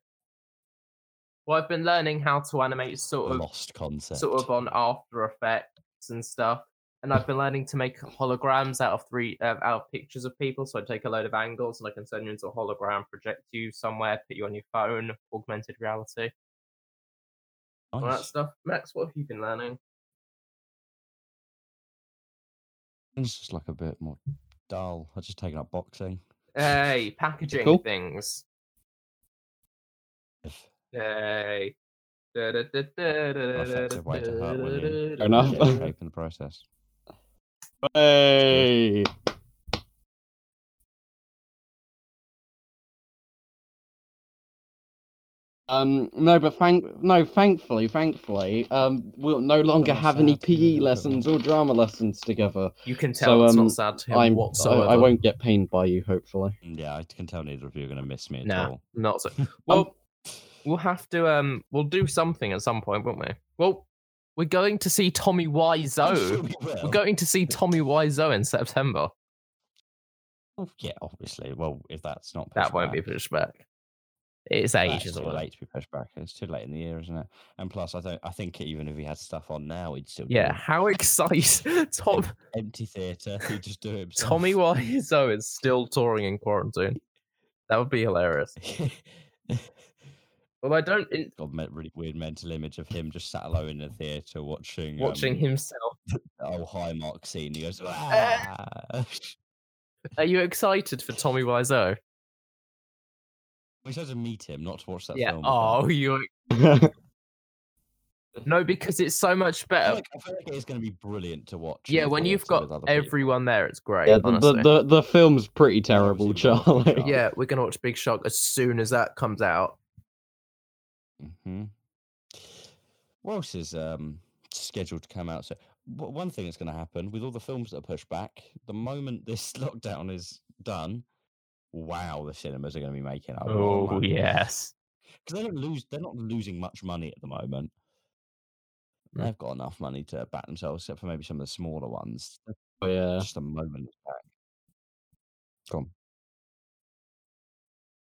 Speaker 2: Well, I've been learning how to animate sort
Speaker 1: The
Speaker 2: of
Speaker 1: lost concept.
Speaker 2: sort of on After Effects and stuff. And I've been learning to make holograms out of three uh, out of pictures of people. So I take a load of angles and I can turn you into a hologram, project you somewhere, put you on your phone, augmented reality, all
Speaker 1: Nice.
Speaker 2: that stuff. Max, what have you been learning?
Speaker 1: It's just like a bit more dull. I've just taken up boxing.
Speaker 2: Hey, packaging
Speaker 3: Cool.
Speaker 2: things.
Speaker 1: If-
Speaker 2: Hey.
Speaker 1: effective way to hurt women.
Speaker 3: Fair
Speaker 2: Oh.
Speaker 3: enough.
Speaker 1: get in shape in the process.
Speaker 3: Hey. Um no, but thank no, thankfully, thankfully, um, we'll no longer
Speaker 1: Don't
Speaker 3: have any
Speaker 1: sad, you know,
Speaker 3: PE
Speaker 1: don't
Speaker 3: lessons or drama lessons together.
Speaker 2: You can
Speaker 3: So,
Speaker 2: tell it's
Speaker 3: um,
Speaker 2: not sad to him
Speaker 3: I'm, I,
Speaker 2: whatsoever.
Speaker 3: I won't get pained by you, hopefully.
Speaker 2: [laughs]
Speaker 1: Yeah, I can tell neither of you are going to miss me at
Speaker 2: Nah.
Speaker 1: all.
Speaker 2: Not so. Well, Um, we'll have to um we'll do something at some point, won't we? Well, we're going to see Tommy
Speaker 1: Sure
Speaker 2: Wiseau.
Speaker 1: we will.
Speaker 2: We're going to see Tommy Wiseau in September.
Speaker 1: Oh, yeah, obviously. Well, if that's not
Speaker 2: That
Speaker 1: pushed
Speaker 2: won't be
Speaker 1: back,
Speaker 2: pushed back. It's
Speaker 1: that's
Speaker 2: ages
Speaker 1: too
Speaker 2: away.
Speaker 1: late to be pushed back. It's too late in the year, isn't it? And plus, I don't. I think even if he had stuff on now, he'd still do
Speaker 2: Yeah,
Speaker 1: it.
Speaker 2: how excited [laughs] Tom
Speaker 1: empty theatre. [laughs] He'd just do it. Himself.
Speaker 2: Tommy Wiseau is still touring in quarantine. That would be hilarious. Well, I don't in,
Speaker 1: [laughs] got a really weird mental image of him just sat alone in the theatre watching
Speaker 2: watching Eh. himself.
Speaker 1: um, oh high mark scene. He goes, "Ah." [laughs]
Speaker 2: Are you excited for Tommy Wiseau?
Speaker 1: we're supposed to meet him, not to watch that
Speaker 2: Yeah.
Speaker 1: film. with him.
Speaker 2: Oh, you
Speaker 3: Um, [laughs]
Speaker 2: no, because it's so much
Speaker 1: I feel
Speaker 2: better.
Speaker 1: like, I feel like it's going to be brilliant to watch. in
Speaker 2: Yeah,
Speaker 1: the
Speaker 2: when you've
Speaker 1: theatre
Speaker 2: got
Speaker 1: with other people.
Speaker 2: everyone there, it's great.
Speaker 3: yeah, the,
Speaker 2: honestly.
Speaker 3: the, the, the film's pretty terrible,
Speaker 1: Obviously we won't watch
Speaker 3: Charlie.
Speaker 1: it.
Speaker 2: yeah, we're gonna watch Big Shock as soon as that comes out.
Speaker 1: Mm-hmm. What else is um, scheduled to come out? So, w- one thing that's going to happen with all the films that are pushed back, the moment [laughs] this lockdown is done, wow, the cinemas are going to be making a lot.
Speaker 2: Oh yes.
Speaker 1: because they don't lose. They're not losing much money at the moment.
Speaker 3: Mm.
Speaker 2: No.
Speaker 1: They've got enough money to back themselves, except for maybe some of the smaller ones.
Speaker 3: Oh, [laughs] yeah.
Speaker 1: Just a moment back. Go on.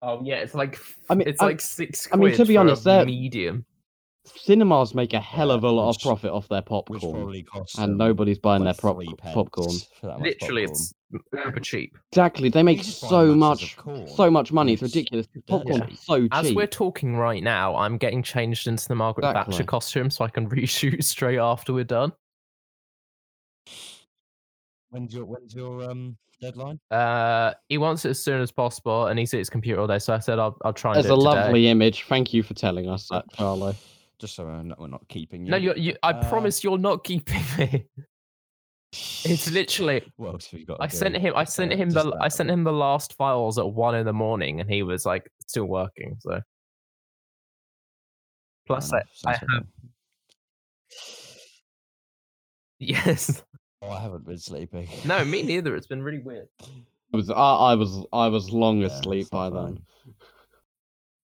Speaker 2: Oh yeah, it's like f-
Speaker 3: I mean,
Speaker 2: it's
Speaker 3: I-
Speaker 2: like six.
Speaker 3: I mean, to
Speaker 2: quid
Speaker 3: be
Speaker 2: for a
Speaker 3: honest, they're-
Speaker 2: medium.
Speaker 3: Cinemas make a hell of a lot of
Speaker 1: Which-
Speaker 3: profit off their
Speaker 1: Which
Speaker 3: popcorn,
Speaker 1: probably costs
Speaker 3: and
Speaker 1: them
Speaker 3: nobody's buying
Speaker 1: like
Speaker 3: their prop-
Speaker 1: three pence
Speaker 3: popcorn.
Speaker 1: for that much
Speaker 2: Literally,
Speaker 1: popcorn.
Speaker 2: it's uber cheap.
Speaker 3: Exactly, they
Speaker 1: You
Speaker 3: make
Speaker 1: just buy
Speaker 3: so
Speaker 1: masses
Speaker 3: much,
Speaker 1: of corn.
Speaker 3: so much money. It's
Speaker 1: It's
Speaker 3: ridiculous. 'cause
Speaker 1: dirty.
Speaker 3: Popcorn's
Speaker 1: Yeah.
Speaker 3: so cheap.
Speaker 2: As we're talking right now, I'm getting changed into the Margaret Thatcher
Speaker 3: Exactly.
Speaker 2: costume so I can [laughs] reshoot straight after we're done.
Speaker 1: When's your when's your um deadline?
Speaker 2: Uh, he wants it as soon as possible, and he's at his computer all day. So I said I'll I'll try and
Speaker 3: There's
Speaker 2: do
Speaker 3: a
Speaker 2: it today.
Speaker 3: lovely image. Thank you for telling us that, Charlie.
Speaker 1: Uh, Just so we're not, we're not keeping you.
Speaker 2: No, you, you I
Speaker 1: Uh,
Speaker 2: promise you're not keeping [laughs] me. It's literally.
Speaker 1: What else have you got? to
Speaker 2: I sent
Speaker 1: do?
Speaker 2: him. I sent
Speaker 1: Uh,
Speaker 2: him
Speaker 1: just
Speaker 2: the. I
Speaker 1: that.
Speaker 2: sent him the last files at one in the morning, and he was like still working. So.
Speaker 1: Fair
Speaker 2: Plus, I,
Speaker 1: enough, sounds
Speaker 2: have-
Speaker 1: like
Speaker 2: [laughs] yes.
Speaker 1: a- Oh, I haven't been sleeping.
Speaker 2: No,
Speaker 1: [laughs]
Speaker 2: me neither. It's been really weird.
Speaker 3: I was, I, I was, I was long
Speaker 1: Yeah,
Speaker 3: asleep
Speaker 1: it's not
Speaker 3: by then.
Speaker 1: fine.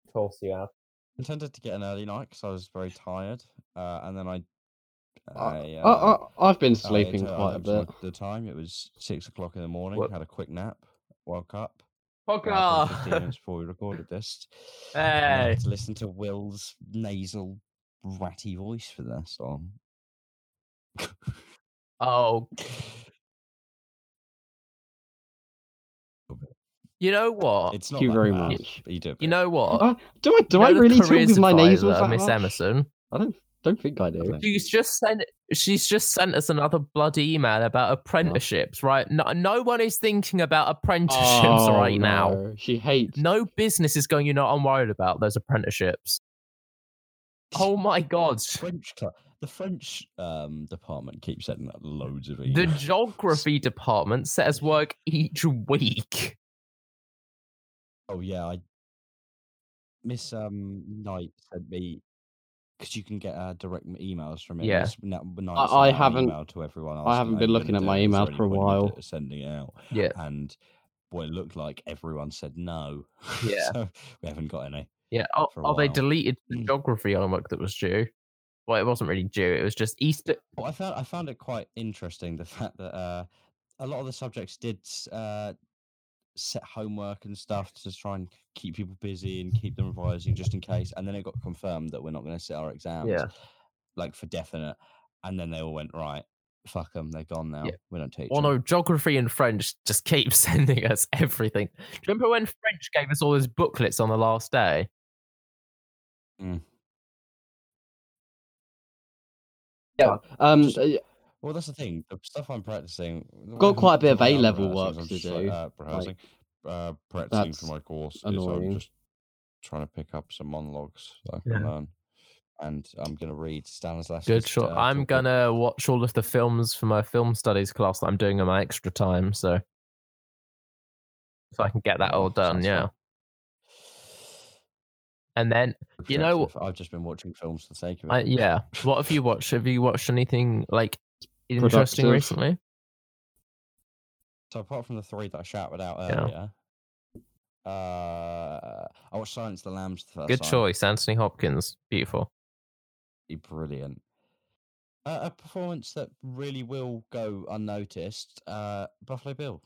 Speaker 2: Of course you have.
Speaker 1: I intended to get an early night because I was very tired, uh, and then I. I,
Speaker 3: I,
Speaker 1: uh,
Speaker 3: I, I've been
Speaker 1: I
Speaker 3: sleeping
Speaker 1: turned
Speaker 3: quite a
Speaker 1: up
Speaker 3: bit.
Speaker 1: to The time it was six o'clock in the morning.
Speaker 2: What-
Speaker 1: Had a quick nap. Woke up.
Speaker 2: Fuck
Speaker 1: about 10, 15
Speaker 2: off.
Speaker 1: minutes before we recorded this. and I had
Speaker 2: Oh. Hey.
Speaker 1: To listen to Will's nasal, ratty voice for this on.
Speaker 2: [laughs] Oh, you know what?
Speaker 1: It's not
Speaker 3: Oh, Thank you
Speaker 1: that
Speaker 3: very
Speaker 1: bad,
Speaker 3: much.
Speaker 1: but You do. a
Speaker 2: you
Speaker 1: bit.
Speaker 2: know what?
Speaker 3: I- do I Oh, do
Speaker 2: You
Speaker 3: I
Speaker 2: know the
Speaker 3: really talk
Speaker 2: careers
Speaker 3: with my nasals
Speaker 2: advisor,
Speaker 3: that
Speaker 2: Miss
Speaker 3: much?
Speaker 2: Emerson.
Speaker 3: I don't don't think I do.
Speaker 1: Lovely.
Speaker 2: She's just sent. She's just sent us another bloody email about apprenticeships. Right? No, no one is thinking about apprenticeships
Speaker 1: Oh,
Speaker 2: right now.
Speaker 3: Oh, no, She hates.
Speaker 2: No business is going. You know, I'm worried about those apprenticeships. Oh my god!
Speaker 1: French cla- The French um, department keeps sending out loads of
Speaker 2: The
Speaker 1: emails.
Speaker 2: geography department set us work each
Speaker 1: [sighs]
Speaker 2: week.
Speaker 1: oh yeah, I Miss um, Knight sent me because you can get uh, direct m- emails from it.
Speaker 2: Yeah.
Speaker 1: Miss Na- Knight
Speaker 3: I-
Speaker 1: sent
Speaker 3: I
Speaker 1: out an
Speaker 3: haven't-
Speaker 1: email to everyone.
Speaker 3: I haven't
Speaker 1: asking,
Speaker 3: been
Speaker 1: "Are you
Speaker 3: looking
Speaker 1: gonna
Speaker 3: at
Speaker 1: do
Speaker 3: my
Speaker 1: it? Is there
Speaker 3: emails for a
Speaker 1: anyone you d-
Speaker 3: while."
Speaker 1: Sending it out
Speaker 2: Yeah.
Speaker 1: and what it looked like everyone said no. [laughs]
Speaker 2: Yeah.
Speaker 1: so we haven't got any.
Speaker 2: Yeah. Oh,
Speaker 1: for a
Speaker 2: oh they
Speaker 1: while. Hmm.
Speaker 2: deleted the geography homework that was due. Well, it wasn't really due. It was just Easter.
Speaker 1: But I found I found it quite interesting the fact that uh, a lot of the subjects did s- uh, set homework and stuff to try and keep people busy and keep them revising just in case. And then it got confirmed that we're not going to sit our exams,
Speaker 2: Yeah.
Speaker 1: like for definite. And then they all went right. Fuck them, they're gone now. We don't teach.
Speaker 2: Oh
Speaker 1: 'em."
Speaker 2: no, geography and French just keep [laughs] sending us everything. Do you remember when French gave us all those booklets on the last day?
Speaker 1: Mm.
Speaker 3: Yeah. Um,
Speaker 1: Just- Well, that's the thing. The stuff I'm practicing the
Speaker 3: Got
Speaker 1: reason-
Speaker 3: quite a bit
Speaker 1: the
Speaker 3: of
Speaker 1: way I'm
Speaker 3: A-level
Speaker 1: rehearsing is
Speaker 3: work
Speaker 1: I'm
Speaker 3: to
Speaker 1: just, like,
Speaker 3: do,
Speaker 1: Uh, rehearsing, uh, practicing for
Speaker 3: that's
Speaker 1: my course. Is I'm
Speaker 3: annoying.
Speaker 1: just trying to pick up some monologues that I
Speaker 2: Yeah.
Speaker 1: can learn, and I'm gonna read Stanislavski.
Speaker 2: Good shot. I'm gonna watch all of the films for my film studies class that I'm doing in my extra time, so so I can get that all done. Yeah, and then you know-
Speaker 1: I've just been watching films for the sake of it.
Speaker 2: I, yeah, what have you watched? Have you watched anything like interesting
Speaker 3: Productive.
Speaker 2: recently?
Speaker 1: So apart from the three that I shouted out
Speaker 2: Yeah.
Speaker 1: earlier, uh, I watched Silence of the Lambs for the first
Speaker 2: Good
Speaker 1: time.
Speaker 2: choice, Anthony Hopkins. Beautiful.
Speaker 1: Be Brilliant. Uh, a performance that really will go unnoticed. Uh, Buffalo Bill.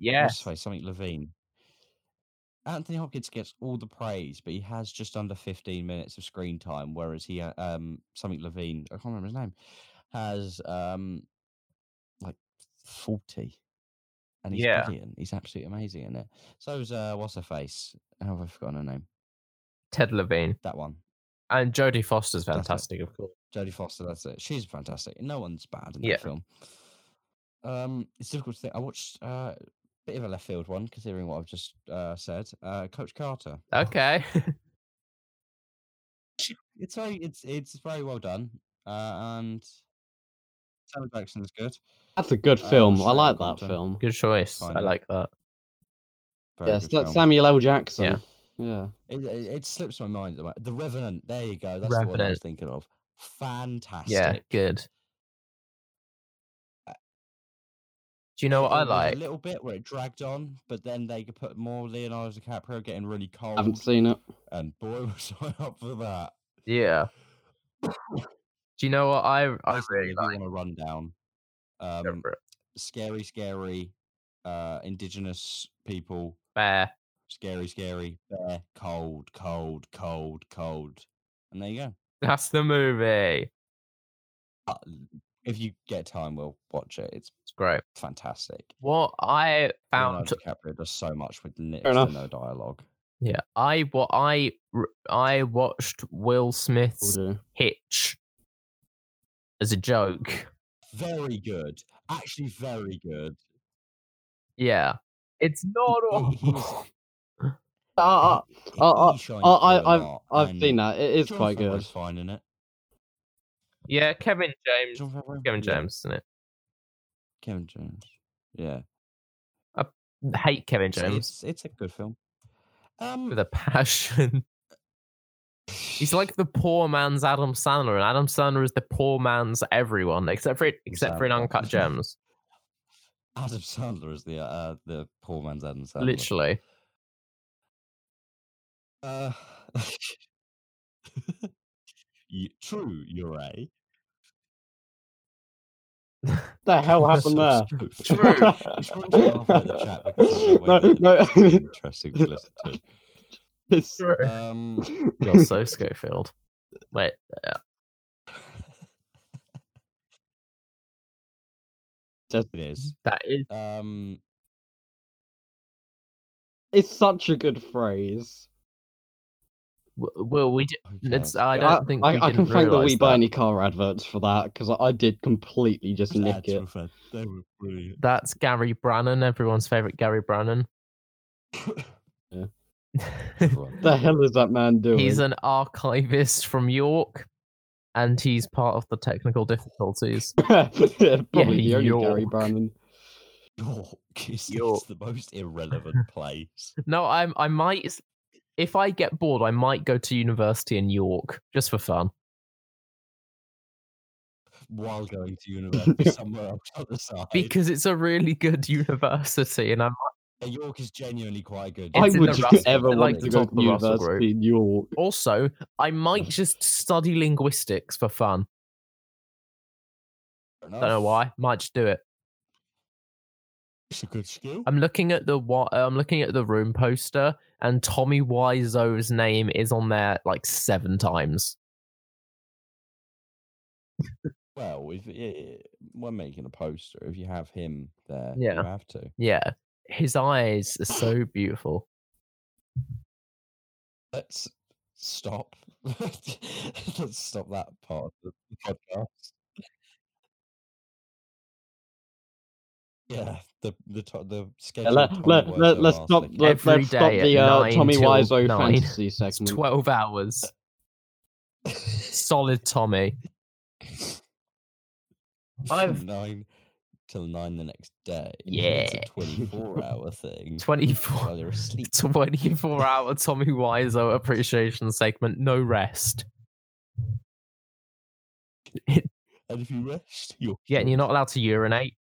Speaker 1: Let's
Speaker 2: Yes.
Speaker 1: face something Levine. Anthony Hopkins gets all the praise, but he has just under 15 minutes of screen time, whereas he ha- um something Levine, I can't remember his name, has um like 40. And he's
Speaker 2: Yeah.
Speaker 1: brilliant. He's absolutely amazing in it. So is uh what's her face? How have I forgotten her name?
Speaker 2: Ted Levine.
Speaker 1: That one.
Speaker 2: And Jodie Foster's
Speaker 1: That's it.
Speaker 2: fantastic, of course.
Speaker 1: Jodie Foster, that's it. She's fantastic. No one's bad in
Speaker 2: Yeah.
Speaker 1: that film. Um, it's difficult to think. I watched uh, a bit of a left field one, considering what I've just uh, said. Uh, Coach Carter.
Speaker 2: Okay.
Speaker 1: It's very, it's it's very well done. Uh, and Sam Jackson's good.
Speaker 3: That's a good
Speaker 1: Uh,
Speaker 3: film. I
Speaker 1: Sam
Speaker 3: like that
Speaker 1: Carter.
Speaker 3: film.
Speaker 2: Good choice. I
Speaker 1: Kinda.
Speaker 2: like that.
Speaker 1: Very
Speaker 3: Yes,
Speaker 1: good
Speaker 3: that's
Speaker 1: film.
Speaker 3: Samuel L. Jackson.
Speaker 2: Yeah.
Speaker 3: yeah.
Speaker 1: It, it, it slips my mind. at the moment. The Revenant. There you go. That's the one I was
Speaker 2: Revenant.
Speaker 1: thinking of. Fantastic.
Speaker 2: Yeah, good. Uh, Do you know what I
Speaker 1: There was
Speaker 2: like?
Speaker 1: A little bit where it dragged on, but then they could put more Leonardo DiCaprio getting really cold.
Speaker 3: Haven't seen it.
Speaker 1: And boy, [laughs] was I up for that.
Speaker 2: Yeah. Do you know what I I
Speaker 1: Basically,
Speaker 2: really
Speaker 1: if
Speaker 2: like?
Speaker 1: you want to run down,
Speaker 2: Go
Speaker 1: um,
Speaker 2: for it.
Speaker 1: scary, scary, uh, indigenous people,
Speaker 2: Bear.
Speaker 1: scary, scary, bear, cold, cold, cold, cold, and there you go.
Speaker 2: [laughs] That's the movie.
Speaker 1: Uh, if you get time, we'll watch it. It's
Speaker 2: It's great.
Speaker 1: fantastic.
Speaker 2: What I found
Speaker 1: Leonardo DiCaprio does so much with next
Speaker 3: enough.
Speaker 1: to no dialogue.
Speaker 2: Yeah, I what I r- I watched Will
Speaker 3: Will
Speaker 2: Smith's
Speaker 3: do.
Speaker 2: Hitch as a joke.
Speaker 1: Very good, actually, very good.
Speaker 2: Yeah, it's [laughs] not awful.
Speaker 3: Ah, ah, I- I- I- I've seen
Speaker 1: that.
Speaker 3: that. It is quite good.
Speaker 1: Was fine in it.
Speaker 2: yeah, Kevin James,
Speaker 1: John Favreau?
Speaker 2: Kevin
Speaker 1: Yeah,
Speaker 2: James, isn't it?
Speaker 1: Kevin James. Yeah.
Speaker 2: Hate Kevin
Speaker 1: It's-
Speaker 2: James
Speaker 1: It's, it's a good film. Um,
Speaker 2: with a passion. He's like the poor man's Adam Sandler, and Adam Sandler is the poor man's everyone, except for it, except for in
Speaker 1: Sandler.
Speaker 2: Uncut Gems.
Speaker 3: [laughs]
Speaker 1: Adam Sandler is the uh, the poor man's Adam Sandler.
Speaker 2: Literally,
Speaker 1: Uh, [laughs] you, true, you're right.
Speaker 3: The hell
Speaker 1: [laughs]
Speaker 3: happened there? [laughs]
Speaker 1: True.
Speaker 2: True.
Speaker 1: Just wanted to laugh at the chat because I
Speaker 3: no,
Speaker 1: went in.
Speaker 3: no,
Speaker 1: It's
Speaker 3: [laughs]
Speaker 1: interesting to listen
Speaker 3: it's-
Speaker 1: to.
Speaker 3: [laughs]
Speaker 1: Um,
Speaker 2: you're so Schofield. Wait,
Speaker 3: Just-
Speaker 1: it is.
Speaker 2: that is
Speaker 1: Um,
Speaker 3: it's such a good phrase.
Speaker 2: w- Will we? Do,
Speaker 1: okay.
Speaker 2: it's, I
Speaker 3: I,
Speaker 2: don't think
Speaker 3: I,
Speaker 2: we
Speaker 3: I can
Speaker 2: didn't
Speaker 3: thank the
Speaker 2: realise
Speaker 3: We
Speaker 2: that.
Speaker 3: Buy Any Car adverts for that because I, I did completely just
Speaker 1: Those
Speaker 3: nick
Speaker 1: ads
Speaker 3: it.
Speaker 1: were fan- They were
Speaker 3: [laughs]
Speaker 1: brilliant.
Speaker 2: That's Gary Brannon, everyone's favorite Gary Brannon. [laughs]
Speaker 1: Everyone.
Speaker 3: The hell is that man doing? [laughs]
Speaker 2: he's an archivist from York, and he's part of the technical difficulties.
Speaker 3: Probably the only Gary
Speaker 2: York.
Speaker 3: Brannan.
Speaker 1: York is
Speaker 2: York.
Speaker 1: it's the most
Speaker 3: [laughs]
Speaker 1: irrelevant place.
Speaker 2: No, I'm. I might. s- If I get bored, I might go to university in York just for fun.
Speaker 1: While going to
Speaker 3: [laughs]
Speaker 1: university somewhere else on the side,
Speaker 2: Because it's a really good [laughs] university, and I'm
Speaker 1: Yeah, York is genuinely quite good.
Speaker 2: It's
Speaker 3: I
Speaker 2: in
Speaker 3: would
Speaker 2: the
Speaker 3: just
Speaker 2: Russell-
Speaker 3: ever
Speaker 2: like
Speaker 3: want
Speaker 2: the
Speaker 3: to go
Speaker 2: top of
Speaker 3: to
Speaker 2: the Russell group.
Speaker 3: university in York.
Speaker 2: also. I might just study linguistics for fun.
Speaker 1: Fair
Speaker 2: Don't know
Speaker 1: enough.
Speaker 2: why. Might just do it.
Speaker 1: It's a good skill.
Speaker 2: I'm looking at the wa- uh, I'm looking at the room poster, and Tommy Wiseau's name is on there like seven times.
Speaker 1: Well, if i when making a poster, if you have him there,
Speaker 2: Yeah.
Speaker 1: you have to.
Speaker 2: Yeah, his eyes are so beautiful.
Speaker 1: Let's stop. [laughs] Let's stop that part of the podcast. Yeah, the the to- the
Speaker 3: Yeah,
Speaker 1: schedule.
Speaker 3: let, let, let, let's stop,
Speaker 1: [laughs]
Speaker 3: let,
Speaker 2: Every
Speaker 3: let's stop
Speaker 2: day at
Speaker 3: the uh,
Speaker 2: 9
Speaker 3: Tommy
Speaker 2: till
Speaker 3: Wiseau
Speaker 2: 9.
Speaker 3: fantasy
Speaker 2: It's
Speaker 3: segment.
Speaker 2: twelve hours. Solid Tommy. I've-
Speaker 1: nine till nine the next day. it's
Speaker 2: Yeah.
Speaker 1: a twenty-four
Speaker 3: [laughs]
Speaker 1: hour thing.
Speaker 2: 24
Speaker 1: while you're
Speaker 2: [laughs]
Speaker 1: asleep.
Speaker 2: 24 hour Tommy Wiseau appreciation segment, no rest.
Speaker 1: And if you rest, you're
Speaker 2: Yeah, and you're not allowed to urinate.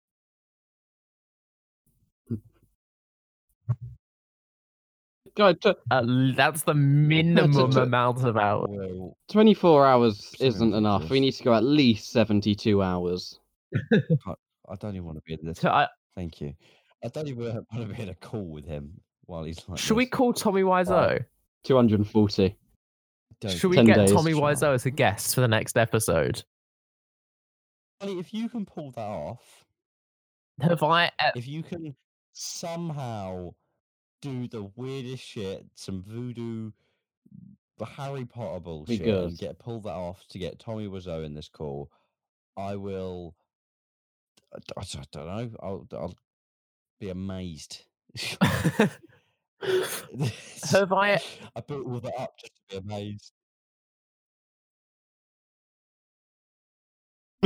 Speaker 3: God, t-
Speaker 2: Uh, that's
Speaker 1: [laughs]
Speaker 2: the minimum
Speaker 3: t-
Speaker 2: amount of hours.
Speaker 1: Well,
Speaker 3: 24 hours
Speaker 1: Seven
Speaker 3: isn't enough. We
Speaker 1: hours.
Speaker 3: need to go at least 72 hours.
Speaker 1: I don't even want to be in this.
Speaker 2: So uh, I,
Speaker 1: Thank you. I don't even [laughs] want to be in a call with him while he's like.
Speaker 2: should we
Speaker 1: this.
Speaker 2: call Tommy Wiseau?
Speaker 3: 240.
Speaker 1: Don't
Speaker 2: Should we
Speaker 3: 10
Speaker 2: get
Speaker 3: days.
Speaker 2: Tommy
Speaker 1: Shut
Speaker 2: Wiseau
Speaker 1: up.
Speaker 2: as a guest for the next episode?
Speaker 1: Ollie, If you can pull that off,
Speaker 2: Have I? Uh,
Speaker 1: if you can somehow do the weirdest shit, some voodoo, the Harry Potter bullshit,
Speaker 3: good.
Speaker 1: and get pull that off to get Tommy Wiseau in this call, I will. I d- I d- I don't know. I'll, I'll be amazed.
Speaker 2: [laughs] [laughs]
Speaker 1: [laughs]
Speaker 2: have I?
Speaker 1: I built all that up just to be amazed.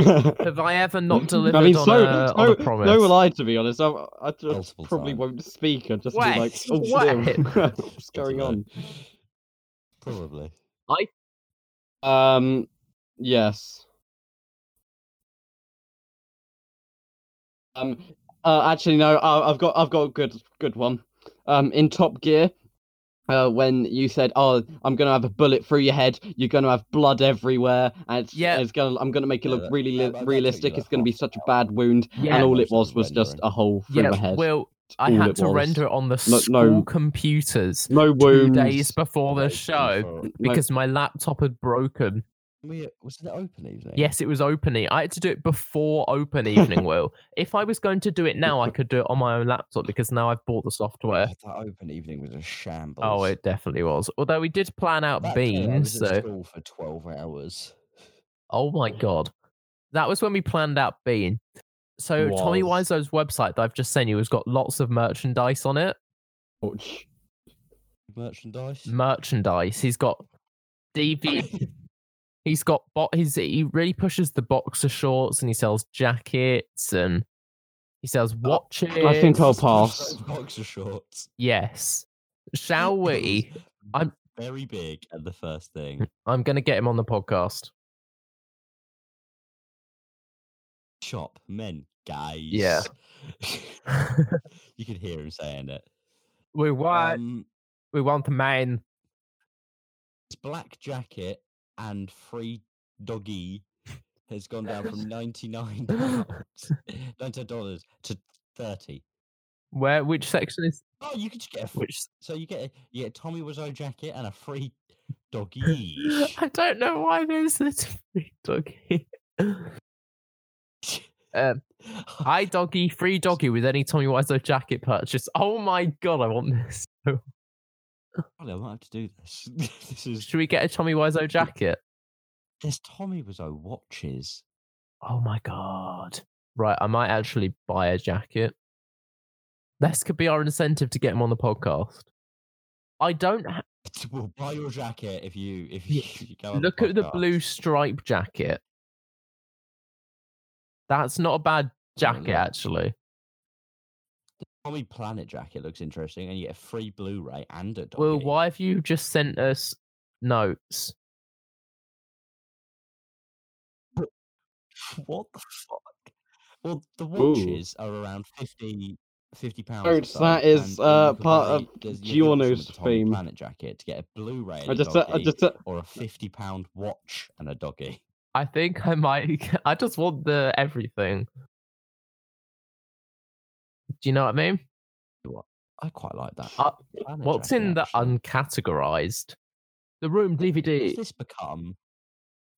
Speaker 3: [laughs]
Speaker 2: Have I ever
Speaker 1: Mm-hmm.
Speaker 2: not delivered
Speaker 3: I mean,
Speaker 2: on,
Speaker 3: so,
Speaker 2: a,
Speaker 3: so,
Speaker 2: on a promise?
Speaker 3: so will I, to be honest. I, I just
Speaker 1: Multiple
Speaker 3: probably
Speaker 1: times.
Speaker 3: won't speak. I'll just
Speaker 2: Wait,
Speaker 3: be like, oh,
Speaker 2: [laughs] wait.
Speaker 3: damn. what's going on?
Speaker 1: Probably.
Speaker 3: Um, yes. Um, uh, actually, no. I, I've got, I've got a good, good one. Um, in Top Gear, uh, when you said, "Oh, I'm gonna have a bullet through your head. You're gonna have blood everywhere, and it's,
Speaker 2: Yeah.
Speaker 3: it's gonna, I'm gonna make it
Speaker 1: Yeah,
Speaker 3: look
Speaker 1: that-
Speaker 3: really
Speaker 1: that-
Speaker 3: li-
Speaker 1: that- that took
Speaker 3: realistic.
Speaker 1: you
Speaker 3: It's gonna be
Speaker 1: half
Speaker 3: such a
Speaker 1: an
Speaker 3: bad wound."
Speaker 2: Yeah.
Speaker 3: and all it
Speaker 1: Most of
Speaker 3: was
Speaker 1: the
Speaker 3: was just
Speaker 1: rendering.
Speaker 3: a hole through
Speaker 2: yeah,
Speaker 3: the head.
Speaker 2: Will, I
Speaker 3: all
Speaker 2: had
Speaker 3: it
Speaker 2: to
Speaker 3: was.
Speaker 2: render it on the
Speaker 3: No-
Speaker 2: school
Speaker 3: no-
Speaker 2: computers
Speaker 3: no
Speaker 2: two
Speaker 3: wounds.
Speaker 2: days before the
Speaker 1: Amazing
Speaker 2: show
Speaker 1: for-
Speaker 3: no-
Speaker 2: because my laptop had broken.
Speaker 1: We, uh, was it open evening?
Speaker 2: Yes, it was open. e- I had to do it before
Speaker 1: [laughs]
Speaker 2: open evening, Will. If I was going to do it now, I could do it on my own laptop because now I've bought the software.
Speaker 1: Oh, that open evening was a shambles.
Speaker 2: Oh, it definitely was. Although we did plan out
Speaker 1: That day I
Speaker 2: beans,
Speaker 1: was in
Speaker 2: so
Speaker 1: school for twelve hours.
Speaker 2: oh my god, that was when we planned out bean. So Tommy
Speaker 3: Was.
Speaker 2: Wiseau's website that I've just sent you has got lots of merchandise on it.
Speaker 3: Ouch.
Speaker 1: Merchandise.
Speaker 2: Merchandise. He's got
Speaker 3: [laughs]
Speaker 2: DVD. he's got bot. He's he really pushes the boxer shorts and he sells jackets and he sells watches.
Speaker 3: Oh, I think I'll pass.
Speaker 1: Those [laughs] Boxer shorts.
Speaker 2: Yes.
Speaker 1: [laughs]
Speaker 2: Shall
Speaker 3: [clears throat]
Speaker 2: we? I'm- Mm.
Speaker 1: very big at the first thing.
Speaker 2: I'm going to get him on the podcast. [laughs]
Speaker 1: Chop men, guys.
Speaker 2: Yeah.
Speaker 1: [laughs] you could hear him saying it.
Speaker 2: we want
Speaker 1: Um,
Speaker 2: we want the man.
Speaker 1: his black jacket and free doggy has gone down from ninety nine
Speaker 2: [laughs]
Speaker 1: pounds, ninety dollars to thirty.
Speaker 2: Where which section is
Speaker 1: Oh, you could just get a free,
Speaker 2: which
Speaker 1: so you get a, you get a Tommy Wiseau jacket and a
Speaker 3: [laughs]
Speaker 1: free doggy.
Speaker 3: [sniffs]
Speaker 2: I don't know why there's this [laughs] free doggy. Um,
Speaker 1: [laughs]
Speaker 2: Hi doggy, free doggy with any Tommy Wiseau jacket purchase. Oh my god, I want this.
Speaker 1: Probably I might have to do this. [laughs] this is
Speaker 2: Should we get a Tommy Wiseau jacket?
Speaker 1: this Tommy Wiseau watches. [laughs]
Speaker 2: Oh my god. Right, I might actually buy a jacket. This could be our incentive to get him on the podcast. I don't ha-
Speaker 1: We'll buy your jacket if you if you, [laughs]
Speaker 2: Yeah,
Speaker 1: if you go on
Speaker 2: look at the
Speaker 1: podcast.
Speaker 2: blue stripe jacket. That's not a bad jacket,
Speaker 1: no.
Speaker 2: actually.
Speaker 1: Tommy Planet jacket looks interesting, and you get a free Blu-ray and a doggy.
Speaker 2: Well, why have you just sent us notes?
Speaker 1: [laughs] What the fuck? Well, the
Speaker 3: Ooh.
Speaker 1: watches are around 50 50 pounds. or
Speaker 3: Folks,
Speaker 1: so,
Speaker 3: that is,
Speaker 1: and, or
Speaker 3: uh,
Speaker 1: you can
Speaker 3: part
Speaker 1: buy-
Speaker 3: of
Speaker 1: there's- you can get some of
Speaker 3: Giorno's
Speaker 1: the Tommy
Speaker 3: theme.
Speaker 1: Planet jacket to get a Blu-ray. And
Speaker 3: I
Speaker 1: a
Speaker 3: just, uh, I
Speaker 1: doggy.
Speaker 3: just,
Speaker 1: or a 50 pound watch and a doggy.
Speaker 2: I think I might. [laughs] I just want the everything. Do you know what I mean?
Speaker 1: I quite like that.
Speaker 2: Uh,
Speaker 1: Planet
Speaker 2: What's
Speaker 1: jacket,
Speaker 2: in the
Speaker 1: actually.
Speaker 2: uncategorized? The room
Speaker 1: Has
Speaker 2: DVD.
Speaker 1: this
Speaker 2: [laughs]
Speaker 1: become?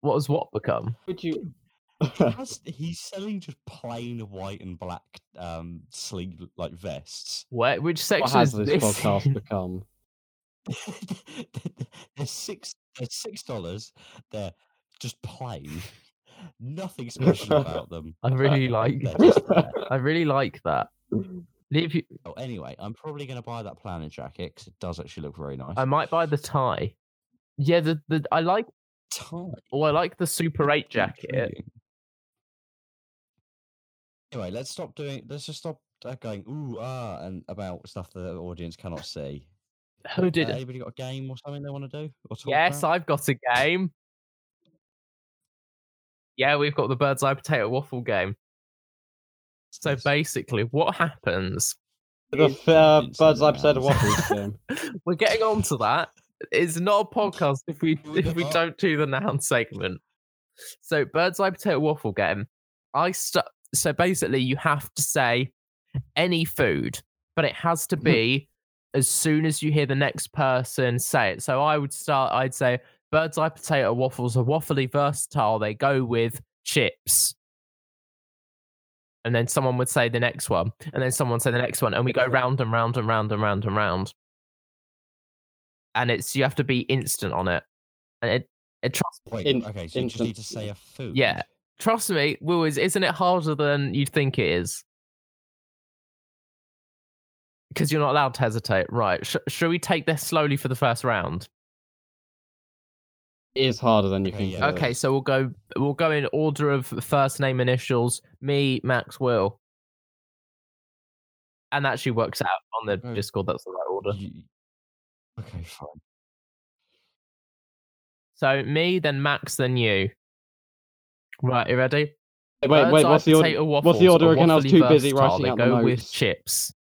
Speaker 2: What has what become?
Speaker 3: would you? [laughs]
Speaker 1: Has, he's selling just plain white and black um sleeve like vests. [laughs]
Speaker 2: Where? Which
Speaker 3: what
Speaker 2: section
Speaker 3: has
Speaker 2: is
Speaker 3: this
Speaker 2: this? [laughs]
Speaker 3: podcast
Speaker 2: in?
Speaker 3: become?
Speaker 1: they're six. They're six dollars. They're just plain. Nothing special
Speaker 2: [laughs]
Speaker 1: about them. Uh,
Speaker 2: I really like.
Speaker 1: They're just there.
Speaker 2: [laughs] I really like that. Leave you,
Speaker 1: Oh, anyway, I'm probably going to buy that planet jacket because it does actually look very nice.
Speaker 2: I might buy the tie. Yeah, the, the I like.
Speaker 1: Tie.
Speaker 2: Oh, I like the Super Eight jacket.
Speaker 1: Intriguing. Anyway, let's stop doing. Let's just stop uh, going ooh ah and about stuff that the audience cannot see.
Speaker 2: Who did
Speaker 1: Uh,
Speaker 2: it?
Speaker 1: anybody got a game or something they want to do? Or talk
Speaker 2: Yes,
Speaker 1: about?
Speaker 2: I've got a game. Yeah, we've got the bird's eye potato waffle game. So
Speaker 1: Nice.
Speaker 2: basically, what happens
Speaker 3: The
Speaker 2: It's-
Speaker 3: f- uh,
Speaker 1: It's
Speaker 3: Bird's
Speaker 1: in
Speaker 3: Eye
Speaker 1: the
Speaker 3: Potato
Speaker 1: round.
Speaker 3: Waffles game.
Speaker 2: We're getting on to that. It's not a podcast if we
Speaker 1: Well,
Speaker 2: if we
Speaker 1: yeah.
Speaker 2: don't do the noun segment. So bird's eye potato waffle game. I stu- so basically you have to say any food, but it has to be as soon as you hear the next person say it. So I would start. I'd say bird's eye potato waffles are waffly versatile. They go with chips. And then someone would say the next one, and then someone say the next one, and we go round and round and round and round and round and it's you have to be instant on it. And it, it trust
Speaker 1: Wait,
Speaker 3: In-
Speaker 1: okay, so you just
Speaker 3: infant-
Speaker 1: need to say a food.
Speaker 2: yeah, trust me, Will is isn't it harder than you think it is? Because you're not allowed to hesitate, right? Sh- should we take this slowly for the first round?
Speaker 3: [laughs] It is harder than you
Speaker 1: Okay,
Speaker 3: think.
Speaker 1: yeah.
Speaker 3: it
Speaker 2: Okay,
Speaker 3: is.
Speaker 2: so we'll go we'll go in order of first name initials. Me, Max, Will, and that actually works out on the
Speaker 1: Okay.
Speaker 2: Discord. That's the right order.
Speaker 1: You- Okay, fine.
Speaker 2: So me, then Max, then you. Right, you ready?
Speaker 3: Wait, wait,
Speaker 2: Bird's eye
Speaker 3: what's the order?
Speaker 2: potato
Speaker 3: what's the
Speaker 2: waffles
Speaker 3: order
Speaker 2: are
Speaker 3: again? I was
Speaker 2: waffly
Speaker 3: too busy
Speaker 2: versatile.
Speaker 3: writing
Speaker 2: They
Speaker 3: out the
Speaker 2: go with
Speaker 3: notes.
Speaker 2: chips.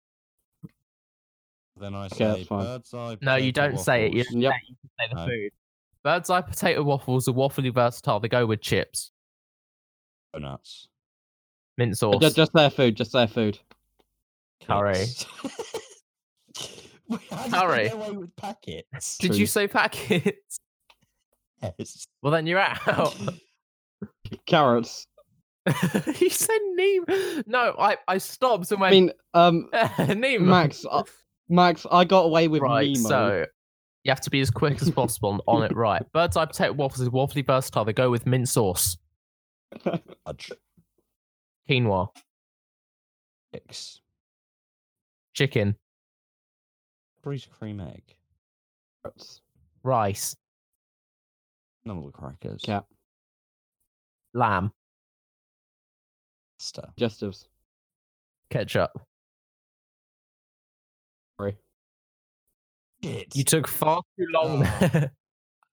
Speaker 1: Then I say
Speaker 3: that's fine.
Speaker 1: bird's eye.
Speaker 2: No, you
Speaker 1: potato
Speaker 2: don't say it, you-
Speaker 1: waffles.
Speaker 3: Yep.
Speaker 2: Say the
Speaker 1: No.
Speaker 2: food. Bird's eye potato waffles are waffly versatile. They go with chips,
Speaker 1: Donuts.
Speaker 2: mint
Speaker 3: Ju-
Speaker 2: sauce.
Speaker 3: Just, their food. Just their food.
Speaker 2: Curry.
Speaker 1: Kits. [laughs] Wait, how did you
Speaker 2: Curry.
Speaker 1: Get away with packets.
Speaker 2: [laughs] Did you say packets? [laughs]
Speaker 1: Yes.
Speaker 2: Well, then you're out. [laughs]
Speaker 3: Carrots.
Speaker 2: you said Nemo. No, I, I stopped and
Speaker 3: I
Speaker 2: went
Speaker 3: mean,
Speaker 2: [laughs]
Speaker 3: um,
Speaker 2: Nemo.
Speaker 3: Max, uh, Max, I got away with
Speaker 2: right,
Speaker 3: Nemo.
Speaker 2: so you have to be as quick as possible and
Speaker 3: [laughs]
Speaker 2: on it. Right, bird's eye potato waffles is waffly versatile. They go with mint sauce,
Speaker 1: Fudge.
Speaker 2: quinoa,
Speaker 1: Eggs.
Speaker 2: chicken,
Speaker 1: Breeze cream egg.
Speaker 3: Carrots.
Speaker 2: rice,
Speaker 1: None of the crackers.
Speaker 3: Yeah.
Speaker 2: lamb.
Speaker 1: Pasta.
Speaker 3: Digestives.
Speaker 2: ketchup.
Speaker 1: Shit.
Speaker 2: You took far too long.
Speaker 1: Oh.
Speaker 2: [laughs] there.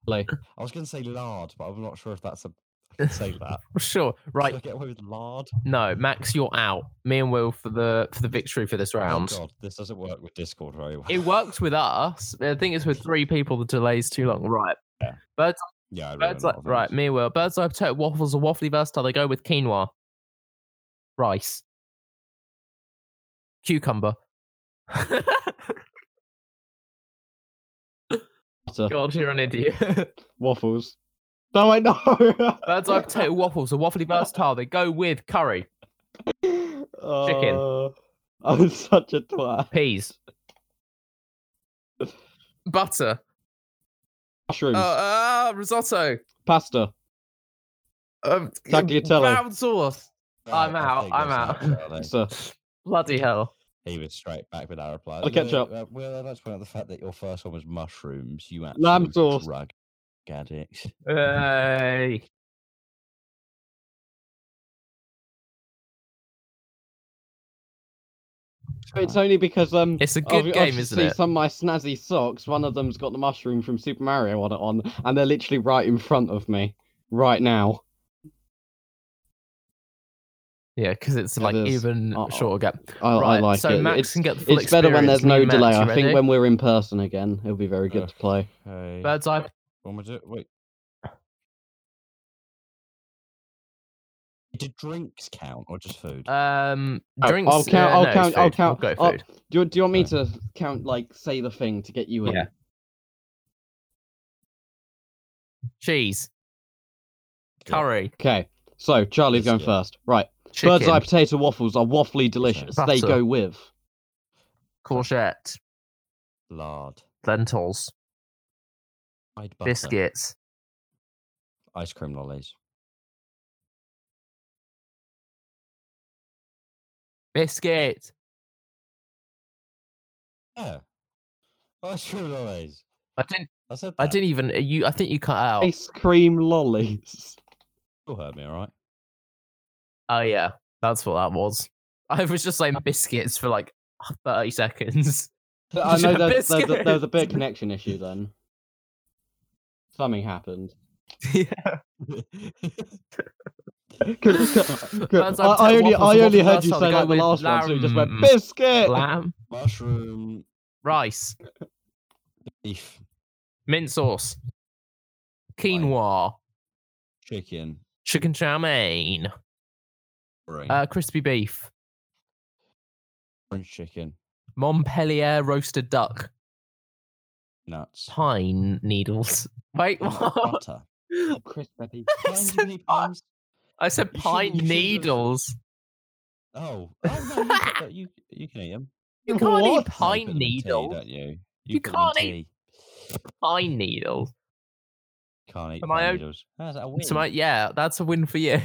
Speaker 3: Like,
Speaker 1: I was going to say lard, but I'm not sure if that's a. I can
Speaker 2: [laughs]
Speaker 1: say that.
Speaker 2: For sure. Right.
Speaker 1: Should [laughs] I get away with lard?
Speaker 2: No, Max, you're out. Me and Will for the for the victory for this round.
Speaker 1: Oh God, this doesn't work with Discord very well.
Speaker 2: it works with us. I think it's with three people. The delay's too long. Right.
Speaker 1: Yeah.
Speaker 2: Birds,
Speaker 1: [laughs] Yeah, I ruined
Speaker 2: birds
Speaker 1: a
Speaker 2: like,
Speaker 1: lot of
Speaker 2: right.
Speaker 1: things.
Speaker 2: Me and Will. Birds eye potato waffles are waffly versatile. They go with quinoa, rice,
Speaker 1: [laughs]
Speaker 2: cucumber.
Speaker 3: butter,
Speaker 2: God, you're an idiot. [laughs]
Speaker 3: waffles. No, I know. [laughs]
Speaker 2: Birds eye potato waffles are waffly versatile. They go with curry, Chicken.
Speaker 3: Uh, [laughs] I'm such a
Speaker 1: [laughs]
Speaker 3: twat.
Speaker 2: peas, butter.
Speaker 3: Mushrooms.
Speaker 2: Uh, uh, risotto.
Speaker 3: pasta.
Speaker 2: Um,
Speaker 3: Tagliatelle.
Speaker 2: Brown sauce. I'm
Speaker 1: Right, I
Speaker 2: out,
Speaker 1: think
Speaker 2: I'm
Speaker 1: that's
Speaker 2: out. [laughs]
Speaker 1: about it.
Speaker 3: Pasta.
Speaker 2: Bloody
Speaker 3: [laughs]
Speaker 2: hell.
Speaker 1: He was straight back with our reply.
Speaker 3: I'll catch up.
Speaker 1: Uh, well, I'd like to point out the fact that your first one was mushrooms. You absolute
Speaker 3: Lamb sauce.
Speaker 1: drug addict.
Speaker 2: Hey.
Speaker 3: It's only because um,
Speaker 2: It's a
Speaker 3: I've-
Speaker 2: good
Speaker 3: I've
Speaker 2: game,
Speaker 3: just
Speaker 2: isn't
Speaker 3: seen
Speaker 2: it?
Speaker 3: Some of my snazzy socks. One of them's got the mushroom from Super Mario on it on, and they're literally right in front of me right now.
Speaker 2: Yeah, because it's
Speaker 3: It
Speaker 2: like
Speaker 3: is. Oh.
Speaker 2: even
Speaker 3: Uh-oh.
Speaker 2: shorter gap.
Speaker 3: I, I
Speaker 2: Right,
Speaker 3: like
Speaker 2: so
Speaker 3: it.
Speaker 2: Max
Speaker 3: it's
Speaker 2: can get the full
Speaker 3: it's better when there's no
Speaker 2: experience. Me and
Speaker 3: delay.
Speaker 2: Max, you
Speaker 3: I think
Speaker 2: ready?
Speaker 3: when we're in person again, it'll be very good
Speaker 1: Ugh.
Speaker 3: to play.
Speaker 1: Okay.
Speaker 2: Bird's eye.
Speaker 1: When was it? Wait. Do drinks count or just food?
Speaker 2: Um, [laughs]
Speaker 3: Oh,
Speaker 2: drinks.
Speaker 3: I'll count.
Speaker 2: uh,
Speaker 3: I'll
Speaker 2: no,
Speaker 3: count. I'll
Speaker 2: food. We'll
Speaker 3: count. Oh.
Speaker 2: Go
Speaker 3: I'll-
Speaker 2: food.
Speaker 3: do, you- do you want me
Speaker 1: Okay.
Speaker 3: to count? Like say the thing to get you in.
Speaker 2: Yeah. Cheese,
Speaker 1: Yeah.
Speaker 2: curry,
Speaker 3: Okay. So Charlie's
Speaker 1: Yes,
Speaker 3: going
Speaker 1: yeah.
Speaker 3: first. Right.
Speaker 2: chicken,
Speaker 3: Bird's eye potato waffles are waffly delicious. They
Speaker 2: Butter.
Speaker 3: go with
Speaker 2: courgette,
Speaker 1: Lard.
Speaker 2: lentils,
Speaker 1: Fried butter.
Speaker 2: biscuits,
Speaker 1: Ice cream lollies.
Speaker 2: biscuit,
Speaker 1: Yeah. Ice cream lollies.
Speaker 2: I didn't.
Speaker 1: I said that.
Speaker 2: I didn't even. uh, You. I think you cut out.
Speaker 3: ice cream lollies. [laughs]
Speaker 1: You heard me, all
Speaker 2: [laughs]
Speaker 1: right?
Speaker 2: Oh yeah, that's what that was. I was just
Speaker 3: [laughs]
Speaker 2: saying biscuits for like thirty seconds. [laughs]
Speaker 3: I know there's, there's, a,
Speaker 2: Biscuits.
Speaker 3: there's a big connection issue then. Something happened.
Speaker 2: yeah.
Speaker 3: Could- could- could-
Speaker 2: Man's
Speaker 3: I,
Speaker 2: like,
Speaker 3: I
Speaker 2: "Tell
Speaker 3: only,
Speaker 2: waffles,
Speaker 3: I
Speaker 2: waffles,
Speaker 3: only heard you
Speaker 2: waffles,"
Speaker 3: say
Speaker 2: and
Speaker 3: that
Speaker 2: go
Speaker 3: in the
Speaker 2: with
Speaker 3: last one, so you just went
Speaker 2: lamb.
Speaker 3: biscuit. [laughs]
Speaker 2: Lamb,
Speaker 1: Mushroom
Speaker 2: rice,
Speaker 1: beef
Speaker 2: mint sauce, quinoa,
Speaker 1: chicken.
Speaker 2: chicken chow mein,
Speaker 1: Boring.
Speaker 2: uh, crispy beef,
Speaker 1: French chicken.
Speaker 2: Montpellier roasted duck,
Speaker 1: Nuts.
Speaker 2: pine needles. Wait, [laughs] what?
Speaker 1: Butter.
Speaker 3: Crisp, baby.
Speaker 2: I said [laughs] pi- I said
Speaker 1: You shouldn't-
Speaker 2: pine
Speaker 1: you shouldn't have-
Speaker 2: needles.
Speaker 1: Oh, oh no, you, put that- you you can eat them.
Speaker 2: You can't
Speaker 3: What?
Speaker 2: eat pine needles.
Speaker 1: don't you? You,
Speaker 2: You
Speaker 1: put 'em in
Speaker 2: can't eat-
Speaker 1: tea.
Speaker 2: Pine needles.
Speaker 1: Can't eat
Speaker 2: Am I
Speaker 1: pine
Speaker 2: o-
Speaker 1: needles. How's that a win?
Speaker 2: So my, yeah, that's a win for you.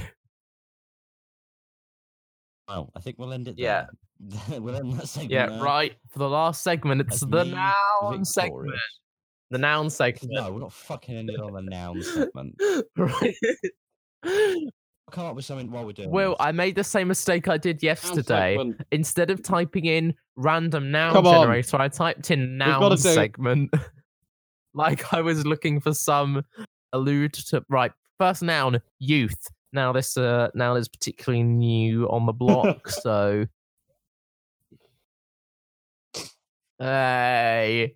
Speaker 1: Well, I think we'll end it.
Speaker 2: Yeah.
Speaker 1: There. [laughs] we'll end that segment.
Speaker 2: Yeah,
Speaker 1: there.
Speaker 2: right. For the last segment, it's
Speaker 1: As
Speaker 2: the
Speaker 1: me,
Speaker 2: noun
Speaker 1: Victorious.
Speaker 2: segment. The noun segment. [laughs]
Speaker 1: No, we're not fucking ending on the noun segment.
Speaker 2: Right.
Speaker 1: Come up with something while we're doing.
Speaker 2: Will,
Speaker 1: this.
Speaker 2: I made the same mistake I did
Speaker 3: Sounds
Speaker 2: yesterday.
Speaker 3: like one-
Speaker 2: Instead of typing in random noun
Speaker 3: Come on.
Speaker 2: generator, I typed in
Speaker 3: gotta
Speaker 2: noun
Speaker 3: do-
Speaker 2: segment. [laughs] like I was looking for some allude to right. First noun, youth. Now this uh, noun is particularly new on the
Speaker 3: [laughs]
Speaker 2: block, so hey,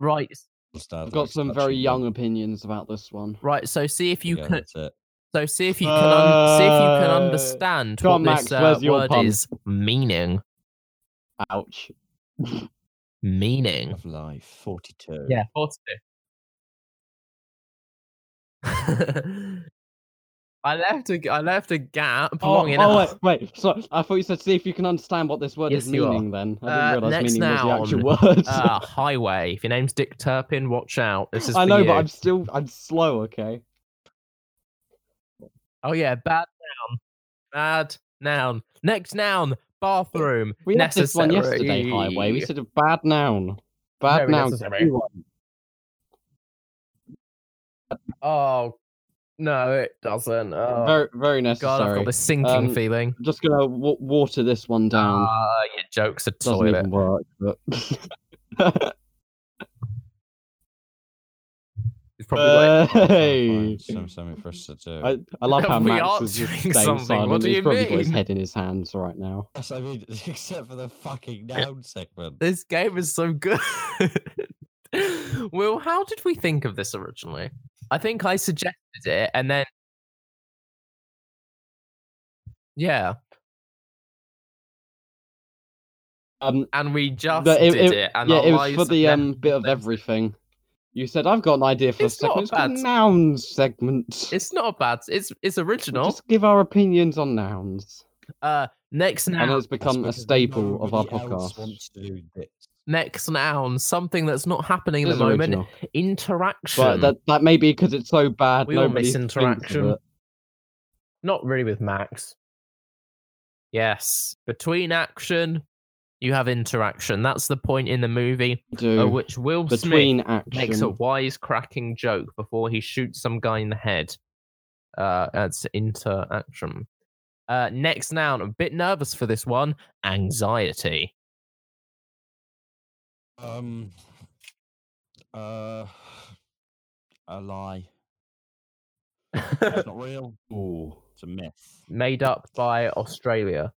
Speaker 2: right,
Speaker 1: Start
Speaker 3: I've got
Speaker 1: like
Speaker 3: some
Speaker 1: touching
Speaker 3: very
Speaker 1: you.
Speaker 3: young opinions about this one.
Speaker 2: right. So see if you
Speaker 1: Yeah,
Speaker 2: can
Speaker 1: that's it.
Speaker 2: So see if you can un- see if you can
Speaker 3: Uh,
Speaker 2: understand
Speaker 3: come
Speaker 2: what
Speaker 3: on,
Speaker 2: this
Speaker 3: Max,
Speaker 2: uh,
Speaker 3: where's your
Speaker 2: word
Speaker 3: pun?
Speaker 2: is meaning.
Speaker 3: Ouch.
Speaker 2: Meaning.
Speaker 1: Of life, forty-two.
Speaker 2: Yeah, forty-two.
Speaker 3: [laughs]
Speaker 2: I left a I left a gap long enough.
Speaker 3: Oh, wait, wait. So I thought you said see if you can understand what this word
Speaker 2: Yes,
Speaker 3: is
Speaker 2: you are.
Speaker 3: meaning. Then I
Speaker 2: Uh,
Speaker 3: didn't realize
Speaker 2: next
Speaker 3: meaning
Speaker 2: noun.
Speaker 3: was the actual word. [laughs]
Speaker 2: Ah, highway. If your name's Dick Turpin, watch out. This is
Speaker 3: I
Speaker 2: for
Speaker 3: know,
Speaker 2: you.
Speaker 3: but I'm still I'm slow. Okay.
Speaker 2: Oh yeah, bad noun. Bad noun. Next noun. Bathroom.
Speaker 3: We had
Speaker 2: necessary.
Speaker 3: this one yesterday. Highway. We said a bad noun. Bad
Speaker 2: Very
Speaker 3: noun.
Speaker 2: necessary. Oh no, it doesn't. Oh.
Speaker 3: Very very
Speaker 2: God, I've
Speaker 3: necessary.
Speaker 2: got this sinking
Speaker 3: Um,
Speaker 2: feeling.
Speaker 3: I'm just gonna wa- water this one down.
Speaker 2: Ah, your joke's a
Speaker 3: Doesn't
Speaker 2: toilet.
Speaker 3: even work. But... [laughs]
Speaker 2: It's probably
Speaker 3: Uh,
Speaker 2: like,
Speaker 3: hey.
Speaker 1: Some, something for us to do.
Speaker 3: I, I love
Speaker 2: [laughs]
Speaker 3: how
Speaker 2: We
Speaker 3: Max
Speaker 2: are
Speaker 3: is just
Speaker 2: doing
Speaker 3: staying
Speaker 2: something,
Speaker 3: silent.
Speaker 2: what do
Speaker 3: He's
Speaker 2: you
Speaker 3: probably got his
Speaker 2: mean?
Speaker 3: head in his hands right now.
Speaker 1: Yes, I mean, [laughs] except for the fucking noun segment.
Speaker 2: this game is so good. [laughs] Will, how did we think of this originally? I think I suggested it, and then yeah,
Speaker 3: Um,
Speaker 2: and we just
Speaker 3: No, it-
Speaker 2: did it, and
Speaker 3: yeah,
Speaker 2: our
Speaker 3: it was
Speaker 2: lives
Speaker 3: for
Speaker 2: have
Speaker 3: the
Speaker 2: never-
Speaker 3: um bit of everything. You said I've got an idea for
Speaker 2: It's
Speaker 3: a
Speaker 2: not
Speaker 3: segment. It's called
Speaker 2: bad.
Speaker 3: nouns segment.
Speaker 2: It's not bad. It's it's
Speaker 3: We'll
Speaker 2: original.
Speaker 3: Just give our opinions on nouns,
Speaker 2: Uh, next
Speaker 3: and
Speaker 2: noun,
Speaker 3: it's become a
Speaker 1: Because
Speaker 3: staple of our
Speaker 1: nobody else
Speaker 3: podcast.
Speaker 1: wants to do this.
Speaker 2: next noun, something that's not happening at
Speaker 3: It
Speaker 2: the
Speaker 3: is
Speaker 2: moment.
Speaker 3: original.
Speaker 2: Interaction.
Speaker 3: but that that may be because it's so bad.
Speaker 2: We all
Speaker 3: nobody
Speaker 2: miss
Speaker 3: thinks of
Speaker 2: interaction.
Speaker 3: it.
Speaker 2: Not really with Max. Yes. Between action, you have interaction. That's the point in the movie
Speaker 3: Do
Speaker 2: at Uh, which Will
Speaker 3: between
Speaker 2: Smith makes a
Speaker 3: action.
Speaker 2: wisecracking joke before he shoots some guy in the head. Uh, that's interaction. Uh, next noun. I'm a bit nervous for this one.
Speaker 3: [laughs]
Speaker 2: Anxiety.
Speaker 1: Um, uh, [sighs] a lie. It's not real. [laughs] Ooh, it's a myth.
Speaker 2: Made up by Australia.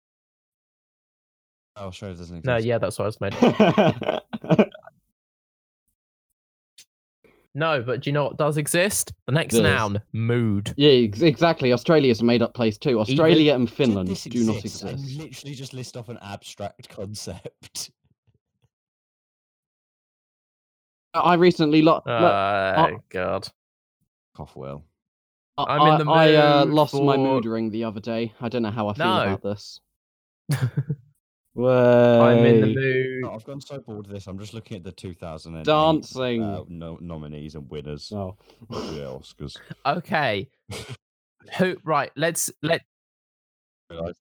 Speaker 1: Oh, I'll show you this.
Speaker 2: No, yeah, that's what I was made. No, but do you know what does exist? The next
Speaker 3: This.
Speaker 2: noun. Mood.
Speaker 3: [laughs] yeah, ex- exactly. Australia's a made-up place too. Australia and Finland
Speaker 1: this
Speaker 3: do not
Speaker 1: exists?
Speaker 3: exist.
Speaker 1: I literally just list off an abstract [laughs] concept.
Speaker 3: I recently lo-
Speaker 2: Oh,
Speaker 3: lo-
Speaker 2: God.
Speaker 1: Cough will.
Speaker 3: I-
Speaker 2: I'm in the
Speaker 3: I, I uh,
Speaker 2: mood
Speaker 3: lost my
Speaker 2: for-
Speaker 3: mood ring the other day. I don't know how I feel
Speaker 2: No. [laughs]
Speaker 3: about this.
Speaker 2: I'm in the
Speaker 3: Way.
Speaker 2: mood.
Speaker 1: No, Oh, I've gone so bored of this. I'm just looking at the 2008
Speaker 3: Dancing.
Speaker 1: uh, no, nominees and winners
Speaker 3: Oh.
Speaker 1: of the
Speaker 2: [laughs]
Speaker 1: Oscars.
Speaker 2: Okay.
Speaker 3: [laughs]
Speaker 2: who? Right. Let's let.
Speaker 1: Realise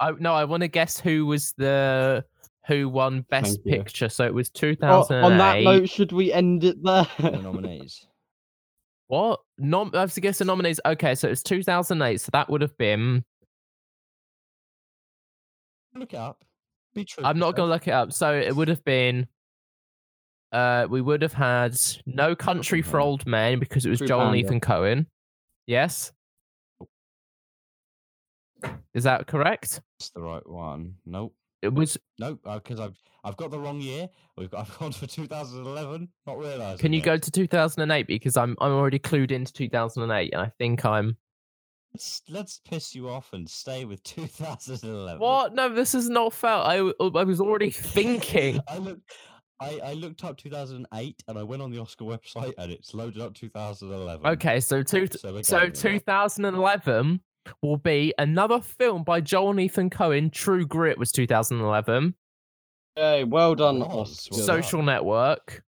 Speaker 2: I no. I want to guess who was the who won Best
Speaker 3: Thank you.
Speaker 2: Picture. So it was
Speaker 3: Oh,
Speaker 2: 2008.
Speaker 3: on that note, should we end it there?
Speaker 1: that [laughs]
Speaker 3: [laughs]
Speaker 1: the nominees.
Speaker 2: what? Nom. I have to guess the nominees. Okay, so it's 2008. So that would have been.
Speaker 1: Look it up. Be true.
Speaker 2: I'm not gonna look it up. So it would have been. Uh, we would have had No Country for
Speaker 1: Mhm.
Speaker 2: Old Men because it was
Speaker 3: Mm-hmm. True
Speaker 2: Joel and
Speaker 3: Pounder.
Speaker 2: Ethan Cohen. Yes. Is that correct?
Speaker 1: It's the right one. Nope.
Speaker 2: It was.
Speaker 1: Nope. Because I've I've got the wrong year. We've got, [laughs] I've gone for 2011. Not realizing.
Speaker 2: Can you
Speaker 1: it.
Speaker 2: go to 2008 because I'm I'm already clued into 2008 and I think I'm
Speaker 1: Let's, let's piss you off and stay with [laughs] 2011.
Speaker 2: What? No, this is not fair. I w- I was already thinking.
Speaker 1: [laughs] I looked. I, I looked up 2008 and I went on the Oscar website and it's loaded up 2011.
Speaker 2: Okay, so two
Speaker 1: we're
Speaker 2: so
Speaker 1: going with that.
Speaker 2: 2011 will be another film by Joel and Ethan Cohen. True Grit was 2011.
Speaker 3: Hey, well done,
Speaker 1: Well done.
Speaker 3: Oscar.
Speaker 1: Well done.
Speaker 2: Social Network.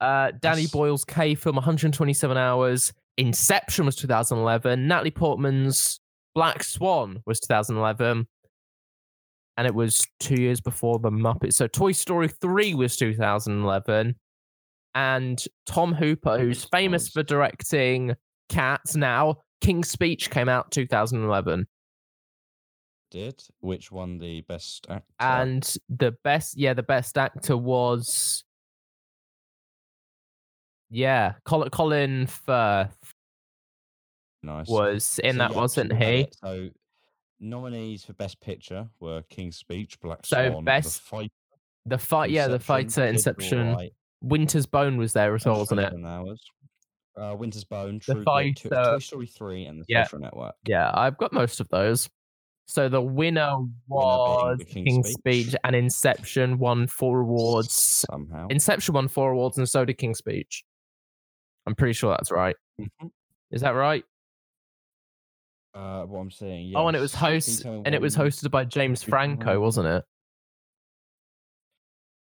Speaker 2: Uh, Danny
Speaker 1: That's-
Speaker 2: Boyle's K film, 127 hours. Inception was 2011. Natalie Portman's Black Swan was 2011. And it was two years before The Muppets. So Toy Story 3 was 2011. And Tom Hooper, who's
Speaker 1: Nice,
Speaker 2: famous
Speaker 1: nice.
Speaker 2: for directing Cats now, King's Speech came out 2011.
Speaker 1: Did which won the best actor?
Speaker 2: and the best yeah the best actor was yeah colin, colin firth
Speaker 1: nice.
Speaker 2: was in
Speaker 1: So
Speaker 2: that
Speaker 1: yeah,
Speaker 2: wasn't
Speaker 1: looking at
Speaker 2: he
Speaker 1: it, So nominees for best picture were King's Speech, Black
Speaker 2: So
Speaker 1: Swan,
Speaker 2: best-
Speaker 1: The Fight,
Speaker 2: the fight yeah the
Speaker 1: Inception,
Speaker 2: fighter
Speaker 1: Kids
Speaker 2: inception
Speaker 1: Right,
Speaker 2: winter's bone was there as well wasn't it
Speaker 1: 27 Hours, uh, Winter's Bone, True
Speaker 2: The
Speaker 1: Grit, Toy-
Speaker 2: Fighter-
Speaker 1: Toy Story Three, and The
Speaker 2: Yeah.
Speaker 1: Social Network.
Speaker 2: yeah i've got most of those so the winner was
Speaker 1: The
Speaker 2: king's,
Speaker 1: King's
Speaker 2: speech.
Speaker 1: Speech.
Speaker 2: and inception won four awards
Speaker 1: somehow.
Speaker 2: inception won four awards and so did king's speech i'm pretty sure that's right
Speaker 1: Mhm.
Speaker 2: is that right
Speaker 1: Uh, what I'm saying.
Speaker 2: Oh, and it was
Speaker 1: yes. Can you
Speaker 2: host
Speaker 1: tell me
Speaker 2: and it
Speaker 1: what
Speaker 2: was
Speaker 1: year?
Speaker 2: hosted by James
Speaker 1: Can you tell me
Speaker 2: Franco,
Speaker 1: what-
Speaker 2: wasn't it?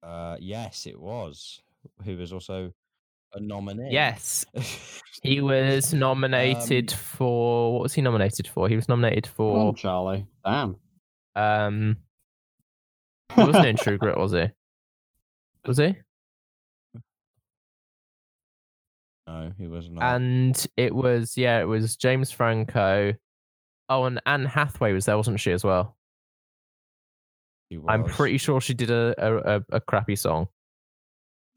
Speaker 1: Uh, yes, it was. Who was also a nominee? [laughs]
Speaker 2: Yes, he was nominated
Speaker 1: Um,
Speaker 2: for what was he nominated for? He was nominated
Speaker 3: Come on,
Speaker 2: for
Speaker 3: Charlie. Damn.
Speaker 1: [laughs]
Speaker 2: um. He wasn't
Speaker 3: [laughs]
Speaker 2: in True Grit, was he? Was he?
Speaker 1: no, he was not.
Speaker 2: And it was yeah, it was James Franco. Oh, and Anne Hathaway was there, wasn't she as well?
Speaker 1: He
Speaker 2: I'm
Speaker 1: was.
Speaker 2: pretty sure she did a a, a, a crappy song.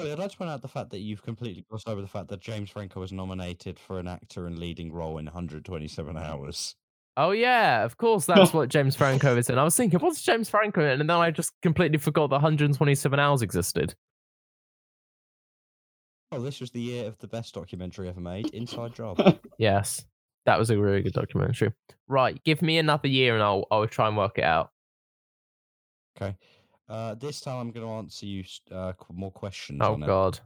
Speaker 1: Sorry, I'd like to point out the fact that you've completely glossed over the fact that James Franco was nominated for an actor and leading role in 127 Hours.
Speaker 2: Oh yeah, of
Speaker 1: [laughs]
Speaker 2: course that's what James Franco is in. I was thinking, what's James Franco in? And then I just completely forgot that 127 hours existed.
Speaker 1: Oh, this was the year of the best documentary ever made, Inside Job. [laughs]
Speaker 2: Yes, that was a really good documentary. Right, give me another year and I'll I'll try and work it out.
Speaker 1: Okay. Uh, this time I'm going to answer you s- uh, qu- more questions.
Speaker 2: Oh
Speaker 1: on it.
Speaker 2: God,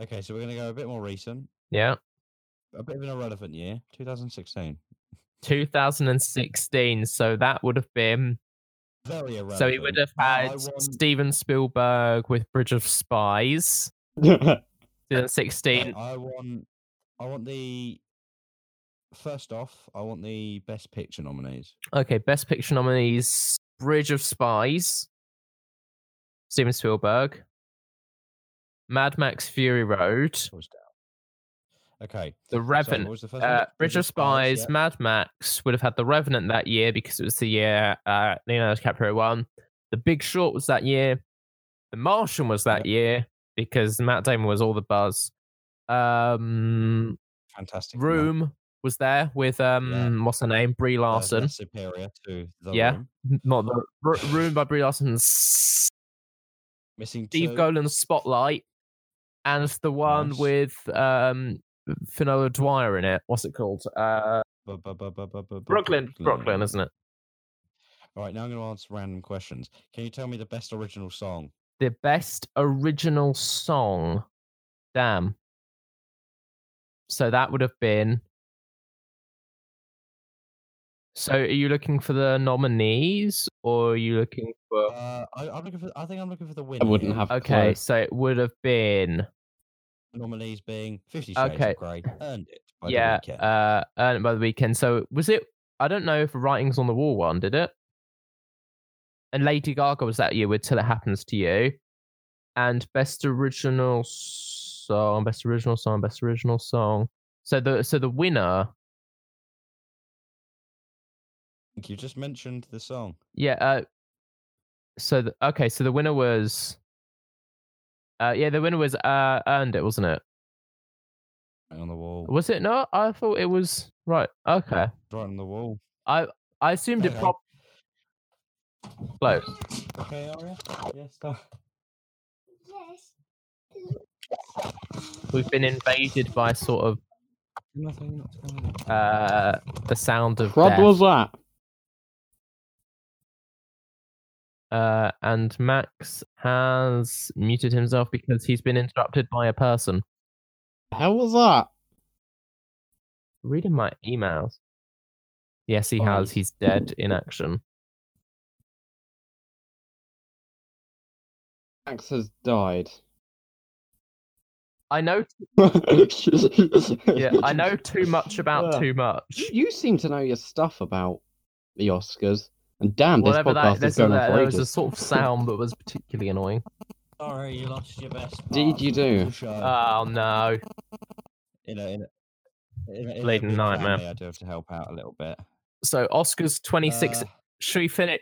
Speaker 1: Okay, so we're going to go a bit more recent,
Speaker 2: yeah,
Speaker 1: a bit of an irrelevant year, 2016.
Speaker 2: 2016. So that would have been
Speaker 1: Very irrelevant.
Speaker 2: so he would have
Speaker 1: Uh, I
Speaker 2: had
Speaker 1: want-
Speaker 2: Steven Spielberg with Bridge of Spies. 2016.
Speaker 1: I I want. I want the. First off, I want the best picture nominees.
Speaker 2: Okay, Best Picture nominees: Bridge of Spies, Steven Spielberg, Mad Max: Fury Road,
Speaker 1: Was down. Okay.
Speaker 2: The
Speaker 1: Sorry,
Speaker 2: Revenant.
Speaker 1: what was the first one?
Speaker 2: Uh, Bridge of Spies, Mad Max would have had The Revenant that year because it was the year uh, Leonardo DiCaprio won. The Big Short was that year. The Martian was that year because Matt Damon was all the buzz. Um,
Speaker 1: yeah, Fantastic. no,
Speaker 2: Room was there with um, what's her name, Brie
Speaker 1: that- that's
Speaker 2: Larson.
Speaker 1: superior to the
Speaker 2: Yeah.
Speaker 1: Room.
Speaker 2: Not the R- Room by Brie Larson. Steve
Speaker 1: Missing two.
Speaker 2: Golan's Spotlight, and the one
Speaker 1: Nice.
Speaker 2: with um, Finola Dwyer in it. What's it called? Uh,
Speaker 1: Bu- bu- bu- bu- bu- bu- bu-
Speaker 2: Brooklyn, Brooklyn, isn't it?
Speaker 1: All right, now I'm going to answer random questions. Can you tell me the best original song?
Speaker 2: the best original song. Damn. So that would have been. So are you looking for the nominees or are you looking for.
Speaker 1: Uh, I, I'm looking for. I think I'm looking for the winner.
Speaker 3: I wouldn't
Speaker 1: here.
Speaker 3: have. a
Speaker 2: Okay,
Speaker 3: clue.
Speaker 2: so it would have been.
Speaker 1: nominees being Fifty Shades
Speaker 2: Okay.
Speaker 1: of Grey, Earned It by
Speaker 2: yeah,
Speaker 1: The Weeknd.
Speaker 2: uh, Earn It by the Weekend. So was it. I don't know if Writings on the Wall one did it. And Lady Gaga was that year with Till It Happens to You. and best original song, best original song, best original song. So the so the winner,
Speaker 1: you just mentioned the song.
Speaker 2: yeah. Uh, so the, okay, so the winner was, uh, yeah, the winner was uh, earned it, wasn't it?
Speaker 1: Right on the wall.
Speaker 2: Was it not? I thought it was right. Okay.
Speaker 1: Right on the wall.
Speaker 2: I I assumed it
Speaker 1: Okay.
Speaker 2: probably. Close.
Speaker 1: Okay, Aria. Yes, [laughs] sir.
Speaker 4: Yes.
Speaker 2: We've been invaded by sort of
Speaker 1: Nothing. Not telling me.
Speaker 2: uh the sound of
Speaker 3: Crud
Speaker 2: death.
Speaker 3: was that?
Speaker 2: Uh, and Max has muted himself because he's been interrupted by a person.
Speaker 3: How was that?
Speaker 2: Reading my emails. Yes, he
Speaker 3: Oh.
Speaker 2: has. He's dead in action.
Speaker 3: Max has died.
Speaker 2: I know. Yeah, I know too much about
Speaker 3: Yeah.
Speaker 2: too much.
Speaker 3: You, you seem to know your stuff about the Oscars. And damn, this
Speaker 2: Whatever
Speaker 3: podcast
Speaker 2: that,
Speaker 3: is
Speaker 2: this,
Speaker 3: going
Speaker 2: that,
Speaker 3: on for
Speaker 2: there was a
Speaker 3: ages.
Speaker 2: sort of sound that was particularly annoying.
Speaker 1: Sorry, you lost your best. Part
Speaker 3: Did you do?
Speaker 1: of the show.
Speaker 2: Oh no!
Speaker 1: in a, in a, in a, in a
Speaker 2: Bleeding
Speaker 1: big
Speaker 2: nightmare.
Speaker 1: family, I do have to help out a little bit.
Speaker 2: So Oscars twenty six. [laughs]
Speaker 1: Uh, [laughs]
Speaker 2: Should we finish?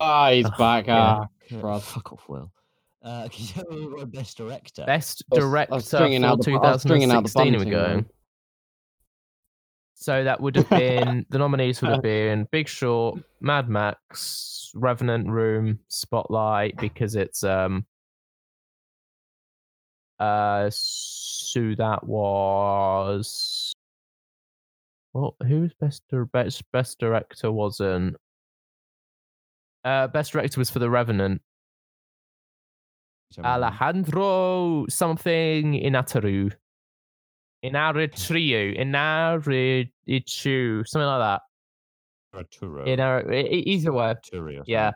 Speaker 3: Ah, he's back.
Speaker 2: yeah.
Speaker 3: Ah,
Speaker 1: c-
Speaker 3: crud.
Speaker 1: Fuck off, Will. Uh, [laughs] can you tell me what best director?
Speaker 2: Best
Speaker 3: I was- I was
Speaker 2: director
Speaker 3: stringing
Speaker 2: for
Speaker 3: out the-
Speaker 2: two
Speaker 3: I was
Speaker 2: thousand
Speaker 3: stringing out
Speaker 2: and
Speaker 3: the
Speaker 2: sixteen. We're
Speaker 3: bunting,
Speaker 2: going.
Speaker 3: man.
Speaker 2: So that would have been the nominees would have been Big Short, Mad Max, Revenant Room, Spotlight because it's um uh so that was well who's best dir- best best director wasn't uh best director was for the Revenant
Speaker 1: Tell me what-
Speaker 2: Alejandro something Inataru. Inaritriu, Inaritu, something like that.
Speaker 1: Arturo.
Speaker 2: In our, e- e- either way,
Speaker 1: Arturo,
Speaker 2: yeah.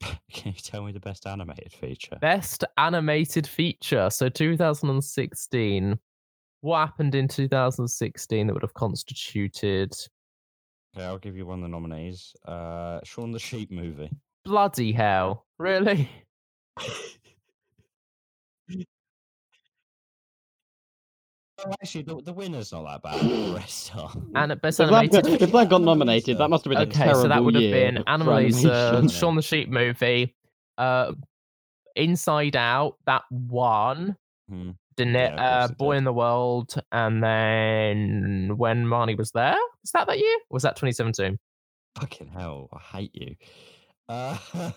Speaker 1: sorry. [laughs] Can you tell me the best animated feature?
Speaker 2: Best animated feature. So 2016. What happened in 2016 that would have constituted
Speaker 1: Okay, I'll give you one of the nominees. Uh, Shaun the Sheep
Speaker 2: [laughs]
Speaker 1: movie.
Speaker 2: bloody hell? Really?
Speaker 1: Oh, actually, the, the winner's not that bad.
Speaker 2: [laughs]
Speaker 1: The rest are.
Speaker 2: And best
Speaker 3: If that,
Speaker 2: animated.
Speaker 3: got,
Speaker 2: [laughs]
Speaker 3: if that got nominated, that must have been a
Speaker 2: Okay,
Speaker 3: terrible
Speaker 2: so that would have
Speaker 3: year
Speaker 2: been uh,
Speaker 3: for
Speaker 2: Animalisa,
Speaker 3: animation. [laughs]
Speaker 2: Shaun the Sheep movie, uh, Inside Out. That one.
Speaker 1: Hmm.
Speaker 2: didn't
Speaker 1: Yeah,
Speaker 2: it?
Speaker 1: of course
Speaker 2: uh,
Speaker 1: it
Speaker 2: Boy
Speaker 1: did.
Speaker 2: in the World, and then when Marnie was there, was that that year? Or was that 2017?
Speaker 1: [laughs] Fucking hell, I hate you. Uh, [laughs]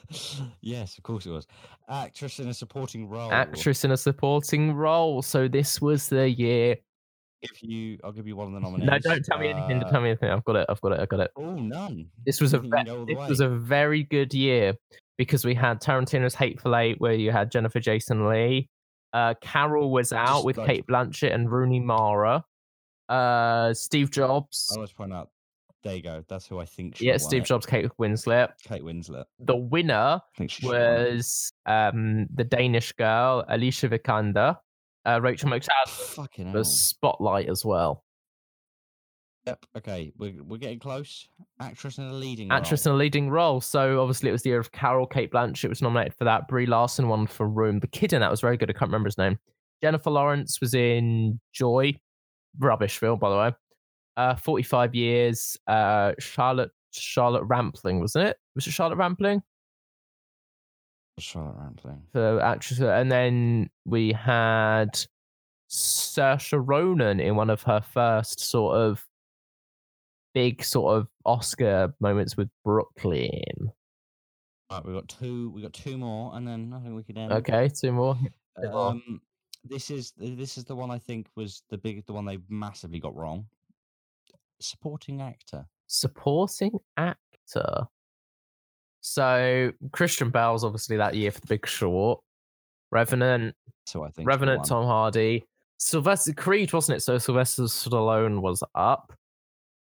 Speaker 1: yes, of course it was. Actress in a supporting role.
Speaker 2: Actress in a supporting role. So this was the year.
Speaker 1: If you, I'll give you one of the nominees.
Speaker 2: No, don't tell me anything. Don't
Speaker 1: Uh,
Speaker 2: tell me anything. I've got it. I've got it. I've got it.
Speaker 1: Oh, none.
Speaker 2: This was a
Speaker 1: You can
Speaker 2: ve-
Speaker 1: go all the
Speaker 2: this was
Speaker 1: way.
Speaker 2: a very good year because we had Tarantino's Hateful Eight, where you had Jennifer Jason Lee. Uh, Carol was out
Speaker 1: Just
Speaker 2: with
Speaker 1: like-
Speaker 2: Kate Blanchett and Rooney Mara. Uh, Steve Jobs.
Speaker 1: I always point out. There you go. That's who I think. should
Speaker 2: yeah,
Speaker 1: have won
Speaker 2: Steve
Speaker 1: it.
Speaker 2: Jobs, Kate Winslet.
Speaker 1: Kate Winslet.
Speaker 2: The winner
Speaker 1: I think she should have won it.
Speaker 2: was um, the Danish girl Alicia Vikander, uh, Rachel McAdams
Speaker 1: Fucking hell.
Speaker 2: was Spotlight as well.
Speaker 1: Yep. Okay, we're we're getting close. Actress in a leading.
Speaker 2: Actress in
Speaker 1: role.
Speaker 2: a leading role, so obviously it was the year of Carol. Kate Blanchett was nominated for that. Brie Larson won for Room. The kid in that was very good. I can't remember his name. Jennifer Lawrence was in Joy, rubbish film by the way. Uh, Forty-five years. Uh, Charlotte Charlotte Rampling wasn't it? Was it Charlotte Rampling?
Speaker 1: Charlotte Rampling.
Speaker 2: for actress, and then we had Saoirse Ronan in one of her first sort of big sort of Oscar moments with Brooklyn.
Speaker 1: Right, we got two. We got two more, and then I think we could end.
Speaker 2: Okay, two more. two more.
Speaker 1: Um, this is this is the one I think was the big the one they massively got wrong. Supporting actor.
Speaker 2: Supporting actor. So Christian Bale's obviously that year for The Big Short. Revenant,
Speaker 1: So I think the
Speaker 2: Revenant,
Speaker 1: one-
Speaker 2: Tom Hardy, Sylvester Creed, wasn't it? So Sylvester Stallone was up.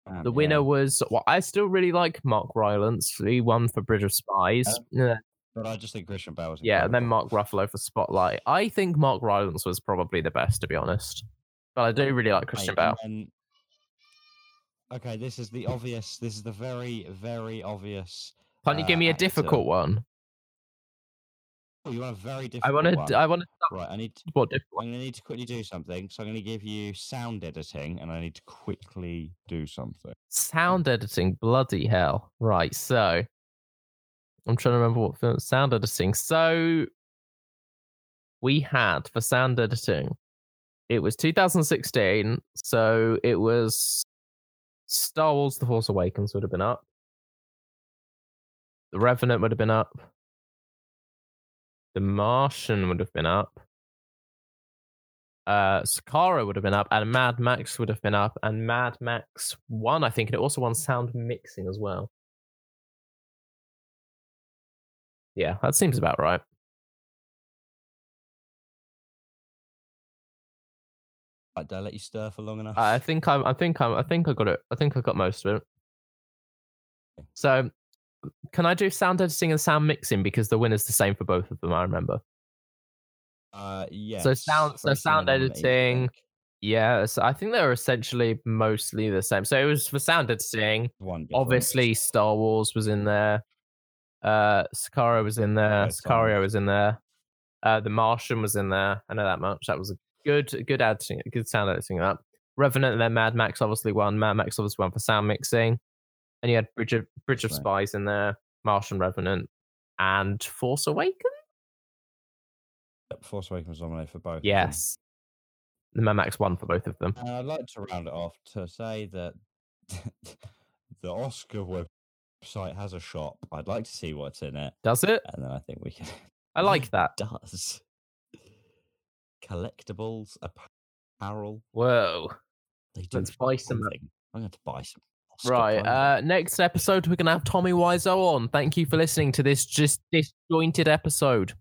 Speaker 1: um,
Speaker 2: The
Speaker 1: yeah.
Speaker 2: winner was well, I still really like Mark Rylance. He won for Bridge of Spies.
Speaker 1: Uh,
Speaker 2: yeah,
Speaker 1: But I just think Christian Bale was.
Speaker 2: yeah, and then
Speaker 1: incredible.
Speaker 2: Mark Ruffalo for Spotlight. I think Mark Rylance was probably the best, to be honest. But I do really like Christian
Speaker 1: Right,
Speaker 2: Bale.
Speaker 1: and then- okay, this is the obvious. This is the very very obvious.
Speaker 2: Can't you
Speaker 1: uh,
Speaker 2: give me a
Speaker 1: actor.
Speaker 2: difficult one?
Speaker 1: Oh, you want a very difficult.
Speaker 2: I want
Speaker 1: one.
Speaker 2: to. I want to.
Speaker 1: Right, I need.
Speaker 2: What difficult?
Speaker 1: I'm going to need to quickly do something. So I'm going to give you sound editing, and I need to quickly do something.
Speaker 2: Sound editing, bloody hell! Right, so I'm trying to remember what film sound editing. So we had for sound editing, It was 2016, so it was Star Wars: The Force Awakens would have been up. The Revenant would have been up. The Martian would have been up. Uh, Sakara would have been up, and Mad Max would have been up, and Mad Max won, I think, and it also won sound mixing as well. Yeah, that seems about right.
Speaker 1: Like, did I let you stir for long enough?
Speaker 2: I I think I'm. I think I'm. I think I got it. I think I got most of it. So, can I do sound editing and sound mixing because the winner's the same for both of them? I remember.
Speaker 1: uh, yeah.
Speaker 2: sound- so sound editing, Yeah, so I think they were essentially mostly the same. So it was for sound editing.
Speaker 1: One
Speaker 2: Obviously, Star Wars was in there. Uh, Sicario was in there.
Speaker 1: Yeah, Star
Speaker 2: Sicario
Speaker 1: Wars.
Speaker 2: was in there. Uh, The Martian was in there. I know that much. That was a good, good editing, good sound editing. That Revenant and then Mad Max obviously won. Mad Max obviously won for sound mixing, and you had Bridge of Bridge of
Speaker 1: That's
Speaker 2: Spies in there, Martian Revenant, and Force Awakens.
Speaker 1: Yep, Force Awakens was nominated for both. of them.
Speaker 2: Yes, the Mad Max won for both of them.
Speaker 1: And I'd like to round it off to say that [laughs] the Oscar website has a shop. I'd like to see what's in it,
Speaker 2: Does it?
Speaker 1: and then I think we can. [laughs]
Speaker 2: I like that.
Speaker 1: Does collectibles, apparel?
Speaker 2: Whoa.
Speaker 1: They do
Speaker 2: Let's buy some.
Speaker 1: something. I'm going to buy some. Oscar
Speaker 2: Right.
Speaker 1: branded
Speaker 2: Uh, next episode, we're going to have Tommy Wiseau on. Thank you for listening to this just disjointed episode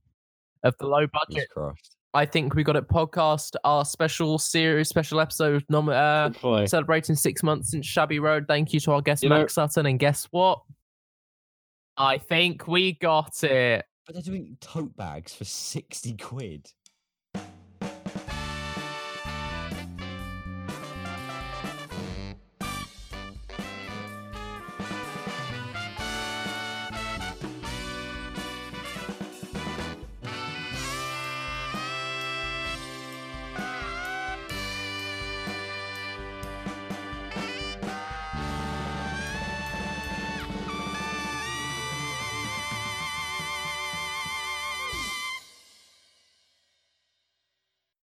Speaker 2: of the low
Speaker 1: fingers
Speaker 2: budget.
Speaker 1: crossed.
Speaker 2: I think we got it podcast, our special series, special episode nom- uh,
Speaker 3: Good boy.
Speaker 2: celebrating six months since Shabby Road. Thank you to our guest,
Speaker 3: You know-
Speaker 2: Max Sutton. And guess what? I think we got it.
Speaker 1: But they're doing tote bags for 60 quid.